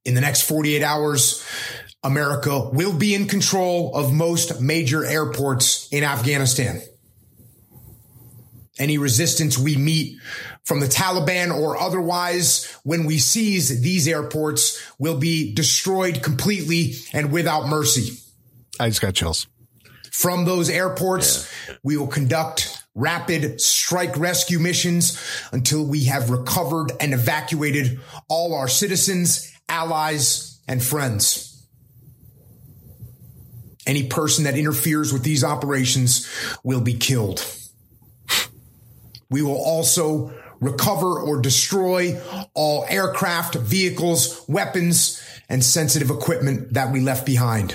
[SPEAKER 3] In the next 48 hours, America will be in control of most major airports in Afghanistan. Any resistance we meet from the Taliban or otherwise when we seize these airports will be destroyed completely and without mercy
[SPEAKER 2] I just got chills.
[SPEAKER 3] from those airports. We will conduct rapid strike rescue missions until we have recovered and evacuated all our citizens, allies, and friends. Any person that interferes with these operations will be killed. We will also recover or destroy all aircraft, vehicles, weapons, and sensitive equipment that we left behind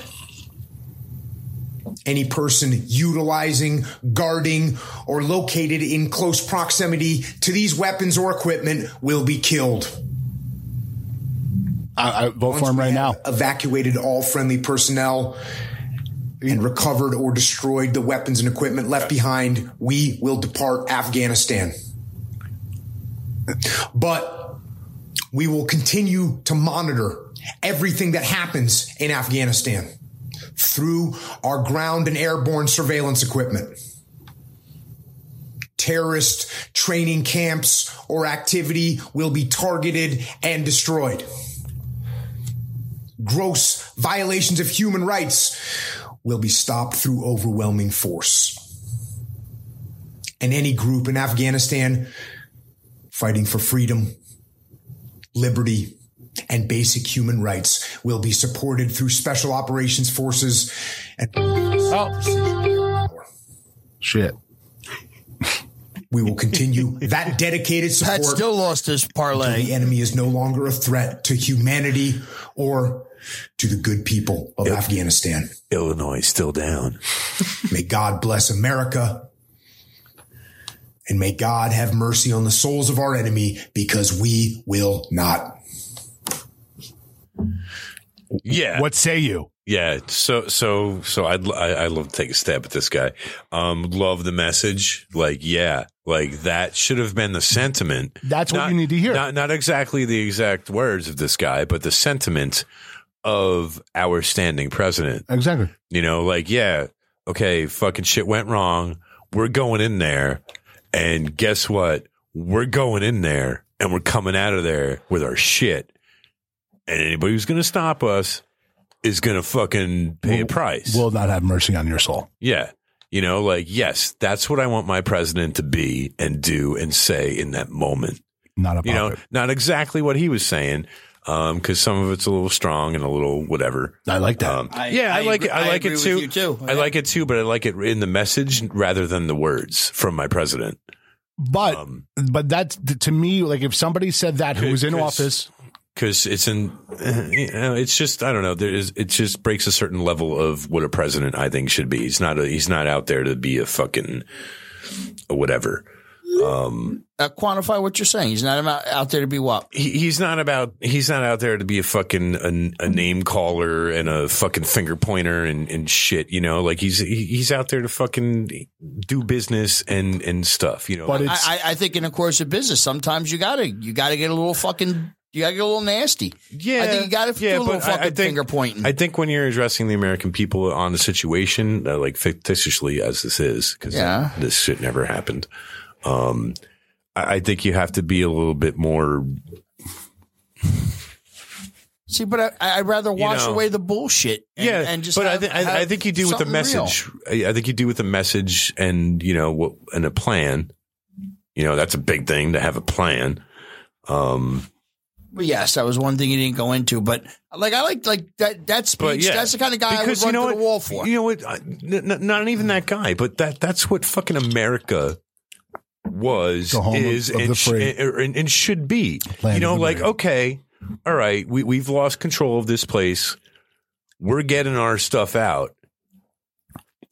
[SPEAKER 3] any person utilizing, guarding, or located in close proximity to these weapons or equipment will be killed.
[SPEAKER 2] I, I vote for him right now.
[SPEAKER 3] Evacuated all friendly personnel and recovered or destroyed the weapons and equipment left behind. We will depart Afghanistan. But we will continue to monitor everything that happens in Afghanistan through our ground and airborne surveillance equipment. Terrorist training camps or activity will be targeted and destroyed. Gross violations of human rights will be stopped through overwhelming force. And any group in Afghanistan fighting for freedom, liberty, and basic human rights will be supported through special operations forces and
[SPEAKER 2] Shit.
[SPEAKER 3] we will continue that dedicated support.
[SPEAKER 10] Pat still lost his parlay.
[SPEAKER 3] until The enemy is no longer a threat to humanity or to the good people of Afghanistan.
[SPEAKER 4] Illinois is still down.
[SPEAKER 3] May God bless America. And may God have mercy on the souls of our enemy because we will not.
[SPEAKER 4] Yeah.
[SPEAKER 2] What say you?
[SPEAKER 4] Yeah. So so so I'd l- I, would love to take a stab at this guy. Um, love the message. Like yeah, like that should have been the sentiment.
[SPEAKER 2] That's
[SPEAKER 4] Not-
[SPEAKER 2] what you need to hear.
[SPEAKER 4] Not not exactly the exact words of this guy, but the sentiment of our standing president.
[SPEAKER 2] Exactly.
[SPEAKER 4] You know, like, yeah, okay, fucking shit went wrong. We're going in there. And guess what? We're going in there and we're coming out of there with our shit. And anybody who's going to stop us is going to fucking pay a price.
[SPEAKER 2] Will not have mercy on your soul.
[SPEAKER 4] Yeah. You know, like, yes, that's what I want my president to be and do and say in that moment.
[SPEAKER 2] Not a
[SPEAKER 4] You know, not exactly what he was saying, because some of it's a little strong and a little whatever.
[SPEAKER 2] I like that.
[SPEAKER 4] yeah, I,
[SPEAKER 10] I
[SPEAKER 4] like it.
[SPEAKER 10] agree-
[SPEAKER 4] I
[SPEAKER 10] I
[SPEAKER 4] like it
[SPEAKER 10] agree
[SPEAKER 4] too.
[SPEAKER 10] with you too.
[SPEAKER 4] I like it too, but I like it in the message rather than the words from my president.
[SPEAKER 2] But
[SPEAKER 4] um,
[SPEAKER 2] but that's to me like if somebody said that who was in
[SPEAKER 4] Chris-
[SPEAKER 2] office
[SPEAKER 4] because it's in you know, it's just I don't know there is it just breaks a certain level of what a president I think should be. He's not a, he's not out there to be a fucking a whatever. Um,
[SPEAKER 3] Uh, quantify what you're saying. He's not about, out there to be what?
[SPEAKER 4] he, he's not about he's not out there to be a fucking a, a name caller and a fucking finger pointer and, and shit you know like he's he, he's out there to fucking do business and and stuff you know
[SPEAKER 3] I, I, I think in the course of business, sometimes you gotta you gotta get a little fucking you gotta get a little nasty. Yeah, I think you gotta do a little
[SPEAKER 4] but I- I
[SPEAKER 3] fucking finger pointing.
[SPEAKER 4] I think when you're addressing the American people on the situation, uh, like fictitiously as this is, because
[SPEAKER 3] Yeah.
[SPEAKER 4] this shit never happened, um, I, I think you have to be a little bit more.
[SPEAKER 3] See, but I, I'd rather wash
[SPEAKER 4] know.
[SPEAKER 3] away the bullshit. And,
[SPEAKER 4] yeah,
[SPEAKER 3] and just
[SPEAKER 4] but I,
[SPEAKER 3] have-
[SPEAKER 4] think I, I
[SPEAKER 3] have
[SPEAKER 4] think you do with the
[SPEAKER 3] something real.
[SPEAKER 4] message. I, I think you do with the message and you know what and a plan. You know that's a big thing to have a plan. Um,
[SPEAKER 3] But yes, that was one thing he didn't go into. But like, I like like that that speech.
[SPEAKER 4] yeah,
[SPEAKER 3] that's the kind of guy
[SPEAKER 4] because
[SPEAKER 3] I
[SPEAKER 4] you
[SPEAKER 3] would run
[SPEAKER 4] know
[SPEAKER 3] to
[SPEAKER 4] what?
[SPEAKER 3] the wall for.
[SPEAKER 4] You know what? I- n- n- not even that guy, but that that's what fucking America was,
[SPEAKER 2] The home of-
[SPEAKER 4] is,
[SPEAKER 2] of the
[SPEAKER 4] and, sh-
[SPEAKER 2] free.
[SPEAKER 4] and, and- and should be.
[SPEAKER 2] Land
[SPEAKER 4] you
[SPEAKER 2] of
[SPEAKER 4] know,
[SPEAKER 2] the
[SPEAKER 4] like
[SPEAKER 2] brave.
[SPEAKER 4] okay, all right, we we've lost control of this place. We're getting our stuff out.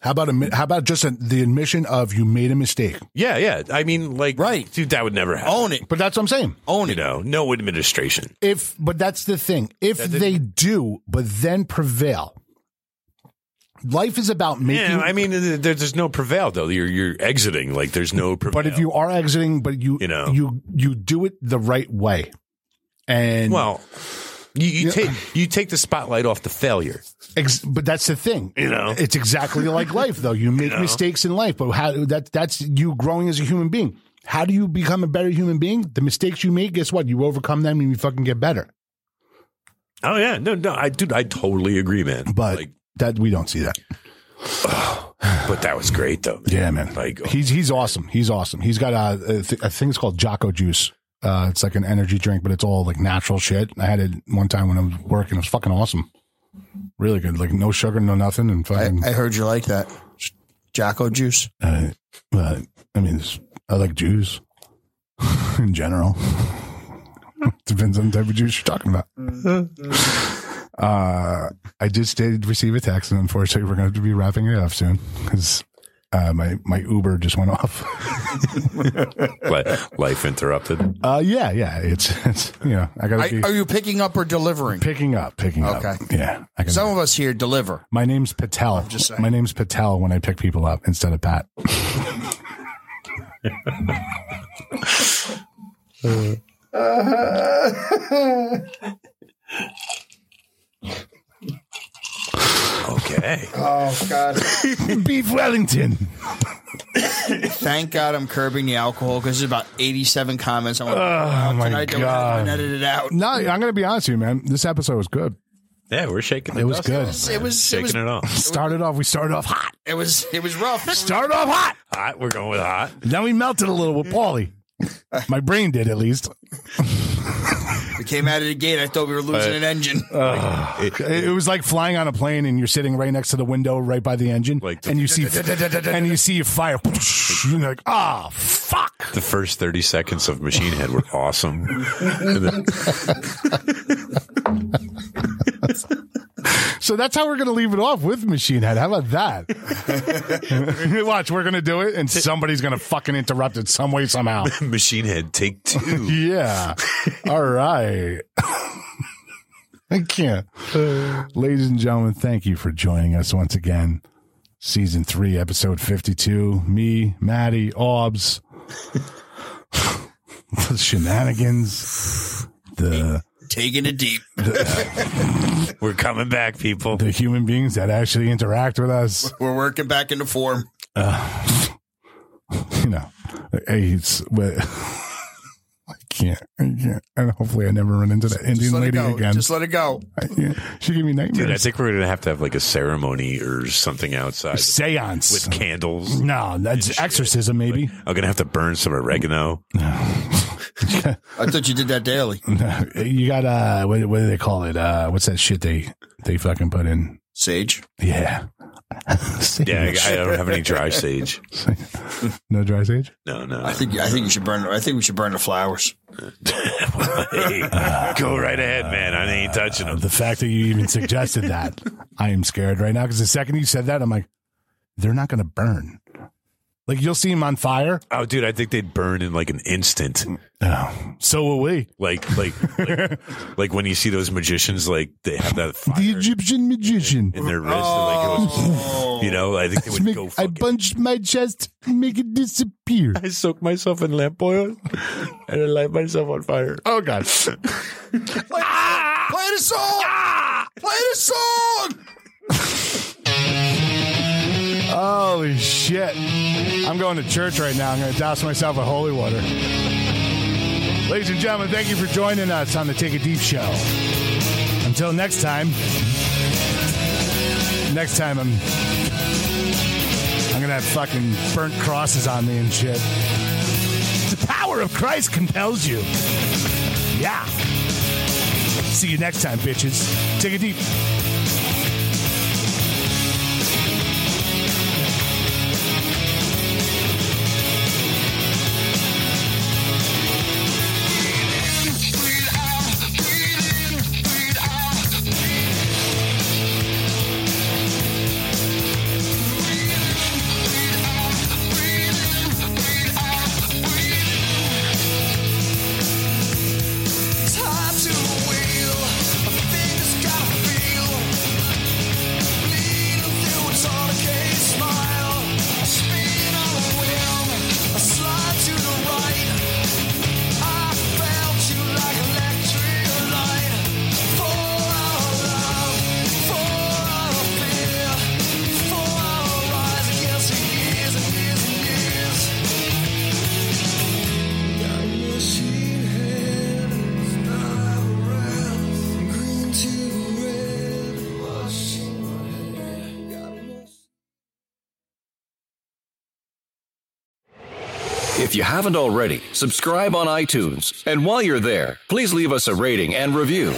[SPEAKER 2] How about a, how about just a, the admission of you made a mistake?
[SPEAKER 4] Yeah, yeah. I mean, like, right, dude, that would never happen. Own
[SPEAKER 3] it,
[SPEAKER 2] but that's what I'm saying.
[SPEAKER 4] Own it. You know, no administration.
[SPEAKER 2] If but that's the thing. If
[SPEAKER 4] That didn't-
[SPEAKER 2] they do, but then prevail. Life is about making.
[SPEAKER 4] yeah, I mean, there, there's no prevail though. You're you're exiting. Like, there's no prevail.
[SPEAKER 2] but if you are exiting, but you
[SPEAKER 4] You know.
[SPEAKER 2] you you do it the right way, and
[SPEAKER 4] well, you, you take you take the spotlight off the failure.
[SPEAKER 2] Ex- but that's the thing.
[SPEAKER 4] You know?
[SPEAKER 2] it's exactly like life, though. You make
[SPEAKER 4] know?
[SPEAKER 2] mistakes in life, but how that that's you growing as a human being. How do you become a better human being? The mistakes you make, guess what? You overcome them and you fucking get better.
[SPEAKER 4] Oh yeah, no, no, I dude, I totally agree, man.
[SPEAKER 2] But that we don't see that.
[SPEAKER 4] But that was great though.
[SPEAKER 2] Yeah, man.
[SPEAKER 4] Like uh,
[SPEAKER 2] He's he's awesome. He's awesome. He's got a, a, th- a thing it's called Jocko Juice. Uh, it's like an energy drink, but it's all like natural shit. I had it one time when I was working. It was fucking awesome. Really good. Like no sugar, no nothing, and fucking.
[SPEAKER 3] I heard you like that Jocko juice.
[SPEAKER 2] Uh, uh, I mean, it's- I like Jews in general. Depends on the type of Jews you're talking about. Uh, I just did receive a text, and unfortunately, we're going to be wrapping it up soon because uh, my my Uber just went off.
[SPEAKER 4] li- life interrupted.
[SPEAKER 2] Uh, yeah, yeah. It's it's you know I gotta
[SPEAKER 3] I-
[SPEAKER 2] be
[SPEAKER 3] are you picking up or delivering?
[SPEAKER 2] Picking up, picking
[SPEAKER 3] okay.
[SPEAKER 2] up. Yeah, I can-
[SPEAKER 3] Some of us here deliver.
[SPEAKER 2] My name's Patel.
[SPEAKER 3] I'm just saying.
[SPEAKER 2] my name's Patel when I pick people up instead of Pat.
[SPEAKER 4] Okay.
[SPEAKER 3] Oh God,
[SPEAKER 2] beef Wellington.
[SPEAKER 3] Thank God I'm curbing the alcohol because there's about 87 comments. I want to
[SPEAKER 2] Oh, my
[SPEAKER 3] tonight that
[SPEAKER 2] God.
[SPEAKER 3] we haven't edited out.
[SPEAKER 2] No, I'm gonna be honest with you, man. This episode was good.
[SPEAKER 4] Yeah, we're shaking.
[SPEAKER 2] It
[SPEAKER 4] the
[SPEAKER 2] was
[SPEAKER 4] dust
[SPEAKER 2] good.
[SPEAKER 4] off, man.
[SPEAKER 3] It was- it
[SPEAKER 4] shaking
[SPEAKER 3] was-
[SPEAKER 4] it off.
[SPEAKER 2] Started off. We started off hot.
[SPEAKER 3] It was it was rough.
[SPEAKER 2] Started off hot.
[SPEAKER 4] Hot. We're going with hot.
[SPEAKER 2] Then we melted a little with Paulie. My brain did at least.
[SPEAKER 3] We came out of the gate. I thought we were losing
[SPEAKER 2] Uh,
[SPEAKER 3] an engine.
[SPEAKER 2] It, it was like flying on a plane, and you're sitting right next to the window, right by the engine, like and you see and you see fire. You're like, ah, fuck.
[SPEAKER 4] The first thirty seconds of Machine Head were awesome. And then-
[SPEAKER 2] So that's how we're going to leave it off with Machine Head. How about that? Watch, we're going to do it, and somebody's going to fucking interrupt it some way, somehow.
[SPEAKER 4] Machine Head, take two.
[SPEAKER 2] yeah. All right. I can't. Ladies and gentlemen, thank you for joining us once again. Season three, episode 52. Me, Maddie, Orbs, the shenanigans, the.
[SPEAKER 3] Taking it deep.
[SPEAKER 4] We're coming back, people.
[SPEAKER 2] The human beings that actually interact with us.
[SPEAKER 3] We're working back into form.
[SPEAKER 2] you know, hey, it's, but I can't, I can't, and hopefully I never run into that Indian
[SPEAKER 3] Just let it
[SPEAKER 2] lady
[SPEAKER 3] go.
[SPEAKER 2] again.
[SPEAKER 3] Just let it go.
[SPEAKER 2] I can't. She gave me nightmares.
[SPEAKER 4] Dude, I think we're gonna have to have like a ceremony or something outside.
[SPEAKER 2] Seance
[SPEAKER 4] with candles.
[SPEAKER 2] no, that's exorcism, maybe.
[SPEAKER 4] I'm gonna have to burn some oregano.
[SPEAKER 3] I thought you did that daily.
[SPEAKER 2] you got uh, what, what do they call it? Uh, what's that shit they they fucking put in?
[SPEAKER 3] Sage.
[SPEAKER 2] Yeah.
[SPEAKER 4] Yeah, I, I don't have any dry sage.
[SPEAKER 2] no dry sage.
[SPEAKER 4] No, no.
[SPEAKER 3] I think I think you should burn. I think we should burn the flowers.
[SPEAKER 4] Hey, go right ahead, man. I ain't touching them.
[SPEAKER 2] The fact that you even suggested that, I am scared right now because the second you said that, I'm like, they're not going to burn. Like you'll see him on fire.
[SPEAKER 4] Oh, dude, I think they'd burn in like an instant.
[SPEAKER 2] So will we.
[SPEAKER 4] Like, like, like, like when you see those magicians, like they have that fire
[SPEAKER 2] The Egyptian magician.
[SPEAKER 4] in their wrist, and, like it was, you know, I think they would go.
[SPEAKER 2] I bunched my chest, make it disappear.
[SPEAKER 4] I soak myself in lamp oil and I light myself on fire.
[SPEAKER 2] Oh God!
[SPEAKER 3] Play the song. Play the song.
[SPEAKER 2] Holy shit! I'm going to church right now. I'm going to douse myself with holy water. Ladies and gentlemen, thank you for joining us on the Take a Deep Show. Until next time. Next time, I'm I'm gonna have fucking burnt crosses on me and shit. The power of Christ compels you. Yeah. See you next time, bitches. Take a deep.
[SPEAKER 1] Tied to the wheel, a thing's gotta feel. Bleeding through its arcade smile. I spin on a whim, I slide to the right. I felt you like electric light. For our love, for our fear, for our rise against the years and years and years. Got machine head. Green to red, washing my hair. Got no
[SPEAKER 14] If you haven't already, subscribe on iTunes. And while you're there, please leave us a rating and review.